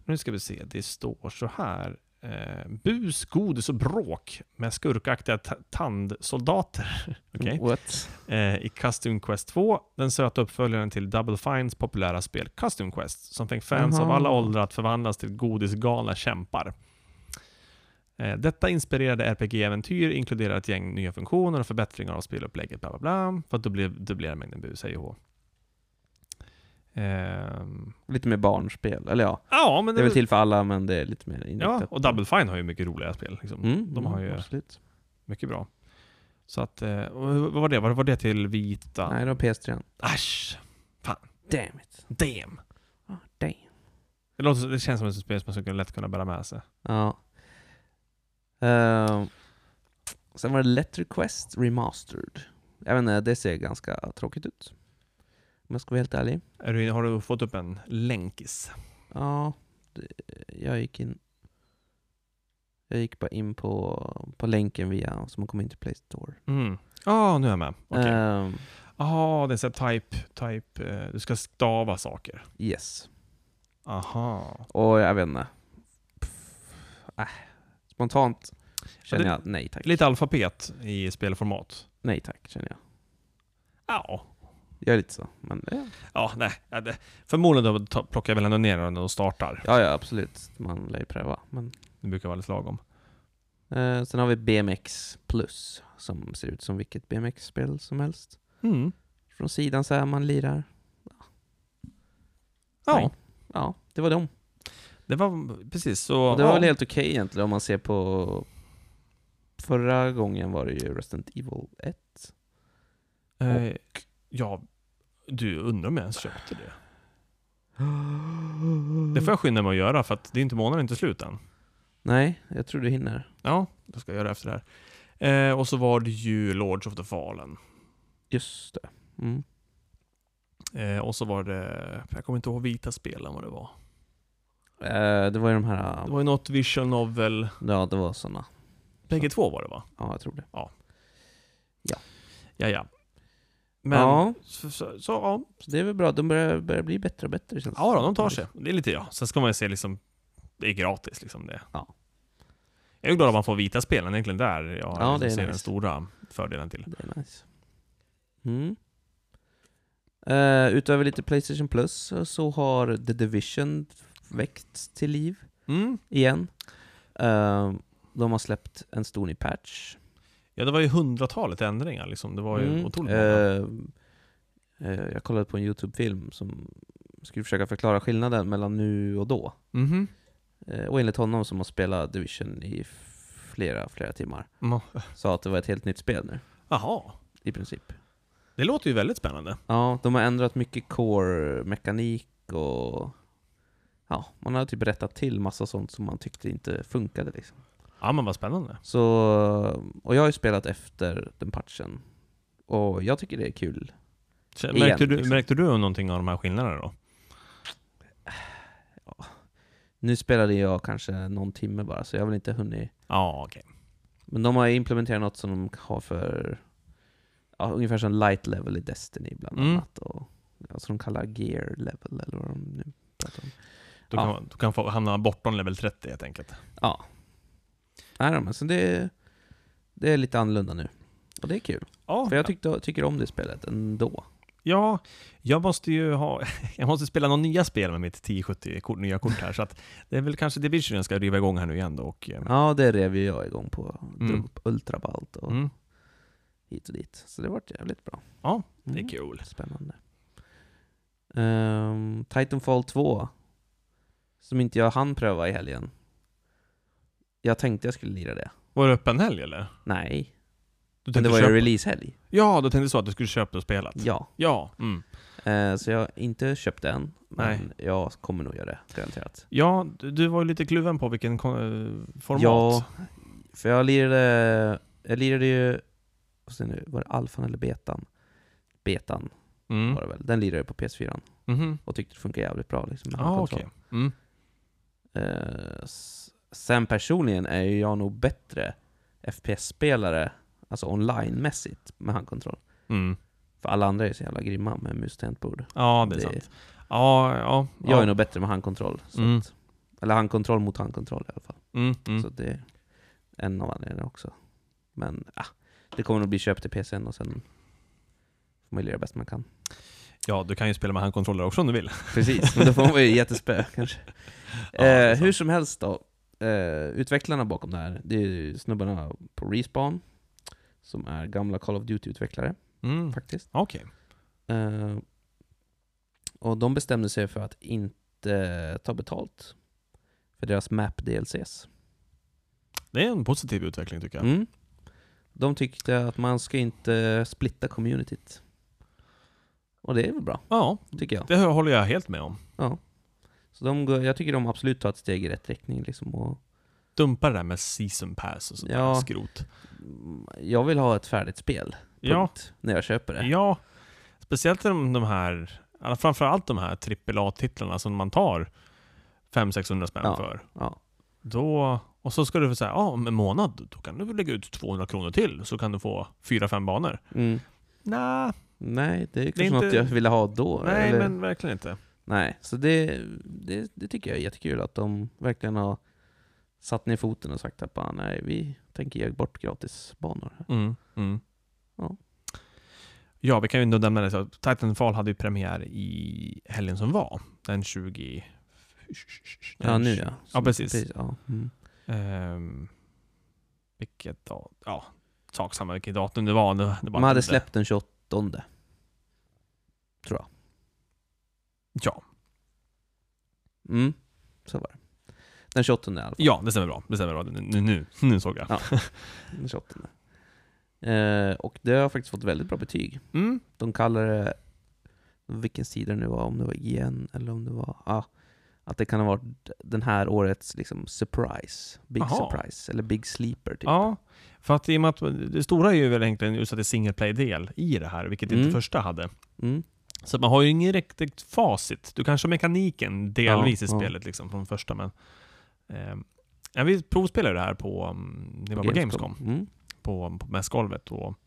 Speaker 1: Nu ska vi se, det står så här. Eh, bus, godis och bråk med skurkaktiga ta- tandsoldater. [laughs] Okej.
Speaker 2: What?
Speaker 1: eh, i Custom Quest 2, den söta uppföljaren till Double Fines populära spel Custom Quest, som fick fans av
Speaker 2: Jaha.
Speaker 1: alla åldrar att förvandlas till godisgalna kämpar. Eh, Detta inspirerade RPG-äventyr inkluderar ett gäng nya funktioner och förbättringar av spelupplägget bla bla bla, för att dubble- dubblera mängden bus, hej och hå. Ehm,
Speaker 2: Lite mer barnspel, eller ja.
Speaker 1: Ja, men
Speaker 2: Det är väl till för alla, men det är lite mer inriktat.
Speaker 1: Ja, och Double Fine har ju mycket roliga spel. Liksom.
Speaker 2: Mm,
Speaker 1: de
Speaker 2: mm,
Speaker 1: har ju-
Speaker 2: Absolut.
Speaker 1: Mycket bra. Så att, eh, och vad var det? Var var det till vita?
Speaker 2: Nej, det var PS3.
Speaker 1: Asch!
Speaker 2: Damn it.
Speaker 1: Damn!
Speaker 2: Ah, damn.
Speaker 1: Det, låter, det känns som ett spel som man skulle lätt kunna bära med sig.
Speaker 2: Ja. Ehm, sen var det Letter Quest Remastered. Jag vet inte, det ser ganska tråkigt ut. Om jag ska vara helt ärlig.
Speaker 1: Är du, har du fått upp en länkis?
Speaker 2: Ja, det, jag gick in... Jag gick bara in på, på länken via, som man kom in till Play Store.
Speaker 1: Mm. Ja, nu är jag med. Okej.
Speaker 2: Ehm,
Speaker 1: Aha, det är så här type, type, eh, du ska stava saker.
Speaker 2: yes.
Speaker 1: Aha.
Speaker 2: Och jag vet inte. Pff, Äh, spontant känner
Speaker 1: det-
Speaker 2: jag nej tack.
Speaker 1: Lite alfabet i spelformat.
Speaker 2: Nej tack, känner jag.
Speaker 1: Ja.
Speaker 2: Jag är lite så, men eh,
Speaker 1: Ja, nej. ja, det- Förmodligen då ta- plockar jag väl ändå ner den och startar.
Speaker 2: ja, ja absolut. Man lär ju pröva. Men
Speaker 1: Det brukar vara alldeles lagom.
Speaker 2: Eh, sen har vi BMX Plus, som ser ut som vilket BMX-spel som helst.
Speaker 1: Mm.
Speaker 2: Från sidan så här, man lirar.
Speaker 1: Ja,
Speaker 2: Nej. Ja, det var dem.
Speaker 1: det var precis så.
Speaker 2: Och det var
Speaker 1: ja.
Speaker 2: väl helt okej egentligen om man ser på... Förra gången var det ju Resident Evil 1.
Speaker 1: Eh, ja, du undrar om jag ens köpte det.
Speaker 2: Mm.
Speaker 1: Det får jag skynda mig att göra för att det är inte månaden är inte slut än.
Speaker 2: Nej, jag tror du hinner.
Speaker 1: Ja, då ska jag göra efter det här. Eh, och så var det ju Lords of the Fallen.
Speaker 2: Just det. Mm.
Speaker 1: Eh, och så var det, jag kommer inte ihåg vita spelen vad det var.
Speaker 2: Eh, det var ju de här...
Speaker 1: Det var ju något visual novel.
Speaker 2: Ja, det var såna.
Speaker 1: Bägge två var det va?
Speaker 2: Ja, jag tror det.
Speaker 1: Ja, ja. Men,
Speaker 2: Ja.
Speaker 1: så, så, så ja.
Speaker 2: Så det är väl bra. De börjar, börjar bli bättre och bättre känns det
Speaker 1: ja då,
Speaker 2: som.
Speaker 1: de tar sig. Det är lite ja. Sen ska man ju se liksom, det är gratis liksom det.
Speaker 2: Ja.
Speaker 1: Jag är ju glad att man får vita spelen, egentligen där jag
Speaker 2: Ja,
Speaker 1: liksom
Speaker 2: det är
Speaker 1: ser
Speaker 2: nice.
Speaker 1: den stora fördelen till.
Speaker 2: Det är nice. Mm. Eh, utöver lite Playstation Plus eh, så har The Division väckts till liv
Speaker 1: Mm.
Speaker 2: igen. Eh, de har släppt en stor ny patch.
Speaker 1: Ja, det var ju hundratalet ändringar liksom. Det var ju
Speaker 2: Mm.
Speaker 1: otroligt många.
Speaker 2: Eh, eh, jag kollade på en YouTube-film som skulle försöka förklara skillnaden mellan nu och då.
Speaker 1: Mhm.
Speaker 2: Eh, och enligt honom som har spelat Division i flera, flera timmar,
Speaker 1: Mm.
Speaker 2: sa att det var ett helt nytt spel nu,
Speaker 1: Jaha.
Speaker 2: i princip.
Speaker 1: Det låter ju väldigt spännande.
Speaker 2: Ja, de har ändrat mycket core-mekanik och... Ja, man har typ rättat till massa sånt som man tyckte inte funkade liksom.
Speaker 1: Ja, men vad spännande.
Speaker 2: Så... Och jag har ju spelat efter den patchen. Och jag tycker det är kul.
Speaker 1: K-
Speaker 2: Igen,
Speaker 1: Märkte du,
Speaker 2: liksom.
Speaker 1: märkte du någonting av de här skillnaderna då?
Speaker 2: Nu spelade jag kanske någon timme bara, så jag har väl inte hunnit...
Speaker 1: Ja, okej.
Speaker 2: Men de har ju implementerat något som de har för... Ja, ungefär som light level i Destiny bland
Speaker 1: Mm.
Speaker 2: annat. Och, ja, som de kallar gear level, eller vad de nu pratar om.
Speaker 1: Du,
Speaker 2: Ja.
Speaker 1: kan, du kan få hamna bortom level 30 helt enkelt.
Speaker 2: Ja. Nej då, men så det, det är lite annorlunda nu. Och det är kul.
Speaker 1: Ja,
Speaker 2: För jag tyckte, tycker om det spelet ändå.
Speaker 1: ja, jag måste ju ha, [laughs] jag måste spela några nya spel med mitt 1070-kort, nya kort här, så att det är väl kanske Division jag ska riva igång här nu igen då och... eh,
Speaker 2: Ja, det rev ju jag igång på. Drog
Speaker 1: Mm.
Speaker 2: upp ultrabalt och
Speaker 1: Mm,
Speaker 2: hit och dit. Så det vart jävligt bra.
Speaker 1: Ja, det
Speaker 2: Mm.
Speaker 1: är kul.
Speaker 2: Spännande. Ehm, Titanfall 2. Som inte jag hann pröva i helgen. Jag tänkte jag skulle lira det.
Speaker 1: Var det öppen helg eller? Du
Speaker 2: Nej, men det
Speaker 1: tänkte
Speaker 2: var ju
Speaker 1: köpa?
Speaker 2: releasehelg.
Speaker 1: Ja, du tänkte så att du skulle köpa det och spela?
Speaker 2: Ja,
Speaker 1: Ja. Mm.
Speaker 2: Eh, så jag har inte köpt det än. Men
Speaker 1: Nej.
Speaker 2: jag kommer nog göra det, garanterat.
Speaker 1: Ja, du, du var ju lite kluven på vilken kon- eh, format.
Speaker 2: Ja, för jag lirade, jag lirade ju, vad säger jag nu, var det alfan eller betan? Betan
Speaker 1: Mm.
Speaker 2: var det väl. Den lirade jag på PS4
Speaker 1: Mhm.
Speaker 2: och tyckte det funkar jävligt bra liksom med
Speaker 1: Ja,
Speaker 2: handkontroll.
Speaker 1: okej. Mm.
Speaker 2: Eh, s- sen personligen är ju jag nog bättre FPS-spelare, alltså online-mässigt med handkontroll.
Speaker 1: Mm.
Speaker 2: För alla andra är ju så jävla grymma med mus och tangentbord.
Speaker 1: Ja, det är
Speaker 2: Det-
Speaker 1: sant. Ja, ja.
Speaker 2: Jag är
Speaker 1: ja.
Speaker 2: nog bättre med handkontroll. Så
Speaker 1: Mm.
Speaker 2: att, eller handkontroll mot handkontroll i alla fall.
Speaker 1: Mm, mm.
Speaker 2: Så det är en av anledningarna också. Men ah, det kommer nog bli köp till PCn och sen får man ju lira bäst man kan.
Speaker 1: Ja, du kan ju spela med handkontroller också om du vill.
Speaker 2: Precis, men då får man
Speaker 1: [laughs]
Speaker 2: ju jättespö kanske.
Speaker 1: det är
Speaker 2: eh,
Speaker 1: sant.
Speaker 2: hur som helst då. Eh, utvecklarna bakom det här, det är ju snubbarna på Respawn, som är gamla Call of Duty-utvecklare
Speaker 1: Mm.
Speaker 2: faktiskt.
Speaker 1: Okej.
Speaker 2: Eh, och de bestämde sig för att inte ta betalt för deras map-DLCs.
Speaker 1: Det är en positiv utveckling tycker jag.
Speaker 2: Mm. De tyckte att man ska inte splitta communityt. Och det är väl bra,
Speaker 1: Ja,
Speaker 2: tycker jag.
Speaker 1: det håller jag helt med om.
Speaker 2: Så de, går- jag tycker de absolut tar ett steg i rätt riktning. Liksom och
Speaker 1: Dumpa det där med season pass och sånt
Speaker 2: Ja.
Speaker 1: där skrot.
Speaker 2: Mm, jag vill ha ett färdigt spel,
Speaker 1: Ja,
Speaker 2: punkt, när jag köper det.
Speaker 1: ja. Speciellt de, de här, alla- framförallt de här AAA-titlarna som man tar 500-600 spänn
Speaker 2: Ja.
Speaker 1: för.
Speaker 2: Ja.
Speaker 1: Då, och så ska du få säga, ja om en månad, då kan du väl lägga ut 200 kronor till, så kan du få 4-5 banor.
Speaker 2: Mm.
Speaker 1: Nej,
Speaker 2: Nej, det är kanske
Speaker 1: inte-
Speaker 2: något jag ville ha då.
Speaker 1: nej
Speaker 2: eller-
Speaker 1: men verkligen inte.
Speaker 2: Nej, så det, det, det tycker jag är jättekul att de verkligen har satt ner foten och sagt att bara, nej, vi tänker ge bort gratisbanor. här."
Speaker 1: Mm, mm.
Speaker 2: Ja.
Speaker 1: Ja, vi kan ju ändå nämna det så att Titanfall hade ju premiär i helgen som var. Den 20...
Speaker 2: Ja, nu ja.
Speaker 1: Ja, precis.
Speaker 2: ja. Mm.
Speaker 1: Ehm, vilket dag? Ja, sak samma vilket datum det var. Det, det bara
Speaker 2: Man hade
Speaker 1: hände.
Speaker 2: släppt den 28 Tror jag.
Speaker 1: Ja,
Speaker 2: Mm, så var det. Den 28 i alla fall.
Speaker 1: ja, det stämmer bra. Det stämmer bra. Nu, nu, nu såg jag.
Speaker 2: Ja. Den 28. Eh, och det har faktiskt fått väldigt bra betyg.
Speaker 1: Mm,
Speaker 2: De kallar det, vilken sida det nu var, om det var IGN eller om det var, ah, att det kan ha varit den här årets liksom surprise, big
Speaker 1: Aha.
Speaker 2: surprise, eller big sleeper typ.
Speaker 1: ja, för att i och med att det stora är ju väl egentligen just att det är single play-del i det här, vilket
Speaker 2: Mm.
Speaker 1: inte första hade.
Speaker 2: Mm.
Speaker 1: Så att man har ju ingen riktigt facit. Du kanske har mekaniken delvis i
Speaker 2: Ja, ja.
Speaker 1: spelet liksom, från första, men... ehm, ja, vi provspelade det här på, mm, det var på Gamescom,
Speaker 2: Mm.
Speaker 1: på, på mässgolvet. Och,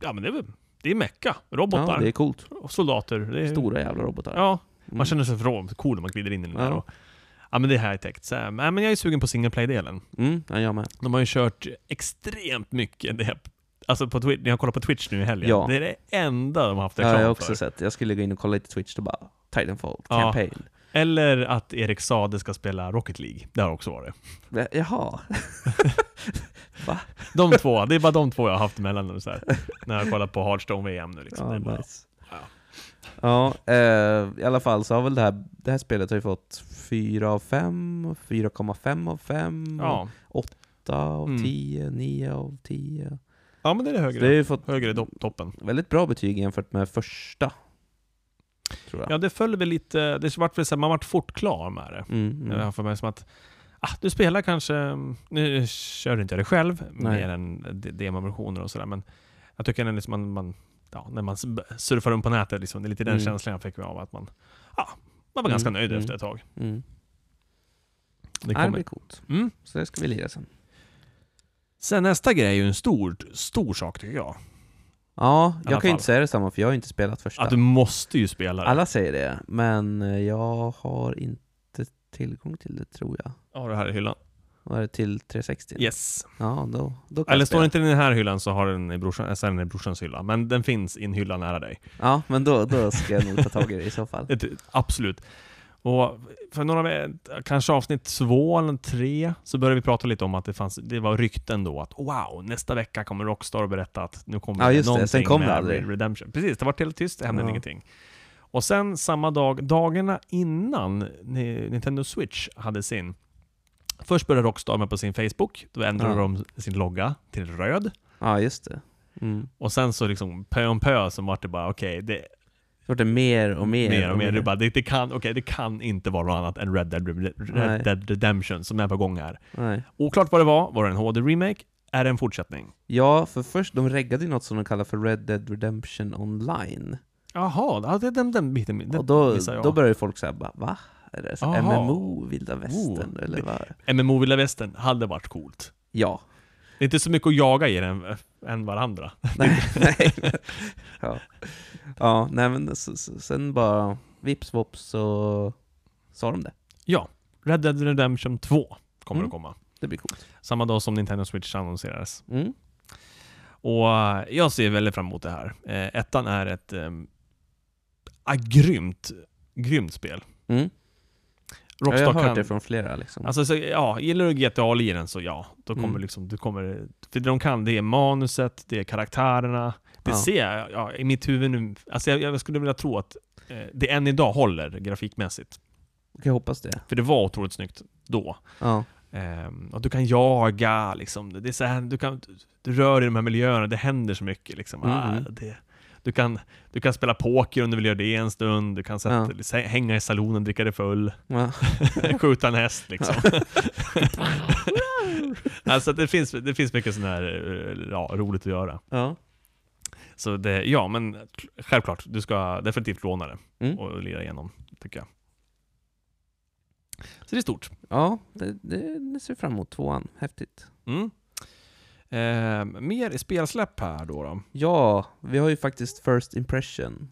Speaker 1: ja, men det är väl, det är mecka, robotar,
Speaker 2: Ja, det är coolt.
Speaker 1: och soldater. Det är,
Speaker 2: Stora jävla robotar.
Speaker 1: Ja,
Speaker 2: Mm.
Speaker 1: man känner sig rå, cool när man glider in i den där.
Speaker 2: Ja.
Speaker 1: Och, ja men det här är täckt. Så, här, nej, men jag är sugen på single play-delen.
Speaker 2: Mm, ja, jag med.
Speaker 1: De har ju kört extremt mycket det Alltså på Twitch, när jag kollar på Twitch nu i helgen,
Speaker 2: Ja.
Speaker 1: det är det enda de har haft
Speaker 2: Ja, jag
Speaker 1: reklam
Speaker 2: har
Speaker 1: för.
Speaker 2: också sett. Jag skulle gå in och kolla lite Twitch, då bara Titanfall,
Speaker 1: Ja.
Speaker 2: campaign.
Speaker 1: Eller att Erik Sade ska spela Rocket League. Det har också varit.
Speaker 2: Men, Jaha.
Speaker 1: De två, det är bara de två jag har haft emellan. och Så här, när jag har kollat på Hearthstone-VM nu liksom. [laughs] Det
Speaker 2: Ja,
Speaker 1: är bara-
Speaker 2: nice. Ja, eh, i alla fall så har väl det här, det här spelet har ju fått 4 av 5, 4,5 av 5,
Speaker 1: ja.
Speaker 2: 8 av
Speaker 1: Mm.
Speaker 2: 10, 9 av 10.
Speaker 1: ja, men det är det
Speaker 2: Så
Speaker 1: högre.
Speaker 2: det har ju fått
Speaker 1: Högre do- toppen.
Speaker 2: väldigt bra betyg jämfört med första. Tror jag.
Speaker 1: Ja, det föll väl lite, det vart väl så här, man vart fort klar med det.
Speaker 2: Mm,
Speaker 1: Jag
Speaker 2: mm.
Speaker 1: Eh, har för mig som att ah, du spelar kanske, nu kör inte jag det själv,
Speaker 2: Nej.
Speaker 1: mer än de- demoversioner och sådär, men jag tycker ändå liksom man, man, ja, när man s- surfar runt på nätet, liksom, det är lite den
Speaker 2: Mm.
Speaker 1: känslan jag fick av att man, ah, man var
Speaker 2: Mm,
Speaker 1: ganska nöjd
Speaker 2: mm.
Speaker 1: efter ett tag.
Speaker 2: Mm.
Speaker 1: Det
Speaker 2: Ja, Det
Speaker 1: kommer.
Speaker 2: blir coolt.
Speaker 1: Mm.
Speaker 2: Så det ska vi lira sen.
Speaker 1: Sen nästa grej är ju en stor, stor sak tycker jag.
Speaker 2: Ja, jag
Speaker 1: alla
Speaker 2: kan ju inte
Speaker 1: fall.
Speaker 2: säga detsamma för jag har ju inte spelat första.
Speaker 1: Att du måste ju spela det.
Speaker 2: Alla säger det, men eh, jag har inte tillgång till det tror jag.
Speaker 1: Har du här i hyllan?
Speaker 2: Var det till 360?
Speaker 1: Yes.
Speaker 2: Ja, då, då kan
Speaker 1: Eller står
Speaker 2: jag spela.
Speaker 1: det inte i den här hyllan så har den i, brorsan, så är den i brorsans hylla. Men den finns i en hylla nära dig.
Speaker 2: Ja, men då, då ska jag nog ta tag i det i
Speaker 1: [laughs]
Speaker 2: så fall.
Speaker 1: Ett, absolut. Och för några, kanske avsnitt två eller tre, så började vi prata lite om att det, fanns, det var rykten då att wow, nästa vecka kommer Rockstar och berätta att nu kommer
Speaker 2: Ja,
Speaker 1: det
Speaker 2: just det.
Speaker 1: någonting
Speaker 2: Sen kom det
Speaker 1: med
Speaker 2: aldrig.
Speaker 1: Redemption. Precis, det var helt tyst, det hände
Speaker 2: Ja.
Speaker 1: ingenting. Och sen samma dag, dagarna innan Ni- Nintendo Switch hade sin, först började Rockstar med på sin Facebook, då ändrade
Speaker 2: Ja.
Speaker 1: de sin logga till röd.
Speaker 2: Ja, just det. Mm.
Speaker 1: Och sen så liksom pö om pö så vart det bara okej, det
Speaker 2: Så vart det mer och mer.
Speaker 1: mer och mer. Du bara, det, det, kan, okej, det kan inte vara något annat än Red Dead, Re-
Speaker 2: Nej.
Speaker 1: Red Dead Redemption som är på gång här.
Speaker 2: Nej.
Speaker 1: Oklart vad det var. Var det en HD-remake? Är det en fortsättning?
Speaker 2: Ja, för först, de reggade ju något som de kallar för Red Dead Redemption Online.
Speaker 1: Jaha, ja, det- alltså, den, den biten den
Speaker 2: och då,
Speaker 1: missade jag.
Speaker 2: då börjar ju folk säga bara, va? Är det så
Speaker 1: Aha.
Speaker 2: MMO, vilda västern
Speaker 1: Oh,
Speaker 2: eller
Speaker 1: det- [laughs]
Speaker 2: vad?
Speaker 1: MMO Vilda Västern hade varit coolt.
Speaker 2: Ja. [laughs]
Speaker 1: Det är inte så mycket att jaga i den eh, än varandra.
Speaker 2: nej, nej. men- Ja. ja, nej men s- s- sen bara vips vops så sa de det.
Speaker 1: Ja, Red Dead Redemption 2 kommer
Speaker 2: Mm.
Speaker 1: att komma.
Speaker 2: Det blir coolt.
Speaker 1: Samma dag som Nintendo Switch annonserades.
Speaker 2: Mm.
Speaker 1: Och eh, jag ser väldigt fram emot det här. Eh, ettan är ett eh, ah, grymt, grymt spel.
Speaker 2: Mm. Ja,
Speaker 1: Rockstar
Speaker 2: jag har hört
Speaker 1: kan,
Speaker 2: det från flera liksom.
Speaker 1: Alltså, så, ja, gillar du GTA-liren så ja, då kommer
Speaker 2: Mm.
Speaker 1: liksom, du kommer... För det de kan, det är manuset, det är karaktärerna. Det
Speaker 2: Ja.
Speaker 1: ser jag ja, i mitt huvud nu. Alltså jag, jag skulle vilja tro att eh, det än idag håller grafikmässigt.
Speaker 2: Kan jag hoppas det.
Speaker 1: För det var otroligt snyggt då.
Speaker 2: Ja.
Speaker 1: Ehm, och du kan jaga, liksom. det är så här, du, kan, du rör dig i de här miljöerna, det händer så mycket. Liksom. Ah,
Speaker 2: Mm.
Speaker 1: det, du, kan, du kan spela poker om du vill göra det en stund, du kan sätta, hänga i salonen, dricka dig full.
Speaker 2: ja.
Speaker 1: [laughs] skjuta en häst
Speaker 2: [laughs]
Speaker 1: liksom. alltså det finns, det finns mycket sånt här eh, ja, roligt att göra.
Speaker 2: ja.
Speaker 1: Så det, ja men kl- självklart, du ska definitivt låna det
Speaker 2: Mm.
Speaker 1: och lira igenom, tycker jag. Så det är stort.
Speaker 2: Ja, det, det, det ser vi fram emot. Tvåan, häftigt.
Speaker 1: Mm. Eh, mer spelsläpp här då. då.
Speaker 2: Ja, vi har ju faktiskt First Impression.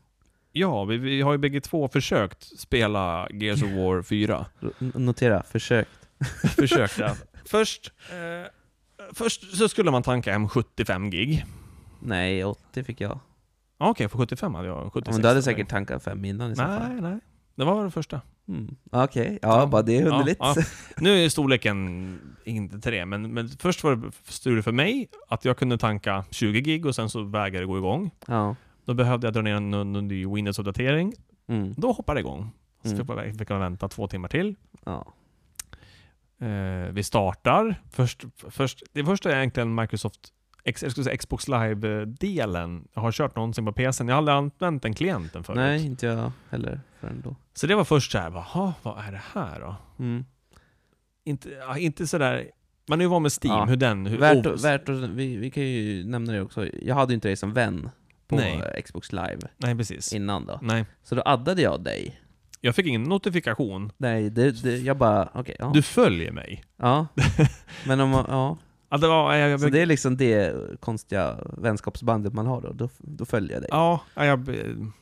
Speaker 1: Ja, vi, vi har ju bägge två försökt spela Gears of War
Speaker 2: [laughs]
Speaker 1: 4.
Speaker 2: R- n- Notera, försökt.
Speaker 1: försökt ja. Först, eh, först så skulle man tanka hem 75 gig.
Speaker 2: Nej, 80 fick jag.
Speaker 1: Ja, Okej, för 75 hade jag
Speaker 2: Ja,
Speaker 1: 76.
Speaker 2: men du hade
Speaker 1: tror jag.
Speaker 2: säkert tankat fem innan i så fall.
Speaker 1: Nej, nej. Det var den första.
Speaker 2: Mm. Okej, ja, bara det är underligt.
Speaker 1: Ja, ja. Nu är storleken inte till det, men, men först var det strul för mig att jag kunde tanka 20 gig och sen så vägrade det gå igång.
Speaker 2: [laughs] ja.
Speaker 1: Då behövde jag dra ner en, en, en ny Windows-uppdatering.
Speaker 2: Mm.
Speaker 1: Då hoppade det igång. Så
Speaker 2: Mm.
Speaker 1: fick jag- fick jag vänta två timmar till.
Speaker 2: ja.
Speaker 1: Eh, vi startar. Först, först, det första är egentligen Microsoft X, jag skulle säga Xbox Live-delen. Jag har kört någonsin på PCn. Jag har aldrig använt den klienten förut.
Speaker 2: Nej, inte jag heller förrän då.
Speaker 1: Så det var först så här, bara, "Ha, vad är det här då?
Speaker 2: Mm.
Speaker 1: inte, ja, inte sådär... Man är ju van med Steam,
Speaker 2: Ja.
Speaker 1: hur den... Hur,
Speaker 2: Värt,
Speaker 1: oh,
Speaker 2: att- värt att, vi, vi kan ju nämna det också, jag hade ju inte dig som vän på
Speaker 1: Nej.
Speaker 2: eh, Xbox live
Speaker 1: Nej, precis.
Speaker 2: innan då.
Speaker 1: Nej.
Speaker 2: Så då addade jag dig.
Speaker 1: Jag fick ingen notifikation.
Speaker 2: Nej, det, det, jag bara, okej, ja.
Speaker 1: Du följer mig. [laughs]
Speaker 2: ja. Men om, man- ja.
Speaker 1: Ja, det var, jag, jag,
Speaker 2: Så det är liksom det konstiga vänskapsbandet man har då, då, då följer jag dig.
Speaker 1: Ja, ja, jag,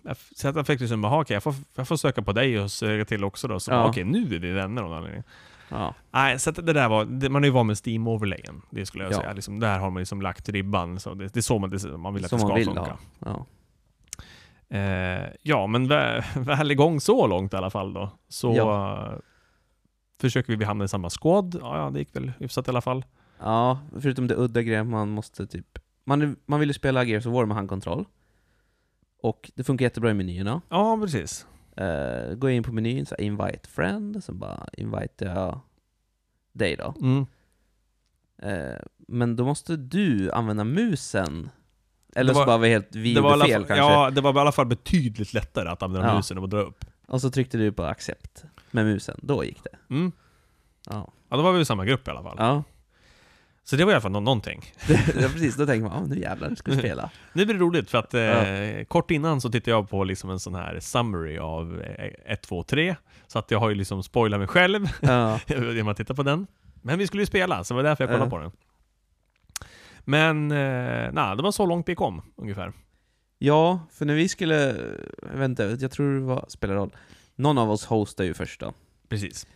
Speaker 1: jag, så "Ah, att jag fick liksom, aha, okej, jag, får, jag får söka på dig och söka till också då. Så
Speaker 2: Ja.
Speaker 1: bara, okej, nu är vi vänner av någon anledning.
Speaker 2: Ja.
Speaker 1: Nej, så att det där var, det, man är ju van med Steam-overlayen. Det skulle jag
Speaker 2: Ja.
Speaker 1: säga. Liksom, där har man liksom lagt ribban. Så det, det är så man, det, man vill att
Speaker 2: Som
Speaker 1: det ska
Speaker 2: man vill,
Speaker 1: funka.
Speaker 2: ja. ja.
Speaker 1: Eh, ja, men väl, [laughs] väl igång så långt i alla fall då. Så eh, försöker vi hamna i samma squad. Ja, ja, det gick väl hyfsat i alla fall.
Speaker 2: Ja, förutom det udda grejen man måste typ... Man, man vill ju spela Gears of War med handkontroll. Och det funkar jättebra i menyerna.
Speaker 1: Ja, precis.
Speaker 2: Uh, går jag in på menyn, så här, invite friend, sen bara invite jag dig då.
Speaker 1: Mm.
Speaker 2: Eh, men då måste du använda musen. Eller
Speaker 1: Det var-
Speaker 2: så bara var helt vi gjorde
Speaker 1: i alla
Speaker 2: fel
Speaker 1: fall,
Speaker 2: kanske.
Speaker 1: ja, det var i alla fall betydligt lättare att använda
Speaker 2: Ja.
Speaker 1: musen och dra upp.
Speaker 2: Och så tryckte du på accept med musen, då gick det.
Speaker 1: Mm.
Speaker 2: Ja,
Speaker 1: Ja, då var vi i samma grupp i alla fall.
Speaker 2: ja.
Speaker 1: Så det var i alla fall nå- någonting.
Speaker 2: ja [laughs] precis. Då tänker man "Ah, nu jävlar, nu ska
Speaker 1: [laughs]
Speaker 2: vi spela.
Speaker 1: Nu blir det roligt för att eh,
Speaker 2: Ja.
Speaker 1: kort innan så tittade jag på liksom en sån här summary av eh, 1, 2, 3. Så att jag har ju liksom spoilat mig själv
Speaker 2: Ja,
Speaker 1: [laughs] genom att titta på den. Men vi skulle ju spela, så det var därför jag kollade
Speaker 2: Ja.
Speaker 1: på den. Men eh, nej, det var så långt vi kom ungefär.
Speaker 2: ja för när vi skulle, vänta, jag tror det var, spelar roll. Någon av oss hostar ju först då.
Speaker 1: Precis.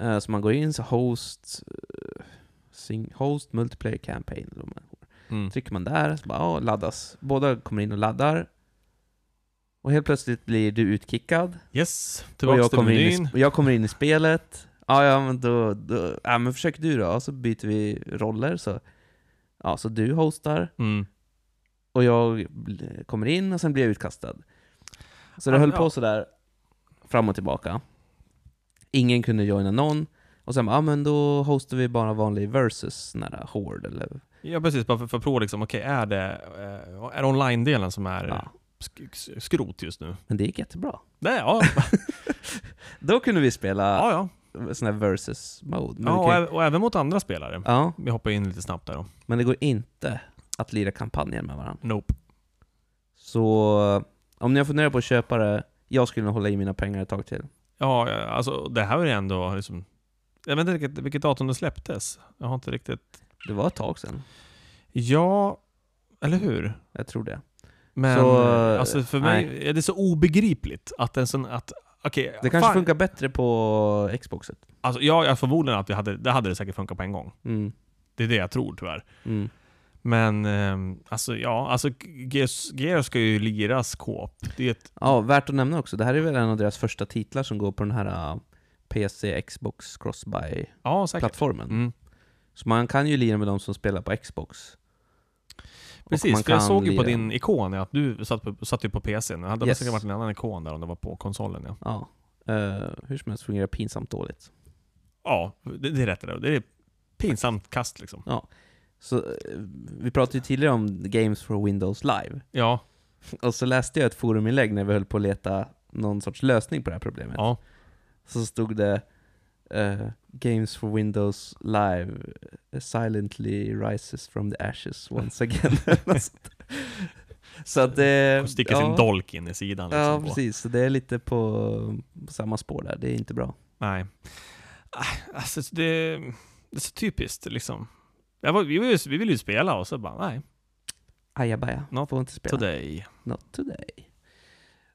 Speaker 2: Eh, Så man går in så host, eh, sing, host multiplayer campaign. eller vad man-
Speaker 1: Mm.
Speaker 2: Trycker man där så bara, ja, laddas. Båda kommer in och laddar. Och helt plötsligt blir du utkickad.
Speaker 1: Yes,
Speaker 2: och
Speaker 1: tillbaks
Speaker 2: jag
Speaker 1: till
Speaker 2: kommer, in i,
Speaker 1: menyn.
Speaker 2: sp- jag kommer in i spelet. Ja, ja, men då, då ja, men försök du då. Och så byter vi roller. Så, ja, så du hostar
Speaker 1: Mm.
Speaker 2: och jag bl- kommer in och sen blir jag utkastad. Så det
Speaker 1: Ja,
Speaker 2: höll
Speaker 1: Alltså, ja.
Speaker 2: på sådär fram och tillbaka. Ingen kunde joina någon. Och sen bara, ah, men då hostar vi bara vanlig versus, nära hård eller...
Speaker 1: Ja precis, bara för, för att prova liksom, okej är det, eh, är det online-delen som är
Speaker 2: Ja.
Speaker 1: sk- sk- skrot just nu?
Speaker 2: Men det gick jättebra.
Speaker 1: Nej, [laughs] ja,
Speaker 2: Då kunde vi spela
Speaker 1: ja, ja.
Speaker 2: sån här versus mode. Men,
Speaker 1: ja
Speaker 2: vi
Speaker 1: och,
Speaker 2: kan,
Speaker 1: ä- och även mot andra spelare.
Speaker 2: ja,
Speaker 1: Vi hoppar in lite snabbt där då.
Speaker 2: men det går inte att lira kampanjer med varandra.
Speaker 1: Nope.
Speaker 2: Så om ni har funderat på att köpa det, jag skulle nog hålla i mina pengar ett tag till.
Speaker 1: Ja, ja, alltså det här är ändå liksom... Jag vet inte vilket, vilket datum det släpptes. Jag har inte riktigt...
Speaker 2: Det var ett tag sedan,
Speaker 1: Ja, eller hur?
Speaker 2: jag tror det.
Speaker 1: Men
Speaker 2: Så,
Speaker 1: eh, alltså för mig är det så obegripligt att en sån... Att, okej,
Speaker 2: Det kanske
Speaker 1: fan.
Speaker 2: funkar bättre på Xboxet.
Speaker 1: Alltså, ja, jag förmodligen att vi hade, det hade det säkert funkat på en gång.
Speaker 2: Mm,
Speaker 1: Det är det jag tror tyvärr.
Speaker 2: mm.
Speaker 1: Men ehm, alltså ja, alltså Gears, Gears ska ju liras kåp. Det är ett...
Speaker 2: Ja, värt att nämna också, det här är väl en av deras första titlar som går på den här uh, PC, Xbox, Crossbuy-plattformen.
Speaker 1: Ja, säkert. Mm.
Speaker 2: Så man kan ju lira med de som spelar på Xbox. Och man
Speaker 1: Precis, för jag
Speaker 2: kan
Speaker 1: såg ju på
Speaker 2: lira-
Speaker 1: din ikon ja, att du satt, på, satt ju på PCn. Det hade
Speaker 2: Yes.
Speaker 1: säkert varit en annan ikon där om det var på konsolen ja.
Speaker 2: Ja. Eh, hur som helst fungerar det pinsamt dåligt.
Speaker 1: Ja, det, det är rätt det där. Det är pinsamt kast liksom.
Speaker 2: Så, eh, vi pratade ju tidigare om Games for Windows Live,
Speaker 1: Ja,
Speaker 2: och så läste jag ett foruminlägg när vi höll på att leta någon sorts lösning på det här problemet.
Speaker 1: ja.
Speaker 2: Så stod det eh, Games for Windows Live eh, silently rises from the ashes once again. [laughs] så att det...
Speaker 1: Och sticker sin dolk in i sidan. Liksom,
Speaker 2: Ja,
Speaker 1: på.
Speaker 2: precis. Så det är lite på, på samma spår där. Det är inte bra.
Speaker 1: Nej. Ah, Alltså, det, det är så typiskt liksom. Jag var, vi, var ju, vi ville ju spela och så bara, nej,
Speaker 2: Ajabaja.
Speaker 1: Not
Speaker 2: Får inte spela.
Speaker 1: today.
Speaker 2: Not today.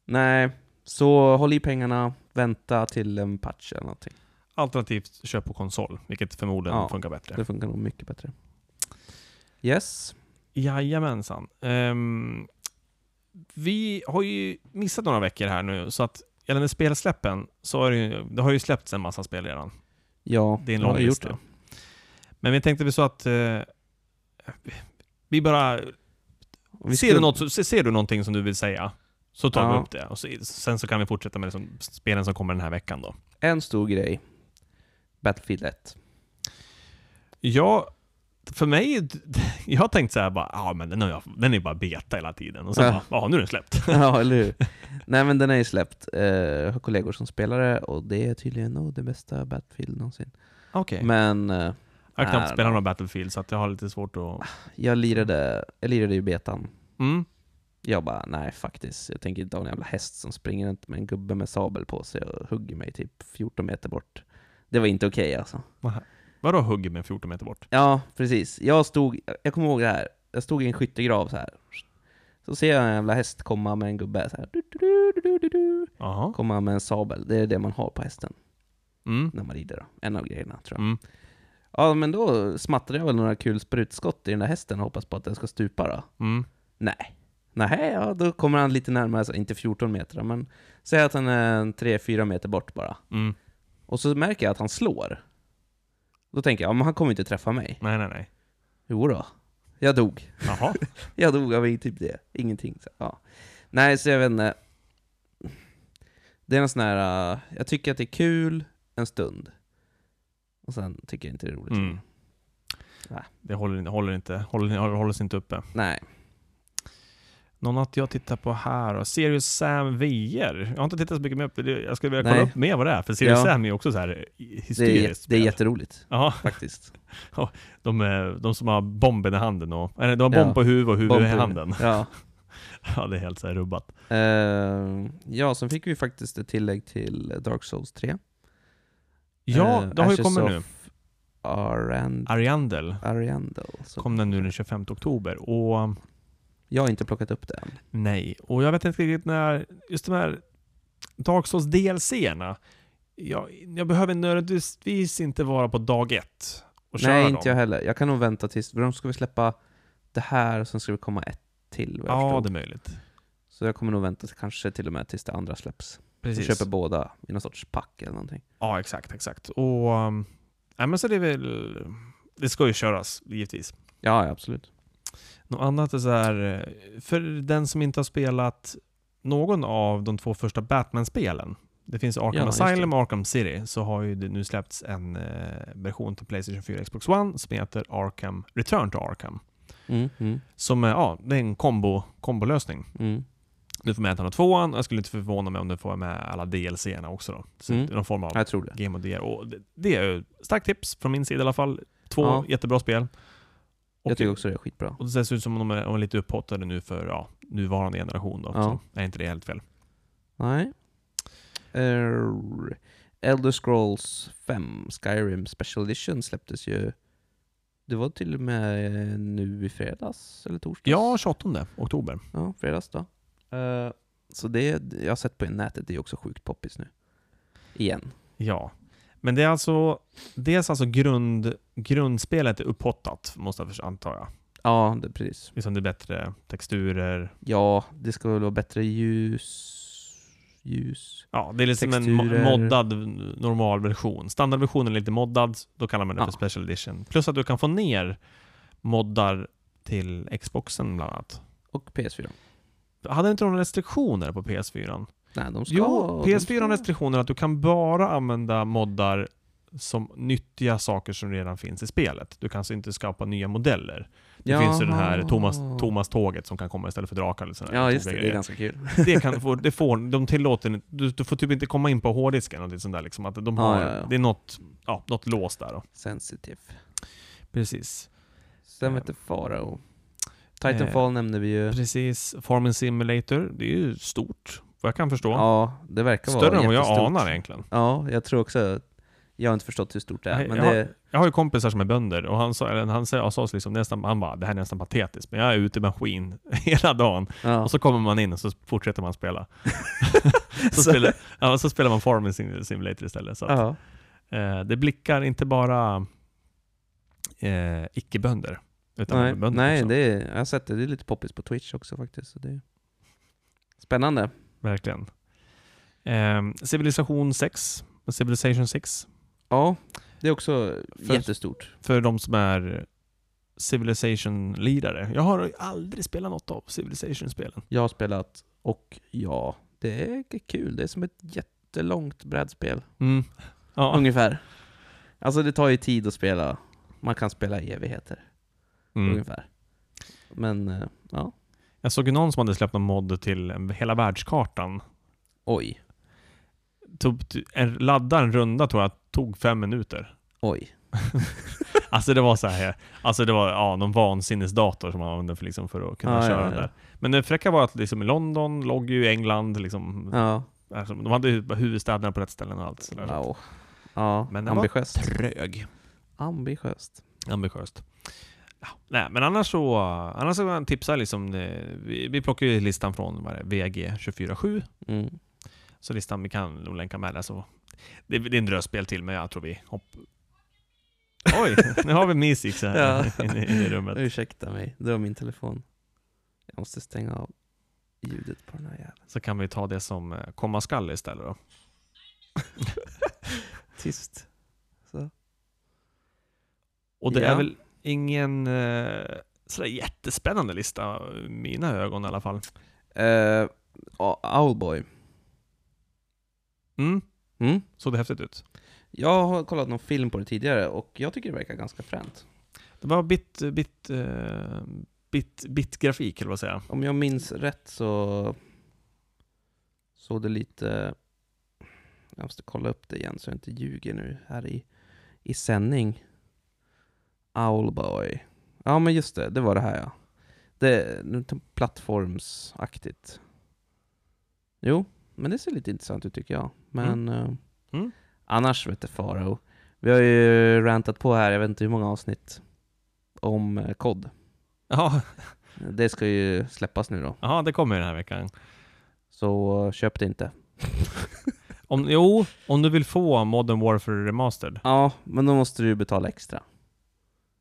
Speaker 2: Nej, så håll i pengarna. Vänta till en patch eller någonting.
Speaker 1: Alternativt köp på konsol, vilket förmodligen
Speaker 2: Ja,
Speaker 1: funkar bättre.
Speaker 2: Det funkar nog mycket bättre. Yes.
Speaker 1: Jajamensan. Um, vi har ju missat några veckor här nu, så att gällande spelsläppen så har det, ju, det har ju släppts en massa spel redan.
Speaker 2: Ja,
Speaker 1: Det är en
Speaker 2: jag
Speaker 1: lång
Speaker 2: har gjort
Speaker 1: lista.
Speaker 2: det.
Speaker 1: Men vi tänkte vi så att eh, vi bara...
Speaker 2: Och vi
Speaker 1: ser,
Speaker 2: skulle-
Speaker 1: du något, så- ser du någonting som du vill säga så tar vi
Speaker 2: Ja.
Speaker 1: upp det. Och så, sen så kan vi fortsätta med liksom spelen som kommer den här veckan då.
Speaker 2: En stor grej. Battlefield 1.
Speaker 1: Ja, för mig... [laughs] Jag har tänkt så här bara, ja men den, har jag, den är ju bara beta hela tiden. Och sen
Speaker 2: Ja.
Speaker 1: bara, ja nu är den släppt.
Speaker 2: ja, eller hur? Nej men den är ju släppt. Eh, Jag har kollegor som spelar det och det är tydligen nog det bästa Battlefield någonsin.
Speaker 1: Okej.
Speaker 2: Men eh,
Speaker 1: Jag har knappt
Speaker 2: Nej,
Speaker 1: spelat
Speaker 2: nej.
Speaker 1: några Battlefield så att jag har lite svårt att...
Speaker 2: jag lirade, jag lirade ju betan.
Speaker 1: Mm.
Speaker 2: Jag bara, nej faktiskt. Jag tänker inte ha en jävla häst som springer runt med en gubbe med sabel på sig och hugger mig typ 14 meter bort. Det var inte okej alltså.
Speaker 1: Vadå hugger med 14 meter bort?
Speaker 2: Ja, precis. Jag stod, jag kommer ihåg det här. Jag stod i en skyttegrav så här. Så ser jag en jävla häst komma med en gubbe så här. Du, du, du, du, du, du.
Speaker 1: Jaha.
Speaker 2: komma med en sabel. Det är det man har på hästen.
Speaker 1: Mm.
Speaker 2: när man rider. Då. En av grejerna tror jag.
Speaker 1: Mm.
Speaker 2: Ja, men då smattrade jag väl några kul sprutskott i den där hästen och hoppas på att den ska stupa då.
Speaker 1: Mm.
Speaker 2: Nej. Nej, ja, då kommer han lite närmare, så inte 14 meter, men säg att han är en 3-4 meter bort bara.
Speaker 1: Mm.
Speaker 2: Och så märker jag att han slår. Då tänker jag, ja, men han kommer inte träffa mig.
Speaker 1: Nej, nej, nej.
Speaker 2: Jo då. Jag dog.
Speaker 1: Jaha.
Speaker 2: Jag dog av typ det. Ingenting. Så, ja. Nej, så jag vet inte. Det är en sån här, uh, jag tycker att det är kul en stund. Och sen tycker jag inte det är roligt.
Speaker 1: Mm. Det håller, inte- håller, inte, håller, håller, håller sig inte uppe.
Speaker 2: Nej.
Speaker 1: Någon att jag tittar på här då. Sirius Sam VR. Jag har inte tittat så mycket mer på det. Jag skulle vilja kolla
Speaker 2: Nej.
Speaker 1: upp mer vad det är, för Sirius
Speaker 2: Ja.
Speaker 1: Sam är ju också så här eh,
Speaker 2: Det är,
Speaker 1: hysteriskt.
Speaker 2: jätte, det är
Speaker 1: spel.
Speaker 2: jätteroligt
Speaker 1: Ja,
Speaker 2: faktiskt.
Speaker 1: [laughs] de, är- de som har bomben i handen och... Eller de har bomb
Speaker 2: Ja.
Speaker 1: på huvudet och huvud
Speaker 2: Bomb
Speaker 1: i
Speaker 2: på huvudet.
Speaker 1: handen.
Speaker 2: Ja.
Speaker 1: [laughs] Ja, det är helt så här rubbat.
Speaker 2: Eh, ja, sen fick vi faktiskt ett tillägg till Dark Souls 3.
Speaker 1: Ja,
Speaker 2: Eh,
Speaker 1: det har ju
Speaker 2: Ashes
Speaker 1: kommit
Speaker 2: of
Speaker 1: nu.
Speaker 2: Arand-
Speaker 1: Ariandel
Speaker 2: Ariandel. Så
Speaker 1: kom den nu den 25 oktober och mm,
Speaker 2: Jag har inte plockat upp det än.
Speaker 1: nej. Och jag vet inte riktigt när, just de här Dark Souls DLC-erna, jag, jag behöver nödvändigtvis inte vara på dag ett och köra
Speaker 2: Nej,
Speaker 1: dem.
Speaker 2: inte jag heller. Jag kan nog vänta tills, för de ska vi släppa det här och sen ska vi komma ett till vad jag
Speaker 1: Ja,
Speaker 2: förstod.
Speaker 1: det är möjligt.
Speaker 2: Så jag kommer nog vänta till, kanske till och med tills det andra släpps. Jag
Speaker 1: Precis.
Speaker 2: köper båda i någon sorts pack eller någonting.
Speaker 1: Ja, exakt, exakt. Och, um, nej men så det är väl, det ska ju köras givetvis.
Speaker 2: Ja, ja, absolut.
Speaker 1: Något annat är så här, eh, för den som inte har spelat någon av de två första Batman-spelen, det finns Arkham
Speaker 2: Ja, just
Speaker 1: Asylum och Arkham City, så har ju det nu släppts en eh, version till Playstation 4 och Xbox One som heter Arkham Return to Arkham.
Speaker 2: Mm, mm,
Speaker 1: Som är, ja, det är en kombo, kombolösning.
Speaker 2: mm.
Speaker 1: Du får med ettan och tvåan, och jag skulle inte förvåna mig om du får med alla DLC-erna också då. Så
Speaker 2: Mm.
Speaker 1: det är någon form av
Speaker 2: Jag tror det.
Speaker 1: Game of the Year. Och det, det är ju ett starkt tips från min sida i alla fall. Två
Speaker 2: Ja.
Speaker 1: jättebra spel. Och,
Speaker 2: Jag tycker också det är skitbra.
Speaker 1: och det ser ut som om de är, de är lite upphottade nu för ja, nuvarande generation då.
Speaker 2: Ja.
Speaker 1: Så är inte det helt fel.
Speaker 2: Nej. Err, Elder Scrolls 5 Skyrim Special Edition släpptes ju... Det var till och med nu i fredags, eller torsdags?
Speaker 1: Ja, 28 oktober.
Speaker 2: Ja, fredags då. Eh, så det jag har sett på nätet, det är också sjukt poppis nu. Igen.
Speaker 1: Ja. Men det är alltså, dels alltså grund, grundspelet är upphottat, måste jag förs- anta jag.
Speaker 2: Ja, det, precis.
Speaker 1: Liksom det är bättre texturer.
Speaker 2: Ja, det ska väl vara bättre ljus... Ljus?
Speaker 1: Ja, det är liksom en
Speaker 2: Texturer.
Speaker 1: mo- moddad normal version. Standardversionen är lite moddad, då kallar man det
Speaker 2: Ja.
Speaker 1: för Special Edition. Plus att du kan få ner moddar till Xboxen bland annat.
Speaker 2: Och PS4.
Speaker 1: Hade inte de restriktioner på PS4?
Speaker 2: Nej, de ska...
Speaker 1: Jo,
Speaker 2: de
Speaker 1: PS4 har
Speaker 2: ska-
Speaker 1: restriktioner att du kan bara använda moddar som nyttiga saker som redan finns i spelet. Du kan alltså inte skapa nya modeller. Det finns ju den här
Speaker 2: Jaha.
Speaker 1: Thomas, Thomas-tåget som kan komma istället för drakar. Eller sådana här
Speaker 2: Ja, just det.
Speaker 1: tokiga
Speaker 2: Det är
Speaker 1: grejer.
Speaker 2: ganska kul.
Speaker 1: det kan få, det får, de tillåter inte- du, du får typ inte komma in på hårddisken eller något sånt där. Liksom, att de
Speaker 2: Ja,
Speaker 1: har,
Speaker 2: ja, ja.
Speaker 1: Det är något, ja, något lås där. Då.
Speaker 2: Sensitive.
Speaker 1: Precis.
Speaker 2: Sen
Speaker 1: Eh.
Speaker 2: vet du Farao. Titanfall nämnde vi ju.
Speaker 1: Precis. Farming Simulator, det är ju stort, vad jag kan förstå.
Speaker 2: Ja, det verkar vara
Speaker 1: Större än vad jag
Speaker 2: jättestort.
Speaker 1: anar egentligen.
Speaker 2: Ja, jag tror också... Jag har inte förstått hur stort det
Speaker 1: Nej,
Speaker 2: är, men
Speaker 1: jag-
Speaker 2: det...
Speaker 1: Jag har ju kompisar som är bönder och han sa, eller han sa, han sa liksom nästan, han bara, det här är nästan patetiskt, men jag är ute i maskin [laughs] hela dagen.
Speaker 2: Ja.
Speaker 1: Och så kommer man in och så fortsätter man [laughs] spela. så, spelar, ja, så spelar man Farming Sim- Simulator istället. Så att,
Speaker 2: Ja.
Speaker 1: eh, det blickar inte bara eh, icke-bönder, utan
Speaker 2: Nej,
Speaker 1: även bönder
Speaker 2: nej
Speaker 1: också.
Speaker 2: det är, jag har sett det. Det är lite poppis på Twitch också faktiskt. Så det är spännande.
Speaker 1: Verkligen. Eh, Civilization 6, Civilization 6,
Speaker 2: Ja, det är också
Speaker 1: För-
Speaker 2: jättestort.
Speaker 1: för de som är Civilization-lirare. Jag har aldrig spelat något av Civilization-spelen.
Speaker 2: Jag har spelat och ja, det är kul. Det är som ett jättelångt brädspel.
Speaker 1: Mm. Ja.
Speaker 2: Ungefär. Alltså det tar ju tid att spela. Man kan spela i evigheter,
Speaker 1: Mm.
Speaker 2: ungefär. Men eh, ja,
Speaker 1: Jag såg ju någon som hade släppt en mod till hela världskartan.
Speaker 2: oj,
Speaker 1: Tog, t- en, ladda en runda tror jag tog fem minuter.
Speaker 2: oj.
Speaker 1: Alltså det var så här, alltså det var ja, någon vansinnesdator som man använde för, liksom, för att kunna
Speaker 2: Ja,
Speaker 1: köra
Speaker 2: ja,
Speaker 1: den
Speaker 2: ja.
Speaker 1: där. Men det fräcka var att liksom, i London låg ju England, liksom,
Speaker 2: Ja,
Speaker 1: alltså, de hade ju huvudstäderna på rätt ställen och allt sådär.
Speaker 2: wow. Ja,
Speaker 1: Men det var
Speaker 2: ambitiöst.
Speaker 1: Trög.
Speaker 2: Ambitiöst.
Speaker 1: Ambitiöst. Ja, nej, men annars så, annars så tipsar jag liksom, eh, vi, vi plockar ju listan från vad är det, VG247
Speaker 2: Mm.
Speaker 1: Så listan, vi kan nog länka med det så Det, det är en drösspel till, men jag tror vi hopp...
Speaker 2: [laughs]
Speaker 1: Oj, nu har vi Misix här
Speaker 2: Ja.
Speaker 1: inne, inne i rummet.
Speaker 2: Ursäkta mig, det var min telefon. Jag måste stänga av ljudet på den här jäveln.
Speaker 1: Så kan vi ta det som eh, komma skall istället då.
Speaker 2: Tyst. Så.
Speaker 1: Och det
Speaker 2: Ja.
Speaker 1: är väl ingen eh, sådär jättespännande lista, i mina ögon i alla fall.
Speaker 2: Eh, ja, Owlboy.
Speaker 1: Mm,
Speaker 2: Mm?
Speaker 1: såg det häftigt ut?
Speaker 2: Jag har kollat någon film på det tidigare och jag tycker det verkar ganska fränt.
Speaker 1: Det var bit, bit, eh, bit, bit grafik, eller vad säger jag?
Speaker 2: Om jag minns rätt så såg det lite... Jag måste kolla upp det igen så jag inte ljuger nu här i, i sändning. Owlboy. Ja men just det, det var det här ja. Det är plattformsaktigt. Jo, men det ser lite intressant ut tycker jag. Men eh,
Speaker 1: Mm.
Speaker 2: annars vet du Farao. Vi har ju rantat på här, jag vet inte hur många avsnitt, om eh, kod.
Speaker 1: Ja, [laughs]
Speaker 2: Det ska ju släppas nu då,
Speaker 1: aha, det kommer ju den här veckan.
Speaker 2: så eh, köp det inte.
Speaker 1: Om, jo, om du vill få Modern Warfare Remastered.
Speaker 2: Ja, men då måste du ju betala extra.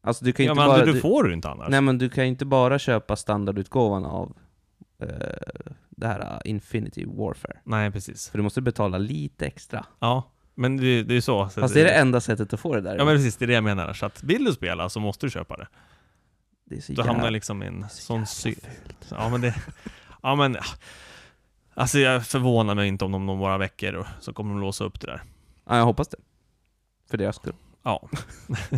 Speaker 2: Alltså du kan ju
Speaker 1: Ja,
Speaker 2: inte
Speaker 1: men
Speaker 2: bara...
Speaker 1: du, du får du inte annars.
Speaker 2: Nej men du kan ju inte bara köpa standardutgåvan av eh, det här eh, Infinity Warfare.
Speaker 1: Nej, precis.
Speaker 2: För du måste betala lite extra.
Speaker 1: Ja, men det, det är ju så. så
Speaker 2: Fast det är det enda sättet att få det där.
Speaker 1: Ja, men precis. Det är det jag menar. Så att vill du spela så måste du köpa det.
Speaker 2: det är så
Speaker 1: Du hamnar
Speaker 2: jävla...
Speaker 1: liksom i en
Speaker 2: så
Speaker 1: sån
Speaker 2: jävla
Speaker 1: sy... Ja, men det... Ja, men... ah. Alltså jag förvånar mig inte om de om några veckor då, så kommer de låsa upp det där.
Speaker 2: Ja, jag hoppas det. För deras skull.
Speaker 1: Ja.
Speaker 2: [laughs]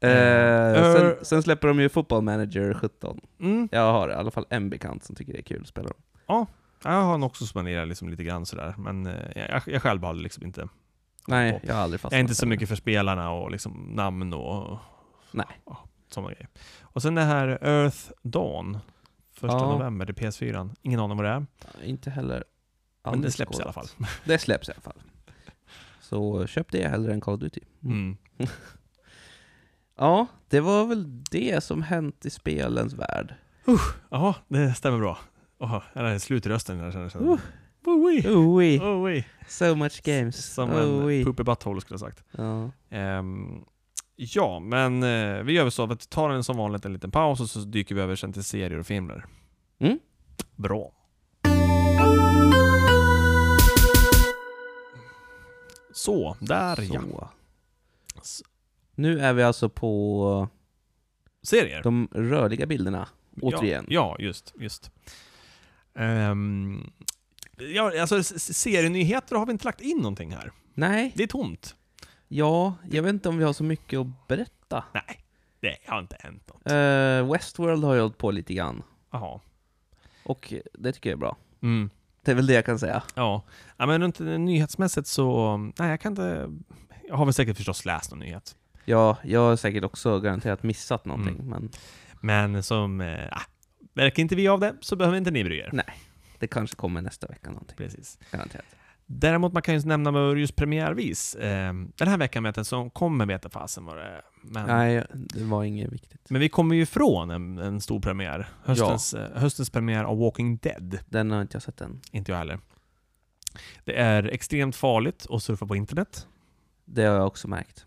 Speaker 2: Eh,
Speaker 1: Eh,
Speaker 2: sen, sen släpper de ju Football Manager 17.
Speaker 1: Mm.
Speaker 2: Jag har i alla fall en bekant som tycker det är kul att spela dem.
Speaker 1: Jag har nog också spenderat liksom lite grann sådär, men eh, jag, jag själv har liksom inte...
Speaker 2: Nej,
Speaker 1: Och-
Speaker 2: jag har aldrig fastnat
Speaker 1: Jag är inte
Speaker 2: för
Speaker 1: så
Speaker 2: det.
Speaker 1: mycket för spelarna och liksom namn och...
Speaker 2: Nej.
Speaker 1: Ja, sådana grejer. Och sen det här Earth Dawn. Första
Speaker 2: Ja.
Speaker 1: november till PS4. Ingen aning vad det är.
Speaker 2: Inte heller.
Speaker 1: Men det
Speaker 2: aldrig
Speaker 1: släpps i
Speaker 2: skådat.
Speaker 1: alla fall.
Speaker 2: Det släpps i alla fall. Så köp det hellre än Call of Duty.
Speaker 1: Mm.
Speaker 2: Ja, det var väl det som hänt i spelens
Speaker 1: [laughs]
Speaker 2: värld.
Speaker 1: Ja, det stämmer bra. Åh, det är slut i rösten när jag känner
Speaker 2: Uh.
Speaker 1: såhär. Oi,
Speaker 2: Oi,
Speaker 1: oi.
Speaker 2: so much games.
Speaker 1: Som en
Speaker 2: Oi.
Speaker 1: poopy butthole skulle jag sagt.
Speaker 2: Ja.
Speaker 1: Ehm, ja, men eh, vi gör väl så att vi tar en som vanligt en liten paus och så dyker vi över sen till serier och filmer.
Speaker 2: Mm.
Speaker 1: Bra. Så, där ja.
Speaker 2: Så. Nu är vi alltså på
Speaker 1: Serier.
Speaker 2: de rörliga bilderna. återigen.
Speaker 1: Ja, ja just, just. Ehm, ja, alltså s- s- serienyheter har vi inte lagt in någonting här.
Speaker 2: Nej,
Speaker 1: Det är tomt.
Speaker 2: ja, jag vet inte om vi har så mycket att berätta.
Speaker 1: Nej, det har inte hänt något.
Speaker 2: Eh, Westworld har jag hållit på lite grann.
Speaker 1: Jaha.
Speaker 2: Och det tycker jag är bra.
Speaker 1: Mm.
Speaker 2: Det är väl det jag kan säga.
Speaker 1: Ja, ja men runt eh, nyhetsmässigt så, nej jag kan inte, jag har väl säkert förstås läst någon nyhet.
Speaker 2: Ja, jag har säkert också garanterat missat någonting,
Speaker 1: Mm.
Speaker 2: men
Speaker 1: Men som, eh, ah, verkar inte vi av det så behöver inte ni bry er.
Speaker 2: Nej. det kanske kommer nästa vecka någonting.
Speaker 1: Precis.
Speaker 2: Garanterat.
Speaker 1: Däremot man kan ju nämna vad just premiärvis, eh, den här veckan vet jag som kommer veta fasen vad det är. Men,
Speaker 2: Nej, det var inget viktigt.
Speaker 1: men vi kommer ju ifrån en, en stor premiär. Höstens, eh, höstens premiär av Walking Dead.
Speaker 2: Den har inte jag sett än.
Speaker 1: Inte jag heller. Det är extremt farligt att surfa på internet.
Speaker 2: Det har jag också märkt.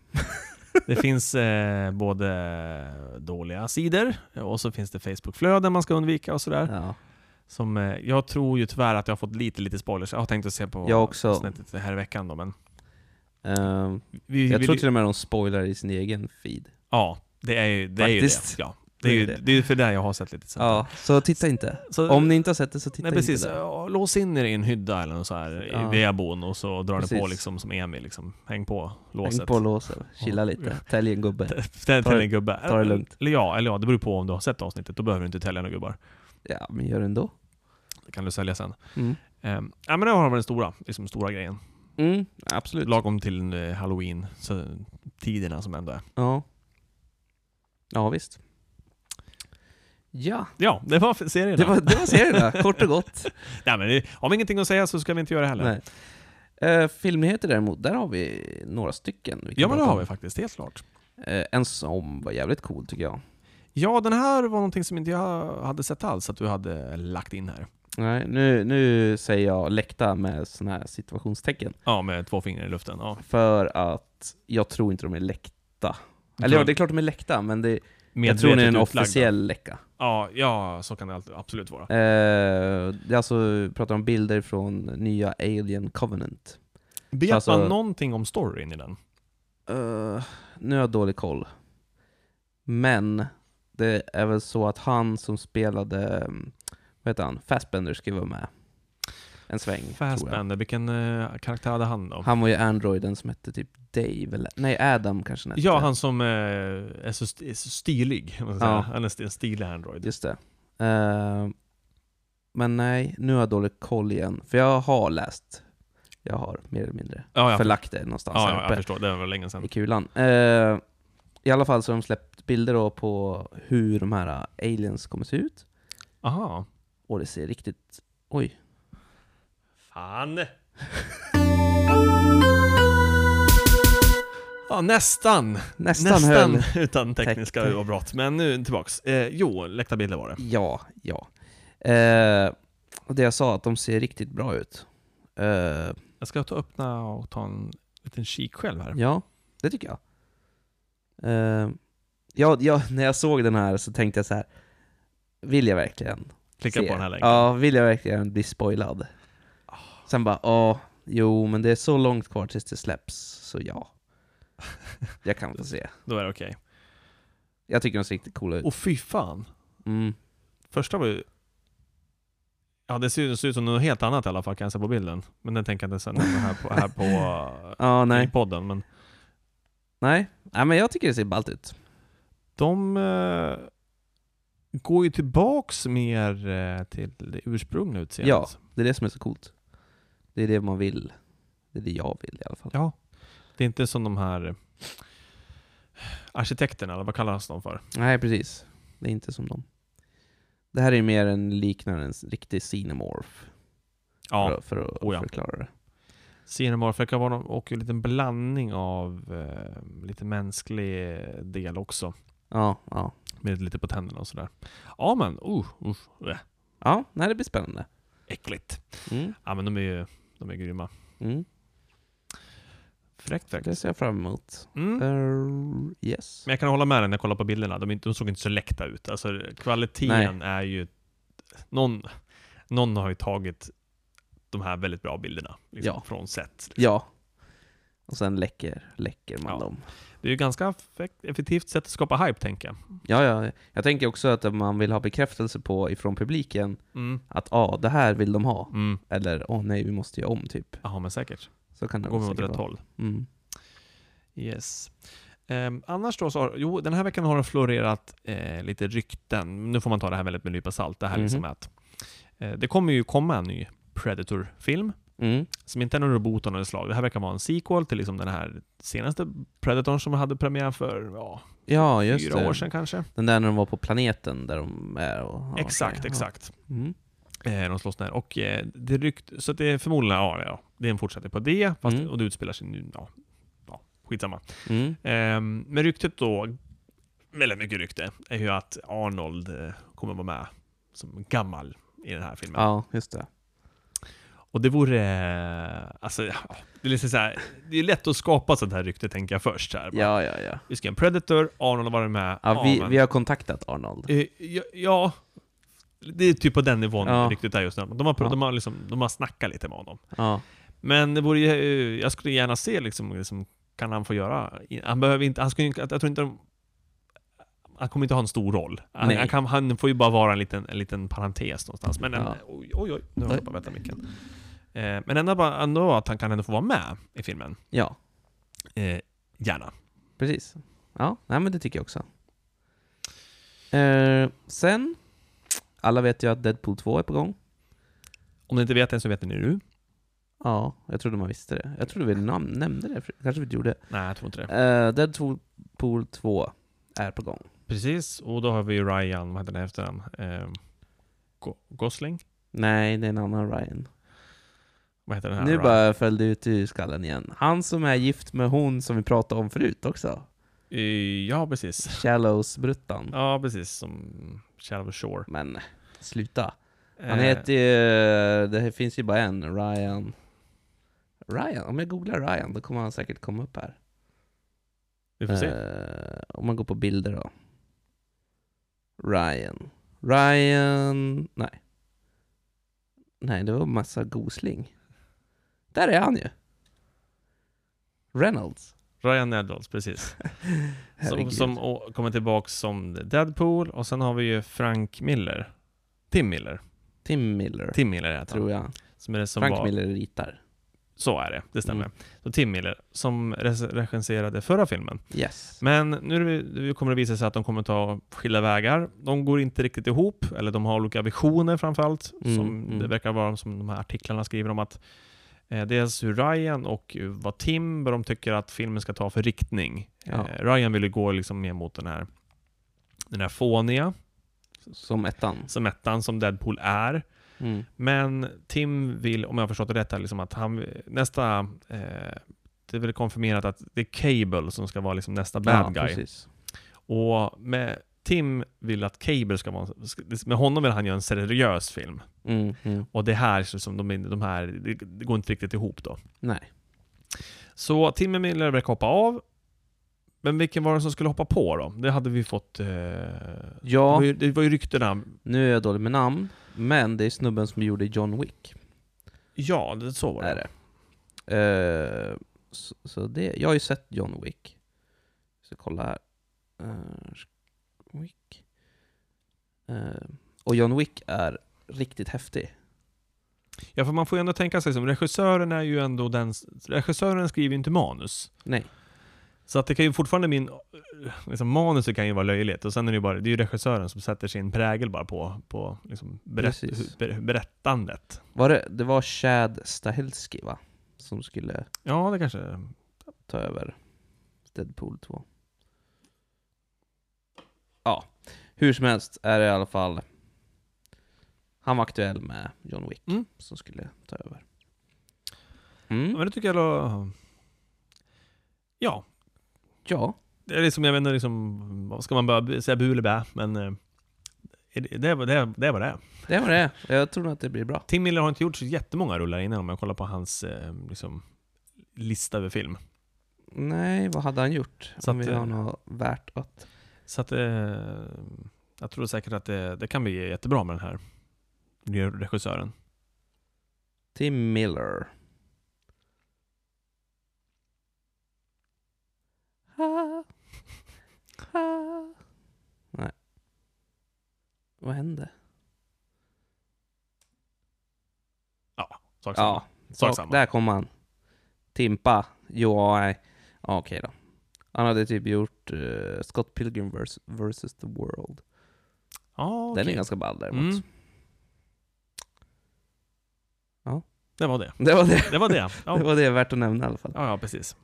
Speaker 1: Det finns eh, både dåliga sidor och så finns det Facebookflöden man ska undvika och sådär.
Speaker 2: Ja.
Speaker 1: Som, eh, jag tror ju tyvärr att jag har fått lite, lite spoilers. Jag har tänkt att se på
Speaker 2: Jag också.
Speaker 1: avsnittet här i veckan då, men...
Speaker 2: Ehm,
Speaker 1: Vi,
Speaker 2: jag
Speaker 1: vi-
Speaker 2: tror till och med de spoilar i sin egen feed.
Speaker 1: Ja, det är ju det. Är ju det.
Speaker 2: Faktiskt.
Speaker 1: Ja, det är ju det är ju för det jag har sett lite sen.
Speaker 2: Ja, så titta inte.
Speaker 1: Så,
Speaker 2: Om ni inte har sett det så titta
Speaker 1: nej, precis.
Speaker 2: inte där.
Speaker 1: Ja, Lås in er i en hydda eller något så här
Speaker 2: Ja.
Speaker 1: i vedbon och så drar ni på
Speaker 2: Precis.
Speaker 1: liksom som Emil. Liksom. Häng på låset.
Speaker 2: Häng
Speaker 1: [laughs]
Speaker 2: på låset, chilla
Speaker 1: Ja.
Speaker 2: lite, tälj
Speaker 1: [laughs]
Speaker 2: en gubbe.
Speaker 1: Ta,
Speaker 2: Ta det-
Speaker 1: en gubbe.
Speaker 2: ta det lugnt.
Speaker 1: Eller ja, eller ja, det beror på om du har sett avsnittet. Då behöver du inte tälja några gubbar.
Speaker 2: Ja, men gör det ändå.
Speaker 1: Det kan du sälja sen.
Speaker 2: Mm.
Speaker 1: Ehm, ja men det var den stora, liksom stora grejen.
Speaker 2: Mm, absolut.
Speaker 1: Lagom till eh, halloween, så, tiderna som ändå är.
Speaker 2: Ja. Ja, visst. Ja,
Speaker 1: Ja, det var för- serierna.
Speaker 2: det var, det var serierna, kort och gott.
Speaker 1: Nej, men det- har vi ingenting att säga så ska vi inte göra det heller.
Speaker 2: Nej. Eh, filmnyheter däremot, där har vi några stycken. vi kan
Speaker 1: Ja men det
Speaker 2: prata
Speaker 1: har
Speaker 2: om.
Speaker 1: vi faktiskt, helt klart.
Speaker 2: Eh, en som var jävligt cool tycker jag.
Speaker 1: Ja, den här var någonting som inte jag hade sett alls att du hade lagt in här.
Speaker 2: Nej, nu, nu säger jag läkta med såna här situationstecken.
Speaker 1: Ja, med två fingrar i luften. Ja.
Speaker 2: För att jag tror inte de är läckta.
Speaker 1: Du
Speaker 2: Eller
Speaker 1: tror
Speaker 2: ja, det är klart de är läckta, men det, jag
Speaker 1: medvetet
Speaker 2: tror det är en
Speaker 1: utlagda.
Speaker 2: officiell läcka.
Speaker 1: Ja, ja, så kan det allt- absolut vara.
Speaker 2: Eh, det är alltså, pratar om bilder från nya Alien Covenant.
Speaker 1: Vet
Speaker 2: Alltså-
Speaker 1: man någonting om storyn i den?
Speaker 2: Eh, nu har jag dålig koll. Men det är väl så att han som spelade, mm, vad heter han, Fassbender ska ju vara med. En sväng, tror jag.
Speaker 1: Fassbender, vilken eh, karaktär hade han då?
Speaker 2: Han var ju androiden som hette typ Dave, eller nej Adam kanske hette.
Speaker 1: ja, han som eh, är, så st- är så stilig. om man ska
Speaker 2: Ja.
Speaker 1: säga. Han är st- en stilig Android.
Speaker 2: Just det. Eh, men nej, nu har jag dålig koll igen. För jag har läst, jag har mer eller mindre
Speaker 1: Ja, jag,
Speaker 2: förlagt det någonstans
Speaker 1: ja,
Speaker 2: här
Speaker 1: ja, jag
Speaker 2: uppe.
Speaker 1: förstår. Det var länge sedan.
Speaker 2: i kulan. Eh, I alla fall så har de släppt bilder då på hur de här eh, aliens kommer se ut.
Speaker 1: Aha.
Speaker 2: Och det ser riktigt... Oj. [laughs]
Speaker 1: Fan! Ja, nästan.
Speaker 2: Nästan,
Speaker 1: Nästan,
Speaker 2: höll.
Speaker 1: utan tekniska
Speaker 2: Tack.
Speaker 1: avbrott. Men nu tillbaks. Eh, jo, läckta bilder var det.
Speaker 2: Ja, ja. Eh, och det jag sa, att de ser riktigt bra ut. Eh,
Speaker 1: Jag ska ta öppna och ta en liten kik själv här.
Speaker 2: ja, det tycker jag. Eh, ja, ja, när jag såg den här så tänkte jag så här. Vill jag verkligen
Speaker 1: Klicka
Speaker 2: se?
Speaker 1: på den här länken.
Speaker 2: Ja, vill jag verkligen bli spoilad? Sen bara, ja, jo, men det är så långt kvar tills det släpps, så
Speaker 1: [laughs]
Speaker 2: ja. Jag kan få se.
Speaker 1: Då är det okej.
Speaker 2: Jag tycker de ser riktigt coola ut.
Speaker 1: Och fy fan.
Speaker 2: Mm.
Speaker 1: Första var ju... Ja, det ser, ju- det ser ut som något helt annat i alla fall kan jag se på bilden. Men den tänker jag inte sen här på, här
Speaker 2: [laughs]
Speaker 1: på
Speaker 2: Ja,
Speaker 1: eh, i
Speaker 2: nej.
Speaker 1: podden. Men
Speaker 2: Nej. nej, men jag tycker det ser ballt ut.
Speaker 1: de eh, går ju tillbaks mer eh, till det ursprungliga utseendet.
Speaker 2: Ja. Det är det som är så coolt. Det är det man vill. Det är det jag vill i alla fall.
Speaker 1: ja. Det är inte som de här eh, arkitekterna, eller vad kallas de för?
Speaker 2: Nej, precis. Det är inte som dem. Det här är ju mer en liknande en riktig cinemorph, för,
Speaker 1: Ja,
Speaker 2: att- för att
Speaker 1: Oh ja.
Speaker 2: förklara det.
Speaker 1: Cinemorph verkar vara någon- och en liten blandning av eh, lite mänsklig del också.
Speaker 2: Ja, ja.
Speaker 1: Med lite på tänderna och sådär. Ja men, uh, uh, äh,
Speaker 2: Ja, nej, det blir spännande.
Speaker 1: äckligt.
Speaker 2: Mm.
Speaker 1: Ja men de är ju de är grymma.
Speaker 2: Mm.
Speaker 1: Fräckt fräckt.
Speaker 2: Det ser jag fram emot.
Speaker 1: Mm. Men
Speaker 2: Eh, yes.
Speaker 1: jag kan hålla med dig när jag kollar på bilderna. De, är inte, de såg inte så läckta ut. Alltså kvaliteten är ju... Någon, någon har ju tagit de här väldigt bra bilderna. Liksom,
Speaker 2: Ja.
Speaker 1: Från set.
Speaker 2: Ja. Och sen läcker, läcker man
Speaker 1: Ja.
Speaker 2: dem.
Speaker 1: Det är ju ganska effekt- effektivt sätt att skapa hype, tänker jag.
Speaker 2: Ja, ja. Jag tänker också att man vill ha bekräftelse på ifrån publiken
Speaker 1: Mm.
Speaker 2: att ah, det här vill de ha.
Speaker 1: Mm.
Speaker 2: Eller åh nej, vi måste göra om typ.
Speaker 1: Ja men säkert.
Speaker 2: Så kan
Speaker 1: Då
Speaker 2: det
Speaker 1: går vi åt
Speaker 2: säkert
Speaker 1: rätt
Speaker 2: vara.
Speaker 1: håll.
Speaker 2: Mm.
Speaker 1: Yes. Ehm, annars då så har, jo den här veckan har det florerat eh, lite rykten. Nu får man ta det här väldigt med en nypa salt. Det här liksom
Speaker 2: Mhm.
Speaker 1: är att, eh, det kommer ju komma en ny Predator-film.
Speaker 2: Mm.
Speaker 1: Som inte är någon reboot av något slag. Det här verkar vara en sequel till liksom den här senaste Predatorn som hade premiär för ja,
Speaker 2: Ja, just
Speaker 1: fyra
Speaker 2: det.
Speaker 1: år sedan kanske.
Speaker 2: Den där när de var på planeten där de är och... ja,
Speaker 1: exakt,
Speaker 2: okej, ja.
Speaker 1: exakt.
Speaker 2: Mm.
Speaker 1: Eh, de slåss där. Och eh, det rykt, så att det är förmodligen, ja, ja, det är en fortsättning på det. Fast,
Speaker 2: Mm.
Speaker 1: Och det utspelar sig nu, ja, ja skitsamma.
Speaker 2: Mm.
Speaker 1: Ehm, men ryktet då, väldigt mycket rykte, är ju att Arnold eh, kommer vara med som gammal i den här filmen.
Speaker 2: Ja, just det.
Speaker 1: Och det vore... eh, Alltså, ja, det, är liksom så här, det är lätt att skapa sånt här rykte, tänker jag först. Så här. Bara,
Speaker 2: Ja, ja, ja.
Speaker 1: Vi ska göra en Predator, Arnold har varit med.
Speaker 2: ja vi,
Speaker 1: men-
Speaker 2: vi har kontaktat Arnold.
Speaker 1: Eh, ja, ja, det är typ på den nivån
Speaker 2: Ja.
Speaker 1: ryktet är just nu. De har, pr-
Speaker 2: Ja.
Speaker 1: de, har liksom, de har snackat lite med honom.
Speaker 2: Ja.
Speaker 1: Men det vore, ju, eh, jag skulle gärna se liksom, liksom, kan han få göra? Han behöver inte, han skulle, inte- jag tror inte de, han kommer inte ha en stor roll. Han,
Speaker 2: Nej.
Speaker 1: han, kan, han får ju bara vara en liten, en liten parentes någonstans. Men en,
Speaker 2: Ja.
Speaker 1: oj, oj, oj, nu har
Speaker 2: Oj.
Speaker 1: jag tappat micken. Eh, men ändå, bara, ändå att han kan ändå få vara med i filmen.
Speaker 2: ja,
Speaker 1: Eh, gärna.
Speaker 2: precis. Ja, nej men det tycker jag också. Eh, sen, alla vet ju att Deadpool 2 är på gång.
Speaker 1: Om ni inte vet det så vet ni nu.
Speaker 2: Ja, jag trodde man visste det. Jag trodde vi nam- nämnde det, för- kanske vi inte gjorde.
Speaker 1: Nej, jag tror inte det.
Speaker 2: Uh, Deadpool 2 är på gång.
Speaker 1: Precis, och då har vi ju Ryan, vad heter den efter den? Eh, Go- Gosling?
Speaker 2: Nej, det är en annan Ryan.
Speaker 1: Vad heter den här?
Speaker 2: nu
Speaker 1: Ryan?
Speaker 2: bara föll det ut i skallen igen. Han som är gift med hon som vi pratade om förut också.
Speaker 1: Eh, Ja, precis.
Speaker 2: Shallows-bruttan.
Speaker 1: Ja, precis. Som Shadow Shore.
Speaker 2: Men sluta. Han
Speaker 1: Eh,
Speaker 2: heter ju... Det här finns ju bara en, Ryan. Ryan? Om jag googlar Ryan, då kommer han säkert komma upp här.
Speaker 1: Vi får se.
Speaker 2: Eh, om man går på bilder då. Ryan. Ryan... Nej. Nej, det var massa gosling. Där är han ju! Reynolds.
Speaker 1: Ryan Edwards,
Speaker 2: [laughs]
Speaker 1: precis. som
Speaker 2: Herregud.
Speaker 1: som å- kommer tillbaka som Deadpool. Och sen har vi ju Frank Miller. Tim Miller.
Speaker 2: Tim Miller,
Speaker 1: Tim Miller heter han.
Speaker 2: tror jag.
Speaker 1: Som är det som
Speaker 2: Frank
Speaker 1: var,
Speaker 2: Miller ritar.
Speaker 1: Så är det, det stämmer.
Speaker 2: Mm.
Speaker 1: Så Tim Miller, som rec- recenserade förra filmen.
Speaker 2: Yes.
Speaker 1: Men nu är det- nu kommer det visa sig att de kommer ta skilda vägar. De går inte riktigt ihop, eller de har olika visioner framförallt.
Speaker 2: Mm,
Speaker 1: som
Speaker 2: mm.
Speaker 1: Det verkar vara som de här artiklarna skriver om att eh, dels hur Ryan och vad Tim, vad de tycker att filmen ska ta för riktning.
Speaker 2: Ja.
Speaker 1: Eh, Ryan vill ju gå liksom mer mot den här, den här fåniga,
Speaker 2: Som ettan.
Speaker 1: som ettan som Deadpool är.
Speaker 2: Mm.
Speaker 1: Men Tim vill, om jag har förstått det rätt, här, liksom att han, nästa, eh, det är väl konfirmerat att det är Cable som ska vara liksom nästa bad
Speaker 2: ja,
Speaker 1: guy.
Speaker 2: Precis.
Speaker 1: Och med Tim vill att Cable ska vara, med honom vill han göra en seriös film.
Speaker 2: Mm, mm.
Speaker 1: Och det här, så som de, de här, det, det går inte riktigt ihop då.
Speaker 2: Nej.
Speaker 1: Så Tim och Miller verkar hoppa av. Men vilken var det som skulle hoppa på då? Det hade vi fått... Eh, det,
Speaker 2: Ja,
Speaker 1: var ju, det var ju ryktena.
Speaker 2: nu är jag dålig med namn, men det är snubben som gjorde John Wick.
Speaker 1: Ja, det, så var det.
Speaker 2: Är det. Eh, så, så det. Jag har ju sett John Wick. Så kolla här. Eh, Wick. Eh, och John Wick är riktigt häftig.
Speaker 1: Ja, för man får ju ändå tänka sig som regissören är ju ändå den... Regissören skriver ju inte manus.
Speaker 2: Nej.
Speaker 1: Så att det kan ju fortfarande min... Liksom, manuset kan ju vara löjligt, och sen är det ju bara, det är ju regissören som sätter sin prägel bara på, på liksom berätt,
Speaker 2: Precis.
Speaker 1: ber, berättandet.
Speaker 2: Var det, det var Chad Stahelski va? Som skulle
Speaker 1: Ja, det kanske...
Speaker 2: ta över Deadpool 2. Ja, hur som helst är det i alla fall han var aktuell med John Wick
Speaker 1: Mm.
Speaker 2: som skulle ta över. Mm.
Speaker 1: Men det tycker jag då... Ja,
Speaker 2: Ja,
Speaker 1: det är liksom, jag vet inte liksom, vad ska man börja bu- säga bu eller bä, men... eh, är Det, det, är vad- det, är- det var det är.
Speaker 2: det var det. Jag tror nog att det blir bra.
Speaker 1: Tim Miller har inte gjort så jättemånga rullar innan om jag kollar på hans eh, liksom, lista över film.
Speaker 2: Nej, vad hade han gjort?
Speaker 1: Så
Speaker 2: om
Speaker 1: att,
Speaker 2: vi har
Speaker 1: eh,
Speaker 2: något värt att...
Speaker 1: Så att, eh, jag tror säkert att det, det kan bli jättebra med den här nya regissören.
Speaker 2: Tim Miller. Ha. Ha. Nej. Vad hände?
Speaker 1: Sak samma.
Speaker 2: Ja,
Speaker 1: Sak
Speaker 2: och
Speaker 1: samma.
Speaker 2: där kom han. Timpa. Jo, nej. Ja, Okej då. Han hade typ gjort eh, Scott Pilgrim vs. versus The World.
Speaker 1: Ja,
Speaker 2: Den
Speaker 1: okej.
Speaker 2: är ganska ball däremot.
Speaker 1: Mm.
Speaker 2: Ja.
Speaker 1: Det var det.
Speaker 2: [laughs] Det var det.
Speaker 1: Det var det. Ja,
Speaker 2: [laughs] Det var det värt att nämna i alla fall.
Speaker 1: ja, ja precis.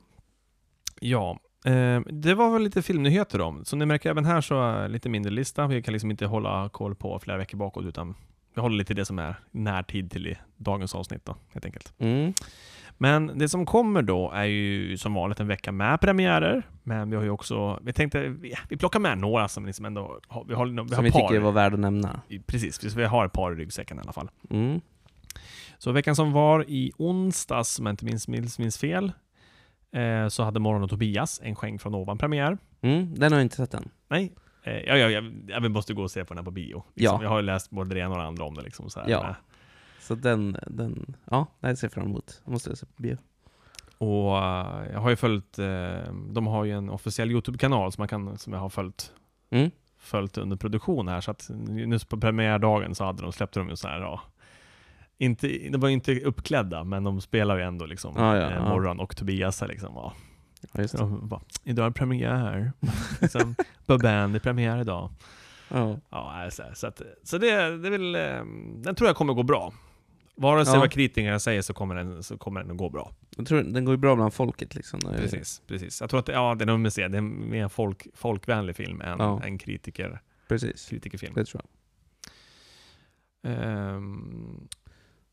Speaker 1: Ja, eh, det var väl lite filmnyheter då. Som ni märker även här så är det lite mindre lista. Vi kan liksom inte hålla koll på flera veckor bakåt utan vi håller lite det som är närtid till i dagens avsnitt då, helt enkelt.
Speaker 2: Mm.
Speaker 1: Men det som kommer då är ju som vanligt en vecka med premiärer. Men vi har ju också, vi tänkte, vi, vi plockar med några som liksom ändå, har- vi har, vi har
Speaker 2: Som vi
Speaker 1: par.
Speaker 2: tycker var värd att nämna.
Speaker 1: Precis, precis, vi har ett par i ryggsäcken i alla fall.
Speaker 2: Mm.
Speaker 1: Så veckan som var i onsdags, om jag inte minns, minns, minns fel, eh, så hade Morgon och Tobias, En skänk från ovan, premiär.
Speaker 2: Mm. Den har jag inte sett än.
Speaker 1: Nej, eh, ja, ja, jag, jag måste gå och se på den här på bio. Liksom.
Speaker 2: Ja.
Speaker 1: Jag har ju läst både det ena och det andra om det. Liksom, så här.
Speaker 2: Ja. Så den, den, ja, den ser jag fram emot. Den måste jag se på bio.
Speaker 1: Och eh, jag har ju följt, eh, de har ju en officiell YouTube-kanal som, man kan, som jag har följt
Speaker 2: Mm.
Speaker 1: följt under produktion här, så att nu på premiärdagen så hade de, släppte de ju så här, ja, inte, de var ju inte uppklädda, men de spelar ju ändå liksom
Speaker 2: Ja, Ah, ja,
Speaker 1: eh,
Speaker 2: ja.
Speaker 1: Morran och Tobias här liksom. Ja.
Speaker 2: Ja,
Speaker 1: Så
Speaker 2: just det.
Speaker 1: de bara, idag är det
Speaker 2: [laughs]
Speaker 1: premiär. liksom, Baban, det är premiär idag.
Speaker 2: Ja.
Speaker 1: Ja, nej, så, här, så, att, så det, det vill, eh, den tror jag kommer gå bra. Vare sig
Speaker 2: Ja.
Speaker 1: vad kritikerna säger så kommer den, så kommer den att gå bra.
Speaker 2: Jag tror den går ju bra bland folket liksom. Det är-
Speaker 1: Precis, precis. Jag tror att det, ja, det är nog med sig, det är en mer folk, folkvänlig film än
Speaker 2: Ja.
Speaker 1: en kritiker,
Speaker 2: Precis.
Speaker 1: kritikerfilm.
Speaker 2: Det tror jag.
Speaker 1: Ehm,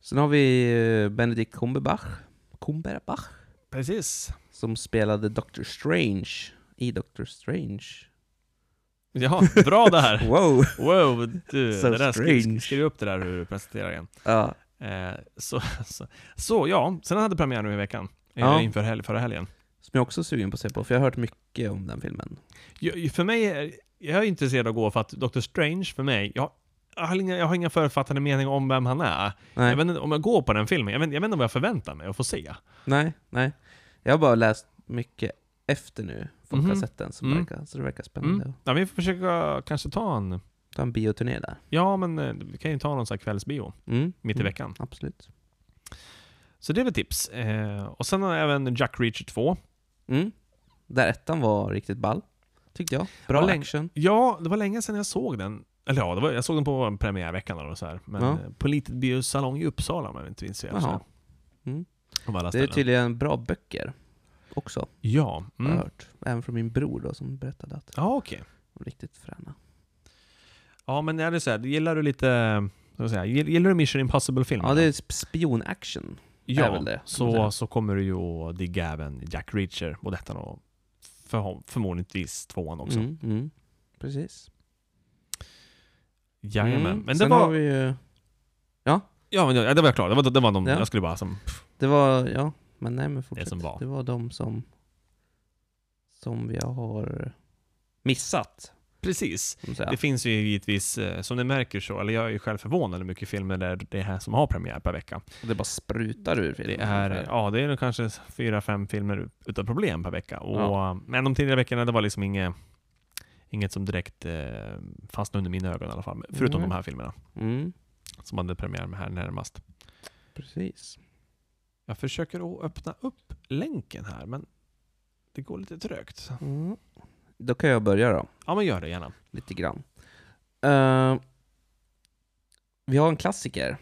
Speaker 2: Sen har vi eh, Benedict Cumberbatch. Cumberbatch.
Speaker 1: Precis.
Speaker 2: Som spelade Doctor Strange i Doctor Strange.
Speaker 1: Ja, bra där!
Speaker 2: [laughs] Wow!
Speaker 1: Wow, du,
Speaker 2: So
Speaker 1: det där,
Speaker 2: strange.
Speaker 1: skriv, skriv upp det där hur du presenterar igen.
Speaker 2: Ja,
Speaker 1: Eh, så, [laughs] så, så ja, sen hade premiär nu i veckan.
Speaker 2: Ja.
Speaker 1: Ja. Inför hel, förra helgen.
Speaker 2: som jag också är sugen på att se på, för jag har hört mycket om den filmen.
Speaker 1: Jag, för mig, är, jag är intresserad av att gå för att Dr. Strange, för mig, jag, jag, har, inga, jag har inga författade meningar om vem han är.
Speaker 2: Nej,
Speaker 1: Jag vet inte, om jag går på den filmen, jag vet, jag vet inte vad jag förväntar mig att få se.
Speaker 2: nej, nej. Jag har bara läst mycket efter nu, folk har
Speaker 1: Mhm.
Speaker 2: sett den, så,
Speaker 1: Mm.
Speaker 2: verkar, så det verkar spännande.
Speaker 1: Mm. Ja, vi får försöka kanske ta en...
Speaker 2: Ta en bioturné där.
Speaker 1: Ja, men eh, vi kan ju ta någon sån här kvällsbio
Speaker 2: Mm.
Speaker 1: mitt i
Speaker 2: Mm.
Speaker 1: veckan.
Speaker 2: Absolut.
Speaker 1: Så det är väl tips. Eh, och sen har jag även Jack Reacher 2.
Speaker 2: Mm. Där ettan var riktigt ball, tyckte jag. Bra
Speaker 1: Vad länge-
Speaker 2: action.
Speaker 1: Ja, det var länge sedan jag såg den. Eller ja, det var, jag såg den på premiärveckan eller så här. Men
Speaker 2: Ja.
Speaker 1: eh, på litet biosalong i Uppsala om jag inte minns fel.
Speaker 2: Jaha.
Speaker 1: så här.
Speaker 2: Mm.
Speaker 1: Av alla
Speaker 2: Det är
Speaker 1: ställen.
Speaker 2: tydligen bra böcker också,
Speaker 1: Ja.
Speaker 2: har
Speaker 1: Mm.
Speaker 2: jag hört. Även från min bror då, som berättade att
Speaker 1: Ja, okej.
Speaker 2: de är riktigt fräna.
Speaker 1: Ja, men är det så här, gillar du lite... vad ska jag Säga, gill- gillar du Mission Impossible-filmerna?
Speaker 2: Ja, det är sp- spionaction.
Speaker 1: Ja,
Speaker 2: är väl det, kan man säga.
Speaker 1: så, så kommer du ju att digga även Jack Reacher och detta och för, förmodligtvis tvåan också.
Speaker 2: Mm, mm. Precis.
Speaker 1: Jajamän.
Speaker 2: Mm.
Speaker 1: Men det
Speaker 2: Sen
Speaker 1: var...
Speaker 2: har vi ju...
Speaker 1: Ja, men ja, det var jag klar. Det var, det var de...
Speaker 2: Ja.
Speaker 1: Jag skulle bara som... Pff,
Speaker 2: Det var, ja, men nej men fortsätt. Det,
Speaker 1: som var.
Speaker 2: var de som, som vi har missat.
Speaker 1: precis.
Speaker 2: kan man säga.
Speaker 1: Det finns ju givetvis, eh, som ni märker så, eller jag är ju själv förvånad hur mycket filmer det är det här som har premiär per vecka.
Speaker 2: Och det bara sprutar ur filmen.
Speaker 1: Det är,
Speaker 2: ungefär.
Speaker 1: ja, det är nog kanske fyra, fem filmer utan problem per vecka. Och, eh,
Speaker 2: Ja.
Speaker 1: Men de tidigare veckorna, det var liksom inget, inget som direkt eh, fastnade under mina ögon i alla fall. Förutom
Speaker 2: Nej.
Speaker 1: de här filmerna
Speaker 2: Mm,
Speaker 1: som hade premiär med här närmast.
Speaker 2: precis.
Speaker 1: Jag försöker att öppna upp länken här, men det går lite trögt.
Speaker 2: Mm. Då kan jag börja då,
Speaker 1: Ja, men gör det gärna.
Speaker 2: lite grann. Eh, vi har en klassiker,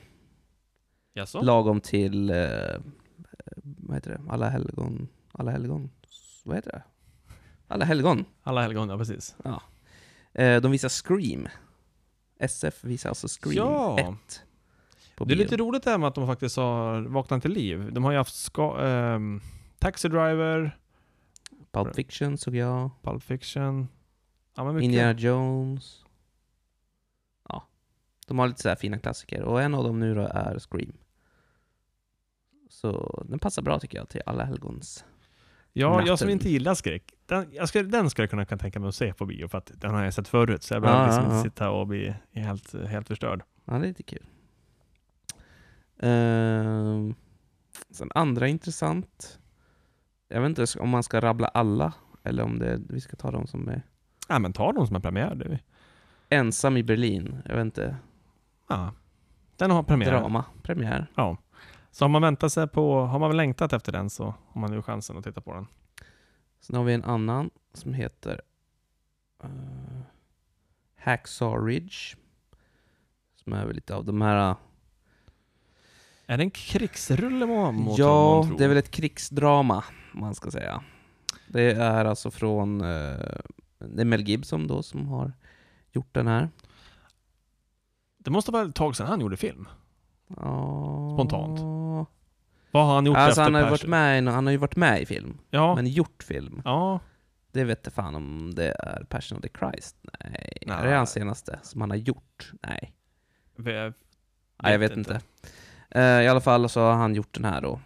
Speaker 1: Jaså?
Speaker 2: lagom till, eh, vad heter det, Alla helgon, Alla helgon, vad heter det? Alla helgon.
Speaker 1: Alla helgon, ja precis.
Speaker 2: Eh, de visar Scream. SF visar alltså Scream
Speaker 1: Ja.
Speaker 2: 1. På
Speaker 1: Det är
Speaker 2: bio.
Speaker 1: lite roligt det här med att de faktiskt har vaknat till liv. De har ju haft ska, ehm, Taxi Driver,
Speaker 2: Pulp Fiction såg jag,
Speaker 1: Pulp Fiction. Ja, men mycket.
Speaker 2: Indiana Jones. Ja. De har lite så här fina klassiker, och en av dem nu då är Scream. Så den passar bra tycker jag till Alla helgons.
Speaker 1: Ja, jag som
Speaker 2: Natten.
Speaker 1: inte gillar skräck. Den, jag skulle, den skulle jag kunna kan tänka mig att se på bio, för att den har jag sett förut, så jag behöver
Speaker 2: Ja,
Speaker 1: liksom
Speaker 2: ja,
Speaker 1: inte
Speaker 2: ja.
Speaker 1: sitta och bli helt, helt förstörd.
Speaker 2: Ja, det är lite kul. Ehm, sen andra intressant. Jag vet inte om man ska rabbla alla, eller om det, vi ska ta de som är
Speaker 1: Ja, men ta de som har premiär. Du.
Speaker 2: Ensam i Berlin, jag vet inte.
Speaker 1: Ja. Den har premiär.
Speaker 2: Drama, premiär.
Speaker 1: Ja. Så har man väntat sig på, har man väl längtat efter den så har man nu chansen att titta på den.
Speaker 2: Sen har vi en annan som heter eh, Hacksaw Ridge. Som är väl lite av de här... eh,
Speaker 1: Är det en krigsrulle må, må
Speaker 2: ja,
Speaker 1: man tro?
Speaker 2: det är väl ett krigsdrama, om man ska säga. Det är alltså från... eh, det är Mel Gibson då som har gjort den här.
Speaker 1: det måste vara ett tag sedan han gjorde film.
Speaker 2: Ja.
Speaker 1: Spontant. Vad har han gjort
Speaker 2: Alltså
Speaker 1: efter
Speaker 2: han har, ju
Speaker 1: Pers-
Speaker 2: varit med, i nå- han har ju varit med i film,
Speaker 1: Ja,
Speaker 2: men gjort film.
Speaker 1: ja.
Speaker 2: Det vet jag fan om det är Passion of the Christ. Nej.
Speaker 1: Nej.
Speaker 2: Är det hans senaste som han har gjort? Nej.
Speaker 1: Vi-
Speaker 2: Nej, jag vet inte. Eh, I alla fall så har han gjort den här då.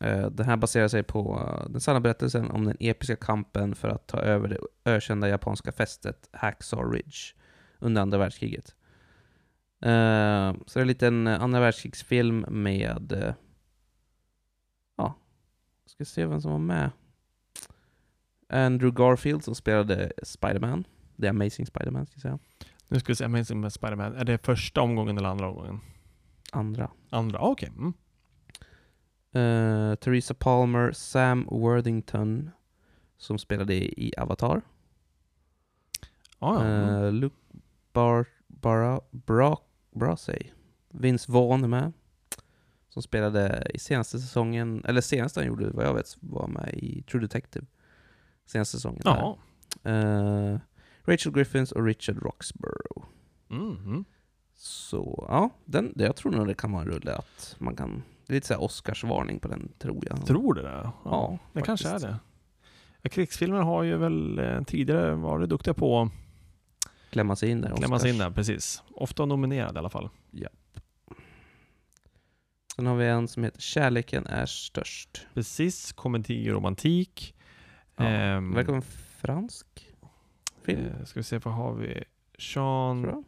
Speaker 2: Eh, den här baserar sig på eh, den sanna berättelsen om den episka kampen för att ta över det ökända japanska fästet Hacksaw Ridge under andra världskriget. Eh, så det är en liten eh, andra världskrigsfilm med... eh, ja, ska se vem som var med. Andrew Garfield som spelade Spider-Man. The Amazing Spider-Man ska jag säga.
Speaker 1: Nu ska vi se, Amazing med Spider-Man. Är det första omgången eller andra omgången?
Speaker 2: Andra.
Speaker 1: Andra, ah, okej. Mm.
Speaker 2: Eh, Theresa Palmer, Sam Worthington som spelade i Avatar.
Speaker 1: Ah, ja. mm.
Speaker 2: Eh, Luke Bar Bara Bra Brasey. Vince Vaughn är med. Som spelade i senaste säsongen, eller senaste han gjorde vad jag vet var med i True Detective. Senaste säsongen. där.
Speaker 1: Ja.
Speaker 2: Eh, Rachel Griffins och Richard Roxborough.
Speaker 1: Mm. Mm.
Speaker 2: Så ja, den, det- jag tror nog det kan vara en rulle att man kan... Det är lite såhär Oscarsvarning på den tror jag.
Speaker 1: Tror du det? Ja,
Speaker 2: Ja,
Speaker 1: det kanske är
Speaker 2: faktiskt.
Speaker 1: det. Ja, krigsfilmer har ju väl eh, tidigare varit duktiga på
Speaker 2: klämma sig in där.
Speaker 1: Klämma sig
Speaker 2: Oscars.
Speaker 1: in där, precis. Ofta nominerad i alla fall.
Speaker 2: Sen har vi en som heter Kärleken är störst.
Speaker 1: Precis, komedi och romantik.
Speaker 2: Ja,
Speaker 1: Ehm,
Speaker 2: Verkar vara en fransk film,
Speaker 1: eh, ska vi se, vad har vi?
Speaker 2: tror
Speaker 1: Sean...
Speaker 2: jag.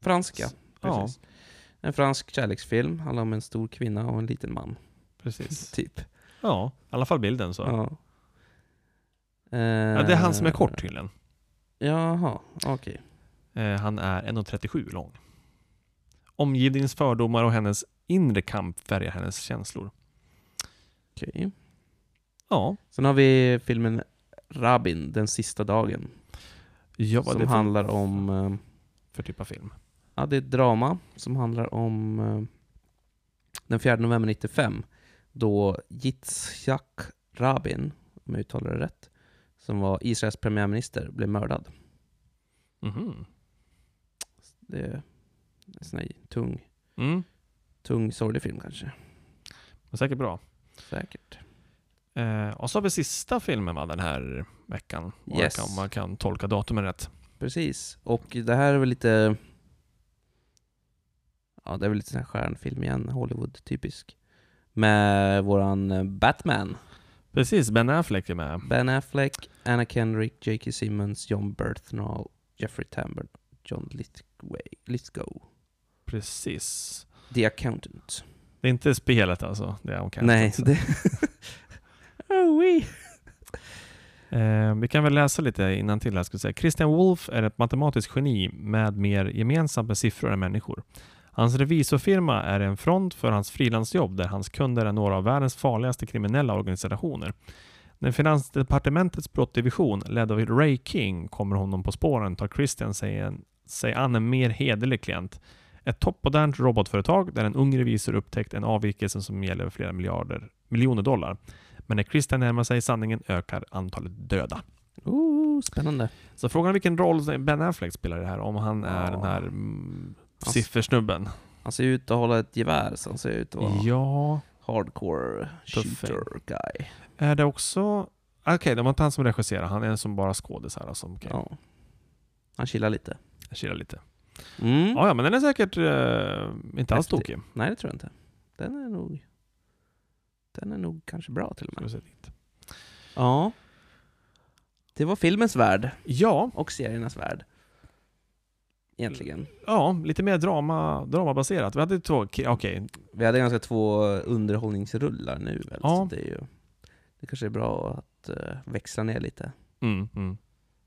Speaker 2: Franska,
Speaker 1: Ja,
Speaker 2: precis. En fransk kärleksfilm, handlar om en stor kvinna och en liten man,
Speaker 1: precis.
Speaker 2: [laughs] typ.
Speaker 1: Ja, i alla fall bilden så.
Speaker 2: Ja. Eh,
Speaker 1: Ja, det är han som är kort tydligen.
Speaker 2: Jaha, okej.
Speaker 1: Eh, han är 1,37 lång. Omgivningens fördomar och hennes inre kamp färgar hennes känslor.
Speaker 2: okej.
Speaker 1: Ja,
Speaker 2: Sen har vi filmen Rabin, Den sista dagen.
Speaker 1: ja vad är
Speaker 2: som
Speaker 1: det för,
Speaker 2: handlar om... eh,
Speaker 1: för typ av film?
Speaker 2: Ja, det är ett drama som handlar om eh, den 4 november 95 då Yitzhak Rabin, om jag uttalar det rätt, som var Israels premiärminister, blev mördad.
Speaker 1: Mhm.
Speaker 2: Det är en sån här tung,
Speaker 1: Mm.
Speaker 2: tung sorglig film kanske.
Speaker 1: Men säkert bra.
Speaker 2: Säkert.
Speaker 1: Eh, och så har vi sista filmen va, den här veckan. Om
Speaker 2: Yes.
Speaker 1: man, kan, man kan tolka datumen rätt.
Speaker 2: Precis. Och det här är väl lite... Ja, det är väl lite sån här stjärnfilm igen, Hollywood, typisk. Med våran eh, Batman.
Speaker 1: Precis, Ben Affleck är med.
Speaker 2: Ben Affleck, Anna Kendrick, J.K. Simmons, John Berthnall, Jeffrey Tambor, John Lithgow, Lithgow.
Speaker 1: Precis.
Speaker 2: The Accountant.
Speaker 1: Det är inte spelet alltså? Det är Outcast, [laughs]
Speaker 2: Nej,
Speaker 1: alltså.
Speaker 2: det... oh, oui.
Speaker 1: Eh, vi kan väl läsa lite innan till här. Ska jag säga. Christian Wolff är ett matematiskt geni med mer gemensamt med siffror än människor. Hans revisorfirma är en front för hans frilansjobb där hans kunder är några av världens farligaste kriminella organisationer. När Finansdepartementets brottsdivision ledd av Ray King kommer honom på spåren tar Christian sig, en, sig an en mer hederlig klient. Ett toppmodernt robotföretag där en ung revisor upptäckt en avvikelse som gäller flera miljarder, miljoner dollar. Men när Christian närmar sig sanningen ökar antalet döda.
Speaker 2: Ooh, spännande.
Speaker 1: Så frågan är vilken roll Ben Affleck spelar i det här, om han är
Speaker 2: Ja. Alltså-
Speaker 1: den här mm,
Speaker 2: Ass-
Speaker 1: siffersnubben.
Speaker 2: Han ser ut att hålla ett gevär, så han ser ut att vara
Speaker 1: Ja,
Speaker 2: hardcore
Speaker 1: Tuffing.
Speaker 2: shooter guy.
Speaker 1: är det också... Okej, det var inte han som regisserar, han är en som bara skådis här som kan
Speaker 2: Ja. Han chillar lite.
Speaker 1: kila lite.
Speaker 2: Mm.
Speaker 1: Ja, ja, men den är säkert eh, inte alls
Speaker 2: Häftig.
Speaker 1: tokig.
Speaker 2: Nej, det tror jag inte. Den är nog... Den är nog kanske bra till och
Speaker 1: Ska vi
Speaker 2: med.
Speaker 1: se dit.
Speaker 2: Ja. Det var filmens värld.
Speaker 1: Ja,
Speaker 2: och seriernas värld. Egentligen.
Speaker 1: ja, lite mer drama, dramabaserat. Vi hade två... Okej,
Speaker 2: Vi hade ganska två underhållningsrullar nu väl,
Speaker 1: Ja.
Speaker 2: så det är ju... Det kanske är bra att eh, växla ner lite
Speaker 1: mm, mm.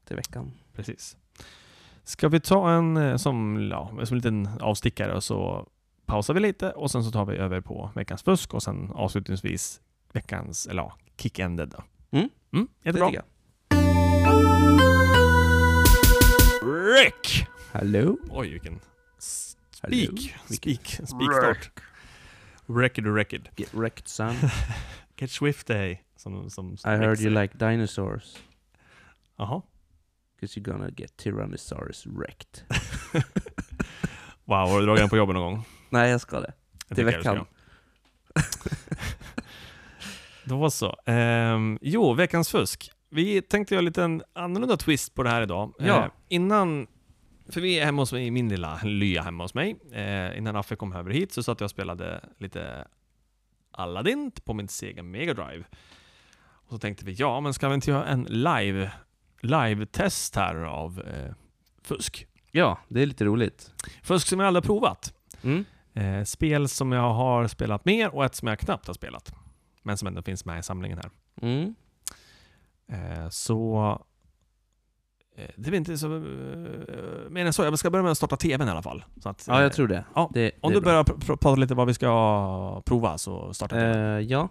Speaker 2: till veckan.
Speaker 1: Precis. Ska vi ta en eh, som, ja, som en liten avstickare och så pausar vi lite och sen så tar vi över på veckans fusk och sen avslutningsvis veckans, eller ja, kick-ended då.
Speaker 2: Mm.
Speaker 1: Mm,
Speaker 2: Det
Speaker 1: jättebra.
Speaker 2: tycker jag.
Speaker 1: Rick!
Speaker 2: Hallå?
Speaker 1: Oj, vilken spik,
Speaker 2: Hallå?
Speaker 1: spik, spikstart. Record, record.
Speaker 2: Get
Speaker 1: [laughs]
Speaker 2: wrecked son.
Speaker 1: Get swift day. Som, som
Speaker 2: I heard you like dinosaurs.
Speaker 1: Jaha.
Speaker 2: Cause you're gonna get Tyrannosaurus wrecked. [laughs]
Speaker 1: Wow, har du dragit den på jobbet någon gång?
Speaker 2: Nej, jag ska det.
Speaker 1: Jag
Speaker 2: Till
Speaker 1: tycker jag
Speaker 2: veckan.
Speaker 1: det ska jag. Då så. Ehm, jo, veckans fusk. Vi tänkte göra en liten annorlunda twist på det här idag.
Speaker 2: Ja.
Speaker 1: Eh, innan, för vi är hemma hos mig i min lilla lya hemma hos mig. Eh, innan Affe kom över hit så satt jag och spelade lite Aladdin på min Sega Mega Drive. Och så tänkte vi, ja men ska vi inte göra en live, live-test här av eh, fusk?
Speaker 2: Ja, det är lite roligt.
Speaker 1: Fusk som jag aldrig har provat.
Speaker 2: Mm.
Speaker 1: Eh, spel som jag har spelat mer och ett som jag knappt har spelat. Men som ändå finns med i samlingen här.
Speaker 2: Mm.
Speaker 1: Eh, så... Eh, det blir inte så... Eh, mer än så. Jag ska börja med att starta TVn i alla fall. Så att,
Speaker 2: Ja, jag
Speaker 1: eh,
Speaker 2: tror det.
Speaker 1: ja,
Speaker 2: det, det
Speaker 1: Om
Speaker 2: är
Speaker 1: du
Speaker 2: bra.
Speaker 1: börjar pr- pr- prata lite vad vi ska prova så startar vi.
Speaker 2: Eh, ja.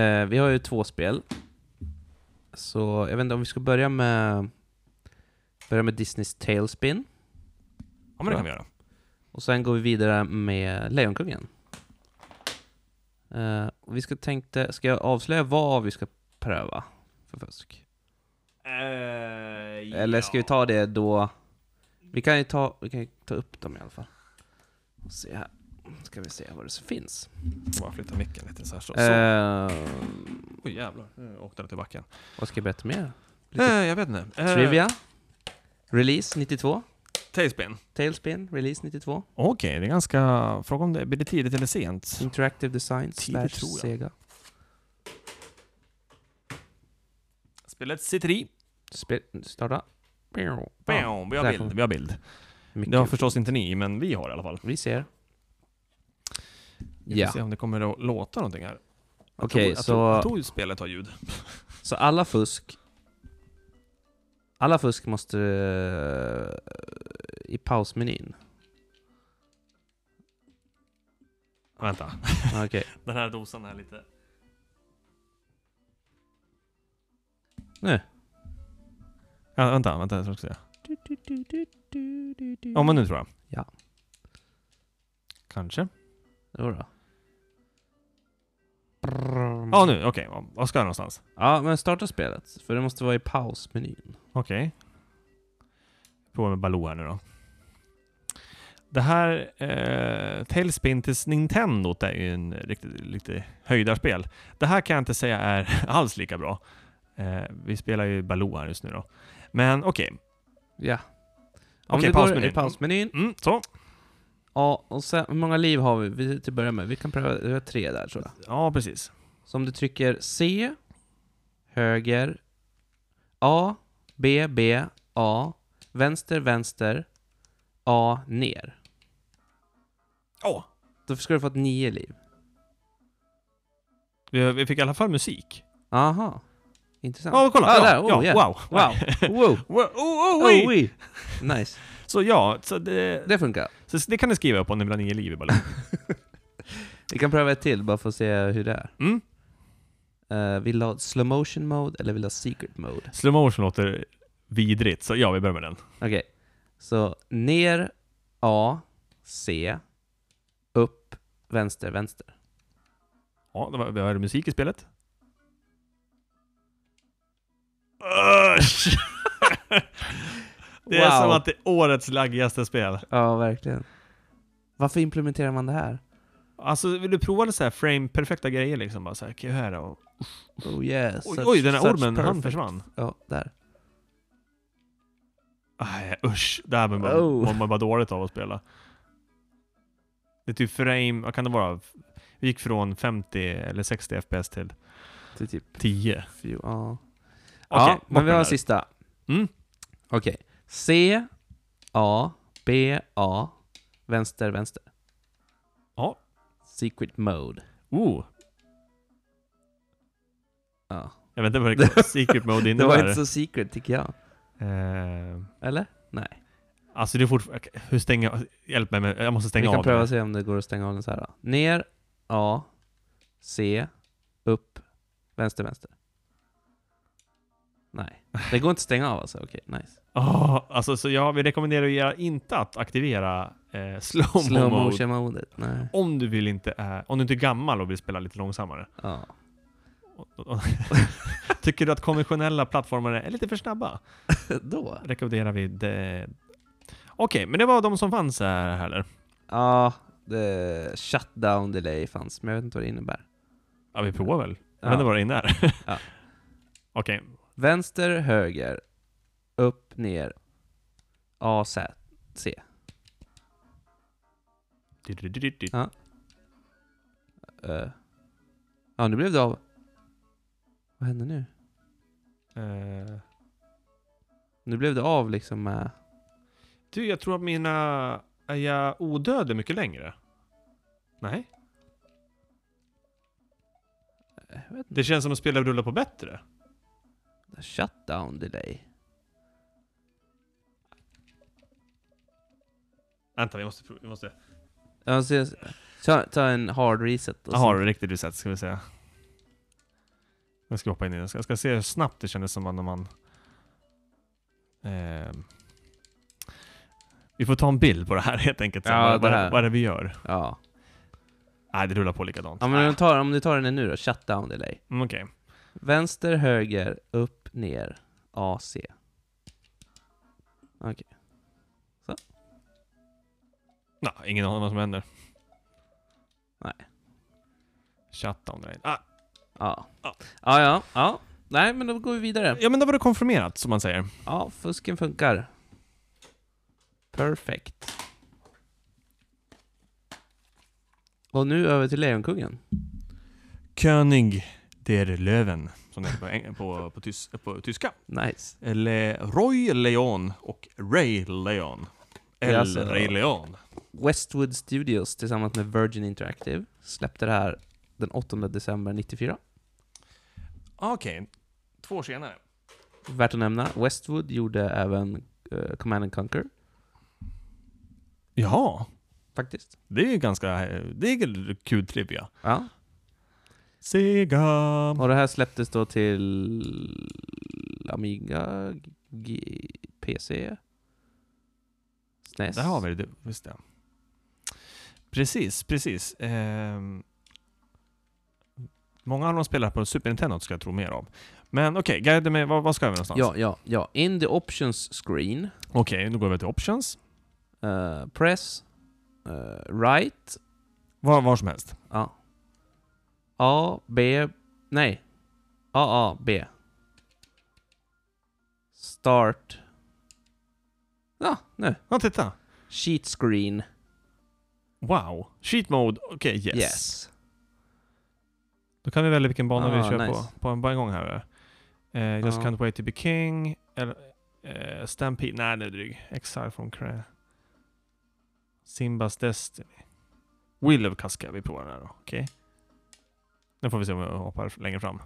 Speaker 2: Eh, vi har ju två spel. Så jag vet inte om vi ska börja med Börja med Disneys Tailspin.
Speaker 1: ja, men det kan vi göra.
Speaker 2: Och sen går vi vidare med Lejonkungen. Eh, och vi ska tänkte, ska jag avslöja vad vi ska pröva för fusk? Eller ska vi ta det då? Vi kan ju ta, vi kan ju ta upp dem i alla fall. Och se här. Ska vi se vad det finns.
Speaker 1: Bara flytta micken lite så här. Så. så.
Speaker 2: Eh,
Speaker 1: Oj jävlar, nu åkte den till backen.
Speaker 2: vad ska jag berätta mer?
Speaker 1: Eh, jag vet inte. Eh,
Speaker 2: Trivia? Release 92.
Speaker 1: Tailspin.
Speaker 2: Tailspin, release 92.
Speaker 1: Okej, det är ganska... Fråga om det blir det tidigt eller sent?
Speaker 2: Interactive Design slash
Speaker 1: Tidigt tror jag.
Speaker 2: Sega.
Speaker 1: Spelet sitter i.
Speaker 2: Spel, starta. Ja,
Speaker 1: Bam, vi har
Speaker 2: där
Speaker 1: bild.
Speaker 2: kom-
Speaker 1: Vi har bild.
Speaker 2: mycket.
Speaker 1: Det har förstås inte ni, men vi har i alla fall.
Speaker 2: Vi ser.
Speaker 1: Vi får
Speaker 2: Ja,
Speaker 1: se om det kommer att låta någonting här. Jag
Speaker 2: Okej,
Speaker 1: tror- jag
Speaker 2: så-
Speaker 1: tror- Jag tror ju spelet har ljud.
Speaker 2: så alla fusk... Alla fusk måste... eh, I pausmenyn.
Speaker 1: [laughs] Vänta.
Speaker 2: Okej.
Speaker 1: Den här dosan är lite...
Speaker 2: Nu.
Speaker 1: Ja, vänta, vänta, jag ska också se. Ja, men nu tror jag.
Speaker 2: Ja.
Speaker 1: Kanske.
Speaker 2: Jodå.
Speaker 1: Ja, nu. Okej, okay. vad ska jag någonstans?
Speaker 2: Ja, men starta spelet. För det måste vara i pausmenyn.
Speaker 1: Okej. Prova med Baloo här nu då. Det här eh, Tailspin till Nintendo är ju en riktigt lite höjdarspel. Det här kan jag inte säga är [laughs] alls lika bra. Eh, vi spelar ju Baloo här just nu då. Men okej,
Speaker 2: Ja. Om
Speaker 1: Okej,
Speaker 2: det går i
Speaker 1: pausmenyn.
Speaker 2: pausmenyn.
Speaker 1: mm, så.
Speaker 2: Ja, och sen, hur många liv har vi? vi till att börja med? Vi kan pröva, vi har tre där tror jag.
Speaker 1: Ja, precis.
Speaker 2: Så om du trycker C, höger, A, B, B, A, vänster, vänster, A, ner.
Speaker 1: Ja,
Speaker 2: Då ska du få ett nio liv.
Speaker 1: vi, vi fick i alla fall musik.
Speaker 2: Aha. Intressant.
Speaker 1: Ja, kolla!
Speaker 2: Ah,
Speaker 1: ja,
Speaker 2: där. Oh,
Speaker 1: ja,
Speaker 2: yeah.
Speaker 1: Wow! [laughs]
Speaker 2: Wow. Wow.
Speaker 1: wow. Oh, oh,
Speaker 2: Oh,
Speaker 1: oj.
Speaker 2: oui. Nice.
Speaker 1: Så ja, så det,
Speaker 2: Det funkar.
Speaker 1: Så det kan ni skriva upp om ni vill ha nio liv i
Speaker 2: [laughs]
Speaker 1: Baloo.
Speaker 2: Vi kan pröva ett till bara för att se hur det är.
Speaker 1: Mm.
Speaker 2: Eh, vill du ha slow motion mode eller vill du ha secret mode?
Speaker 1: Slow motion låter vidrigt, så ja, vi börjar med den.
Speaker 2: Okej. Så ner, A, C, upp, vänster, vänster.
Speaker 1: Ja, det var, vi hörde musik i spelet. Usch! [laughs] det är
Speaker 2: Wow.
Speaker 1: som att det är årets laggigaste spel.
Speaker 2: Ja, verkligen. Varför implementerar man det här?
Speaker 1: Alltså, vill du prova lite så här frame-perfekta grejer liksom? Bara så här, okej, här och...
Speaker 2: Oh yes.
Speaker 1: Oj,
Speaker 2: such-
Speaker 1: oj, den
Speaker 2: such
Speaker 1: här ormen, han
Speaker 2: perfect.
Speaker 1: försvann.
Speaker 2: Ja, där.
Speaker 1: Aj, usch, det här mår man,
Speaker 2: Oh.
Speaker 1: mår man bara dåligt av att spela. Det är typ frame, vad kan det vara? Vi gick från 50 eller 60 FPS till
Speaker 2: Det är typ
Speaker 1: 10.
Speaker 2: fju- ja.
Speaker 1: Okej,
Speaker 2: ja,
Speaker 1: bort med
Speaker 2: men vi har
Speaker 1: den här.
Speaker 2: en sista.
Speaker 1: Mm.
Speaker 2: Okej. C, A, B, A, vänster, vänster.
Speaker 1: Ja.
Speaker 2: Secret mode.
Speaker 1: Oh,
Speaker 2: Ja.
Speaker 1: jag vet inte vad det secret mode
Speaker 2: [laughs] Det var
Speaker 1: innebär.
Speaker 2: inte så secret tycker jag.
Speaker 1: Eh,
Speaker 2: Eller? Nej.
Speaker 1: alltså det är fortfarande... Hur stänger Hjälp mig, med, jag måste stänga
Speaker 2: vi kan
Speaker 1: av
Speaker 2: pröva
Speaker 1: det.
Speaker 2: och se om det går att stänga av den så här. Då. Ner, A, C, upp, vänster, vänster. Nej. Det går inte att stänga av alltså? Okej,
Speaker 1: [laughs]
Speaker 2: nice.
Speaker 1: Åh, alltså, så ja, vi rekommenderar er inte att aktivera eh, slow,
Speaker 2: Slow
Speaker 1: mode.
Speaker 2: motion modet. Nej.
Speaker 1: Om du, vill inte, är- om du inte är gammal och vill spela lite
Speaker 2: [laughs]
Speaker 1: långsammare. [laughs]
Speaker 2: Ja.
Speaker 1: Och- och- och- Tycker du att konventionella plattformar är lite för snabba?
Speaker 2: Då?
Speaker 1: Rekommenderar vi det. Okej, men det var de som fanns här heller.
Speaker 2: Ja, det, shutdown delay fanns, men jag vet inte vad det innebär.
Speaker 1: Ja, vi provar väl. Jag
Speaker 2: Ja.
Speaker 1: vet inte vad det innebär.
Speaker 2: Ja.
Speaker 1: [laughs] Okej,
Speaker 2: Vänster, höger, upp, ner, A, Z, C. Eh. Ja, nu blev det av. Vad hände nu?
Speaker 1: Eh,
Speaker 2: Nu blev det av liksom med...
Speaker 1: Du, jag tror att mina... Är jag odöd är mycket längre? Nej?
Speaker 2: jag vet
Speaker 1: Det känns som att spelet rullar på bättre.
Speaker 2: inte, shutdown delay.
Speaker 1: Vänta, vi måste... prov- Vi måste...
Speaker 2: Ja, så jag, ta, ta en hard reset. och
Speaker 1: Jaha,
Speaker 2: så-
Speaker 1: riktigt reset ska vi säga. Nu ska vi hoppa in i den. Jag ska, jag ska se hur snabbt det kändes som när man... Ehm. vi får ta en bild på det här [laughs] helt enkelt.
Speaker 2: Ja,
Speaker 1: vad,
Speaker 2: det
Speaker 1: vad,
Speaker 2: här.
Speaker 1: vad är det vi gör?
Speaker 2: Ja.
Speaker 1: Nej, det rullar på likadant.
Speaker 2: ja, men om du tar, om du tar den nu då, shutdown delay.
Speaker 1: Mm, Okej.
Speaker 2: Vänster, höger, upp, ner, A, C. Okej.
Speaker 1: Nå, ingen aning vad som händer.
Speaker 2: Nej.
Speaker 1: Shutdown. right. Ah,
Speaker 2: Ja.
Speaker 1: Ja.
Speaker 2: Ja, ja, ja. Nej, men då går vi vidare.
Speaker 1: ja, men då var det konfirmerat, som man säger.
Speaker 2: Ja, fusken funkar. Perfect. Och nu över till Lejonkungen.
Speaker 1: König der Löwen, som det heter på, på, på, tys, på tyska.
Speaker 2: Nice.
Speaker 1: Le, Roy Leon och Ray Leon.
Speaker 2: Det är
Speaker 1: El
Speaker 2: alltså-
Speaker 1: Ray Leon.
Speaker 2: Westwood Studios tillsammans med Virgin Interactive släppte det här den 8 december 94.
Speaker 1: Ah, Okej, två år senare.
Speaker 2: Värt att nämna, Westwood gjorde även eh, Command and Conquer,
Speaker 1: Jaha,
Speaker 2: faktiskt.
Speaker 1: det är ju ganska... Det är kul trivia.
Speaker 2: Ja.
Speaker 1: Sega.
Speaker 2: Och det här släpptes då till Amiga, G- PC, SNES. E
Speaker 1: Där har vi det, du. just det. Precis, precis. Ehm, många av dem spelar på Super Nintendo ska jag tro mer av. Men okej, guida mig, vad, vad ska vi någonstans?
Speaker 2: Ja, ja, ja. In the options screen,
Speaker 1: Okej, nu går vi till options.
Speaker 2: eh, press, eh, right,
Speaker 1: Var, var som helst.
Speaker 2: ja. A, B, nej. A, A, B. Start. Ja, nu.
Speaker 1: Ja, titta!
Speaker 2: Sheet screen.
Speaker 1: Wow! Sheet mode, okej yes.
Speaker 2: Yes.
Speaker 1: Då kan vi välja vilken bana vi
Speaker 2: Ah,
Speaker 1: kör
Speaker 2: nice.
Speaker 1: på, på en, på en gång här. Uh, just
Speaker 2: Ja.
Speaker 1: can't wait to be king. Eller, eh, Stampede, nej den är dryg. Exile from Cra... Simbas Destiny. Will of Casca, vi provar den här då. Okej. Nu får vi se om jag hoppar längre fram.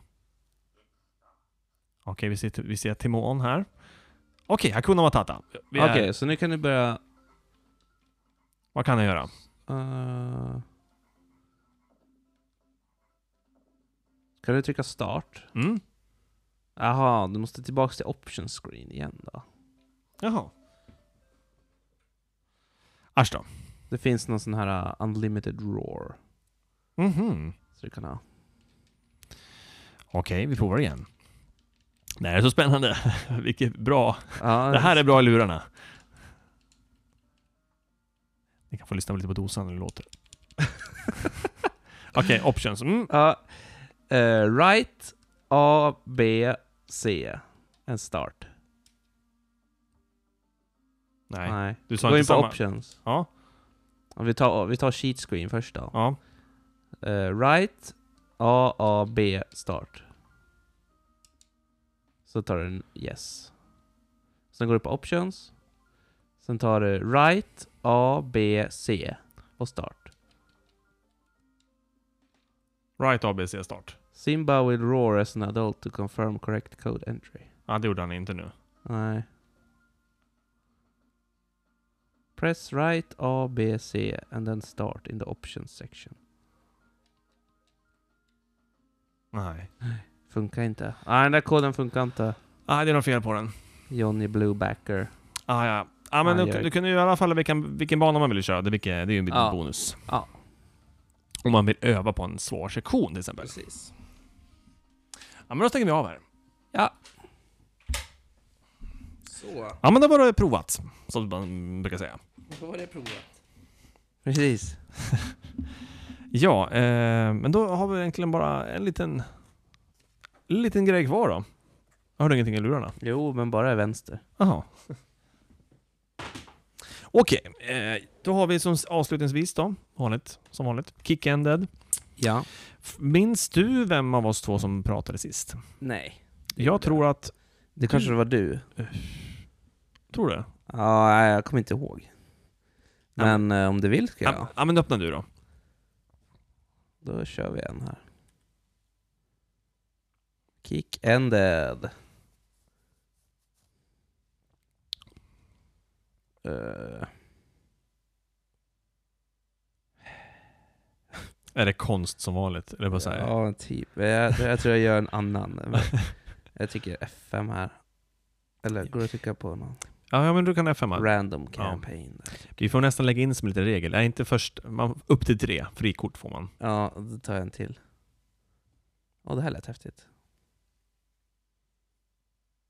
Speaker 1: Okej, vi, ser, vi ser Timon här. Okej, Hakuna Matata. Vi är-
Speaker 2: Okej, så nu kan du börja...
Speaker 1: Vad kan jag göra?
Speaker 2: eh, Kan du trycka start?
Speaker 1: Mm?
Speaker 2: Jaha, du måste tillbaka till options screen igen då.
Speaker 1: Jaha. Asch då.
Speaker 2: Det finns någon sån här uh, unlimited roar.
Speaker 1: Mhm.
Speaker 2: Så du kan ha.
Speaker 1: Okej, vi provar igen. Det här är så spännande. [laughs] Vilket bra.
Speaker 2: Ja,
Speaker 1: Det här är bra i lurarna. Ni kan få lyssna lite på dosan när det
Speaker 2: [laughs]
Speaker 1: låter. Okej, options. Mm.
Speaker 2: Ja. Eh, right, A, B, C. En start.
Speaker 1: Nej, du sa
Speaker 2: Gå in
Speaker 1: inte
Speaker 2: på
Speaker 1: samma.
Speaker 2: options.
Speaker 1: Ja,
Speaker 2: Ja, Vi tar, vi tar sheet screen först då.
Speaker 1: ja.
Speaker 2: Eh, right, A, A, B, start. Så tar du en yes. Sen går du på options. Sen tar du right, A, B, C och start.
Speaker 1: Right ABC start.
Speaker 2: Simba will roar as an adult to confirm correct code entry.
Speaker 1: Ja, det gjorde han inte nu.
Speaker 2: Nej. Press right, A, B, C and then start in the options section.
Speaker 1: Nej.
Speaker 2: Funkar inte. Nej, den där koden funkar inte.
Speaker 1: Ah, det är något fel på den.
Speaker 2: Johnny Bluebacker.
Speaker 1: Ah, ja. Ah, men
Speaker 2: Ah,
Speaker 1: du,
Speaker 2: jag-
Speaker 1: du kunde ju i alla fall vilken, vilken bana man ville köra. Det, vilket, det är ju en liten
Speaker 2: Ja.
Speaker 1: bonus.
Speaker 2: Ja.
Speaker 1: Om man vill öva på en svår sektion till exempel.
Speaker 2: Precis.
Speaker 1: Ja, men då stänger vi av här.
Speaker 2: Ja.
Speaker 3: Så,
Speaker 1: Ja men det var det provat, som man brukar säga.
Speaker 3: då var det provat.
Speaker 2: Precis.
Speaker 1: Ja, eh, men då har vi egentligen bara en liten, liten grej kvar då. Jag hörde ingenting i lurarna.
Speaker 2: Jo, men bara vänster.
Speaker 1: Jaha. [laughs] Okej, eh, då har vi som avslutningsvis då, vanligt, som vanligt, Kick Ended.
Speaker 2: Ja.
Speaker 1: F- Minns du vem av oss två som pratade sist?
Speaker 2: Nej.
Speaker 1: Jag tror att...
Speaker 2: Det kanske var du?
Speaker 1: Tror du?
Speaker 2: Ja, nej, jag kommer inte ihåg. Men eh, om du vill ska jag.
Speaker 1: Ja, ja men öppna du då.
Speaker 2: Då kör vi en här. Kick ended. Eh,
Speaker 1: Är det konst som vanligt? Eller vad säger jag?
Speaker 2: ja, typ. Jag, jag tror jag gör en [laughs] annan. Men jag tycker F5 här. Eller går det att trycka på någon?
Speaker 1: Ja, ja men du kan F5. -a.
Speaker 2: Random campaign. där.
Speaker 1: Vi får nästan lägga in som lite regel. Nej, inte först. Man, upp till tre frikort får man.
Speaker 2: Ja, då tar jag en till. Åh, det här lät häftigt.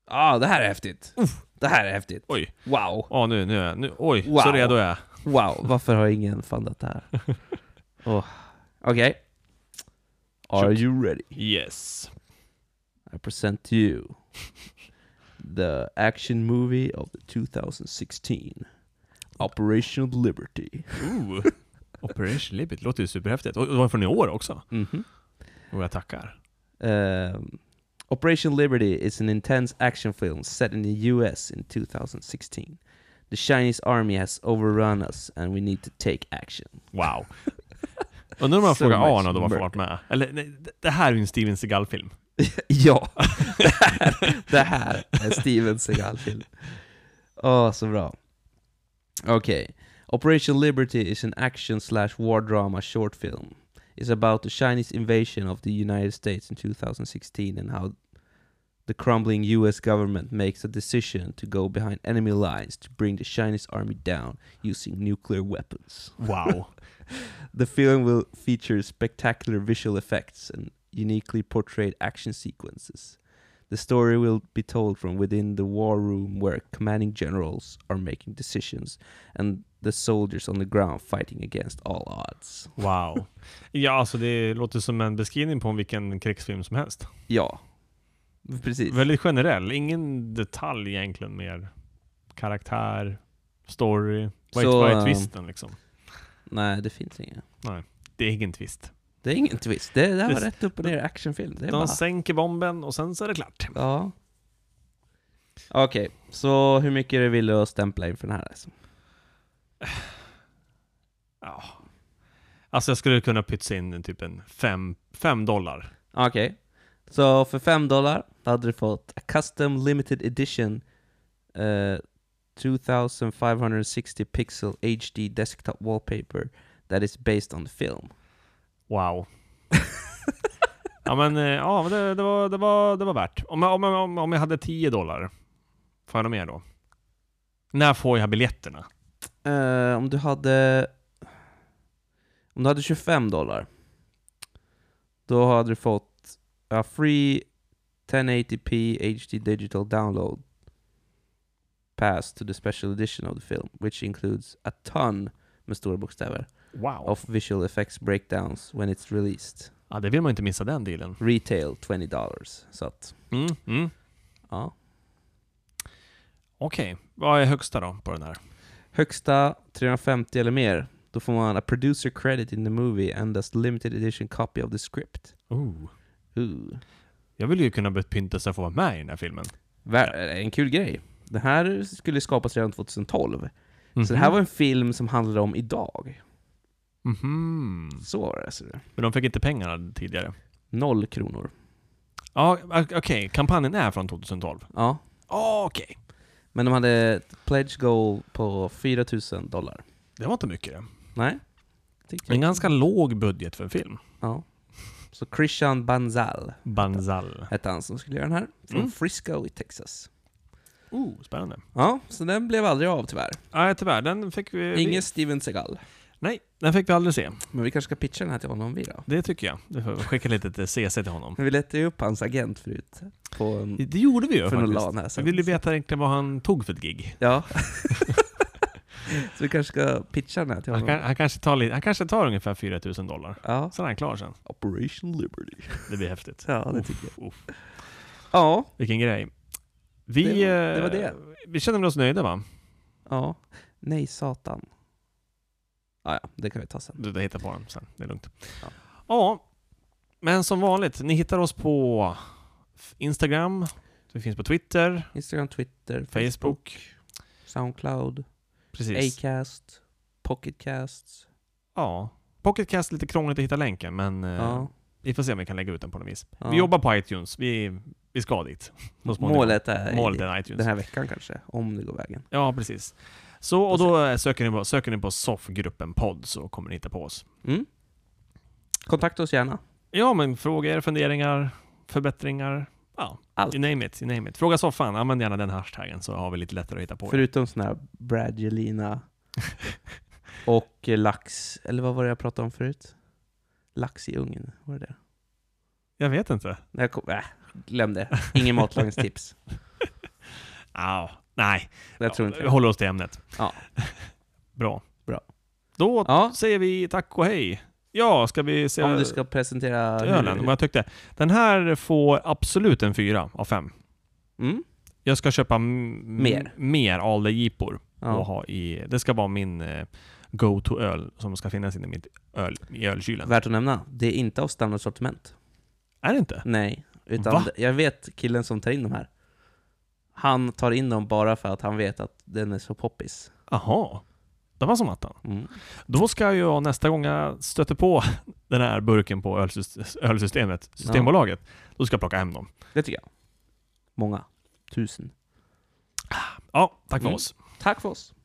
Speaker 2: Ja, det här är häftigt. Det här är häftigt.
Speaker 1: Oj.
Speaker 2: Wow.
Speaker 1: Ja, Ah, nu, nu, är jag- nu, oj,
Speaker 2: Wow.
Speaker 1: så redo är jag.
Speaker 2: Wow, varför har ingen fundat det här? [laughs] Åh. Okej. Are
Speaker 1: Shoot.
Speaker 2: you ready?
Speaker 1: Yes.
Speaker 2: I present to you the action movie of the 2016. Operation Liberty. [laughs]
Speaker 1: Ooh. Operation Liberty, låter ju superhäftigt. Och och det var från i år också.
Speaker 2: Mm-hmm.
Speaker 1: Och jag tackar.
Speaker 2: Um, Operation Liberty is an intense action film set in the US in 2016. The Chinese army has overrun us and we need to take action. [laughs]
Speaker 1: Wow. Undrar om man
Speaker 2: So
Speaker 1: frågar
Speaker 2: much
Speaker 1: Arnold om varför han varit med? Eller nej, det- det här är ju en Steven Seagal-film.
Speaker 2: [laughs] ja, det här, det här är Steven Seagal-film. Åh, så bra. Okej. Operation Liberty is an action slash war drama short film. It's about the Chinese invasion of the United States in 2016 and how the crumbling US government makes a decision to go behind enemy lines to bring the Chinese army down using nuclear weapons.
Speaker 1: Wow.
Speaker 2: The film will feature spectacular visual effects and uniquely portrayed action sequences. The story will be told from within the war room where commanding generals are making decisions and the soldiers on the ground fighting against all odds.
Speaker 1: Wow. Ja, alltså det låter som en beskrivning på vilken krigsfilm som helst.
Speaker 2: Ja, precis.
Speaker 1: Väldigt generell, ingen detalj egentligen mer. Karaktär, story. Vad är,
Speaker 2: Så,
Speaker 1: vad är
Speaker 2: ehm,
Speaker 1: twisten liksom?
Speaker 2: Nej, det finns inga.
Speaker 1: Det är ingen twist.
Speaker 2: Det är ingen twist. Det, det här var
Speaker 1: Det-
Speaker 2: rätt upp och ner actionfilm. Det
Speaker 1: De
Speaker 2: är bara...
Speaker 1: sänker bomben och sen så är det klart.
Speaker 2: Ja. Okej, så hur mycket är det vill du stämpla in för den här? Alltså?
Speaker 1: Ja. Alltså jag skulle kunna pytsa in en typ en fem, fem dollar.
Speaker 2: Okej. Så för 5 dollar hade du fått a custom limited edition eh, 2560 pixel HD desktop wallpaper that is based on the film. [laughs]
Speaker 1: Wow. ja men, eh, ja, men det, det, var, det, var, det var värt. Om jag, om, jag- om, om jag hade 10 dollar, får jag något mer då? När får jag biljetterna?
Speaker 2: Eh, om du hade... Om du hade 25 dollar då hade du fått a free 1080p HD digital download pass to the special edition of the film which includes a ton med stora bokstäver
Speaker 1: Wow.
Speaker 2: of visual effects breakdowns when it's released.
Speaker 1: Ja, det vill man ju inte missa den dealen.
Speaker 2: Retail 20 dollars. Så att,
Speaker 1: Mm, mm.
Speaker 2: ja.
Speaker 1: Okej, vad är högsta då på den här?
Speaker 2: Högsta 350 eller mer, då får man a producer credit in the movie and a limited edition copy of the script.
Speaker 1: Ooh.
Speaker 2: Ooh.
Speaker 1: Jag vill ju kunna pynta sig för att få vara med i den här filmen.
Speaker 2: Vär, eh, en kul grej. Det här skulle skapas redan 2012.
Speaker 1: Mhm.
Speaker 2: Så det här var en film som handlade om idag.
Speaker 1: Mhm.
Speaker 2: Så var det. Alltså.
Speaker 1: Men de fick inte pengarna tidigare.
Speaker 2: Noll kronor.
Speaker 1: Ja, o- okej. Kampanjen är från 2012.
Speaker 2: Ja.
Speaker 1: Oh, okej.
Speaker 2: Men de hade ett pledge goal på 4000 dollar.
Speaker 1: Det var inte mycket det.
Speaker 2: Nej? Tyckte jag.
Speaker 1: En ganska låg budget för en film.
Speaker 2: Ja. Så Christian Banzal
Speaker 1: Banzal.
Speaker 2: hette han som skulle göra den här. Från
Speaker 1: Mm.
Speaker 2: Frisco i Texas.
Speaker 1: Oh, spännande.
Speaker 2: Ja, så den blev aldrig av tyvärr.
Speaker 1: Nej, tyvärr. Den fick vi...
Speaker 2: Ingen Steven Seagal.
Speaker 1: Nej, den fick vi aldrig se.
Speaker 2: Men vi kanske ska pitcha den här till honom vi då?
Speaker 1: Det tycker jag. Du får skicka lite till CC till honom.
Speaker 2: Men vi letade ju upp hans agent förut. På en,
Speaker 1: Det gjorde vi ju
Speaker 2: för någon
Speaker 1: faktiskt.
Speaker 2: lan här
Speaker 1: Vi
Speaker 2: sen.
Speaker 1: ville veta egentligen vad han tog för ett gig.
Speaker 2: Ja. [laughs] så vi kanske ska pitcha den här till
Speaker 1: Han,
Speaker 2: honom.
Speaker 1: kan, han, kanske, tar lite, han kanske tar ungefär 4000 dollar.
Speaker 2: Ja.
Speaker 1: Sen är han klar sen.
Speaker 2: Operation Liberty.
Speaker 1: Det blir häftigt.
Speaker 2: Ja, det
Speaker 1: Uff,
Speaker 2: tycker jag.
Speaker 1: uff.
Speaker 2: Ja,
Speaker 1: Vilken grej. Vi,
Speaker 2: Det- det var
Speaker 1: eh,
Speaker 2: det.
Speaker 1: vi känner väl oss nöjda va?
Speaker 2: ja. Nej, satan. Ah, Ja, ja, det kan vi ta sen.
Speaker 1: Du, du hittar på den sen, det är lugnt.
Speaker 2: Ja.
Speaker 1: Ja. men som vanligt, ni hittar oss på Instagram, vi finns på Twitter,
Speaker 2: Instagram, Twitter,
Speaker 1: Facebook,
Speaker 2: Soundcloud,
Speaker 1: precis.
Speaker 2: Acast, Pocketcasts.
Speaker 1: Ja. Pocketcast är lite krångligt att hitta länken, men eh,
Speaker 2: Ja.
Speaker 1: vi får se om vi kan lägga ut den på något vis.
Speaker 2: Ja.
Speaker 1: Vi jobbar på iTunes, vi, vi ska dit. så småningom.
Speaker 2: Målet är,
Speaker 1: Målet är iTunes.
Speaker 2: den här veckan kanske, om det går vägen.
Speaker 1: Ja, precis. Så, och då eh, söker ni på, söker ni på soffgruppen podd så kommer ni hitta på oss.
Speaker 2: Mm. Kontakta oss gärna.
Speaker 1: Ja, men frågor, funderingar, förbättringar. Ja,
Speaker 2: Allt.
Speaker 1: you name it, you name it. Fråga soffan, använd gärna den hashtaggen så har vi lite lättare att hitta på er.
Speaker 2: Förutom sån här Bradgelina och eh, lax, eller vad var det jag pratade om förut? Lax i ugn, var det det?
Speaker 1: Jag vet inte.
Speaker 2: Nej, jag kom, äh, glöm det. Ingen matlagningstips.
Speaker 1: Au, nej,
Speaker 2: Jag tror inte
Speaker 1: vi
Speaker 2: det.
Speaker 1: håller oss till ämnet.
Speaker 2: Ja.
Speaker 1: [laughs] Bra.
Speaker 2: Bra.
Speaker 1: Då
Speaker 2: Ja.
Speaker 1: säger vi tack och hej. Ja, ska vi se
Speaker 2: Om du ska presentera...
Speaker 1: ölen,
Speaker 2: hur-
Speaker 1: vad jag tyckte. Den här får absolut en fyra av fem.
Speaker 2: Mm?
Speaker 1: Jag ska köpa m-
Speaker 2: Mer.
Speaker 1: mer Alde Jeepor.
Speaker 2: Ja.
Speaker 1: och ha i, det ska vara min eh, go-to-öl som ska finnas inne i mitt öl, i ölkylen.
Speaker 2: Värt att nämna, det är inte av standardsortiment.
Speaker 1: Är det inte?
Speaker 2: Nej. Utan
Speaker 1: Va?
Speaker 2: det- jag vet killen som tar in de här. Han tar in dem bara för att han vet att den är så poppis.
Speaker 1: Aha. Det var som attan.
Speaker 2: Mm.
Speaker 1: Då ska jag nästa gång jag stöter på den här burken på ölsys- ölsystemet, Systembolaget, då ska jag plocka hem dem.
Speaker 2: Det tycker jag. Många. Tusen.
Speaker 1: Ja, tack för
Speaker 2: Mm.
Speaker 1: oss.
Speaker 2: Tack för oss.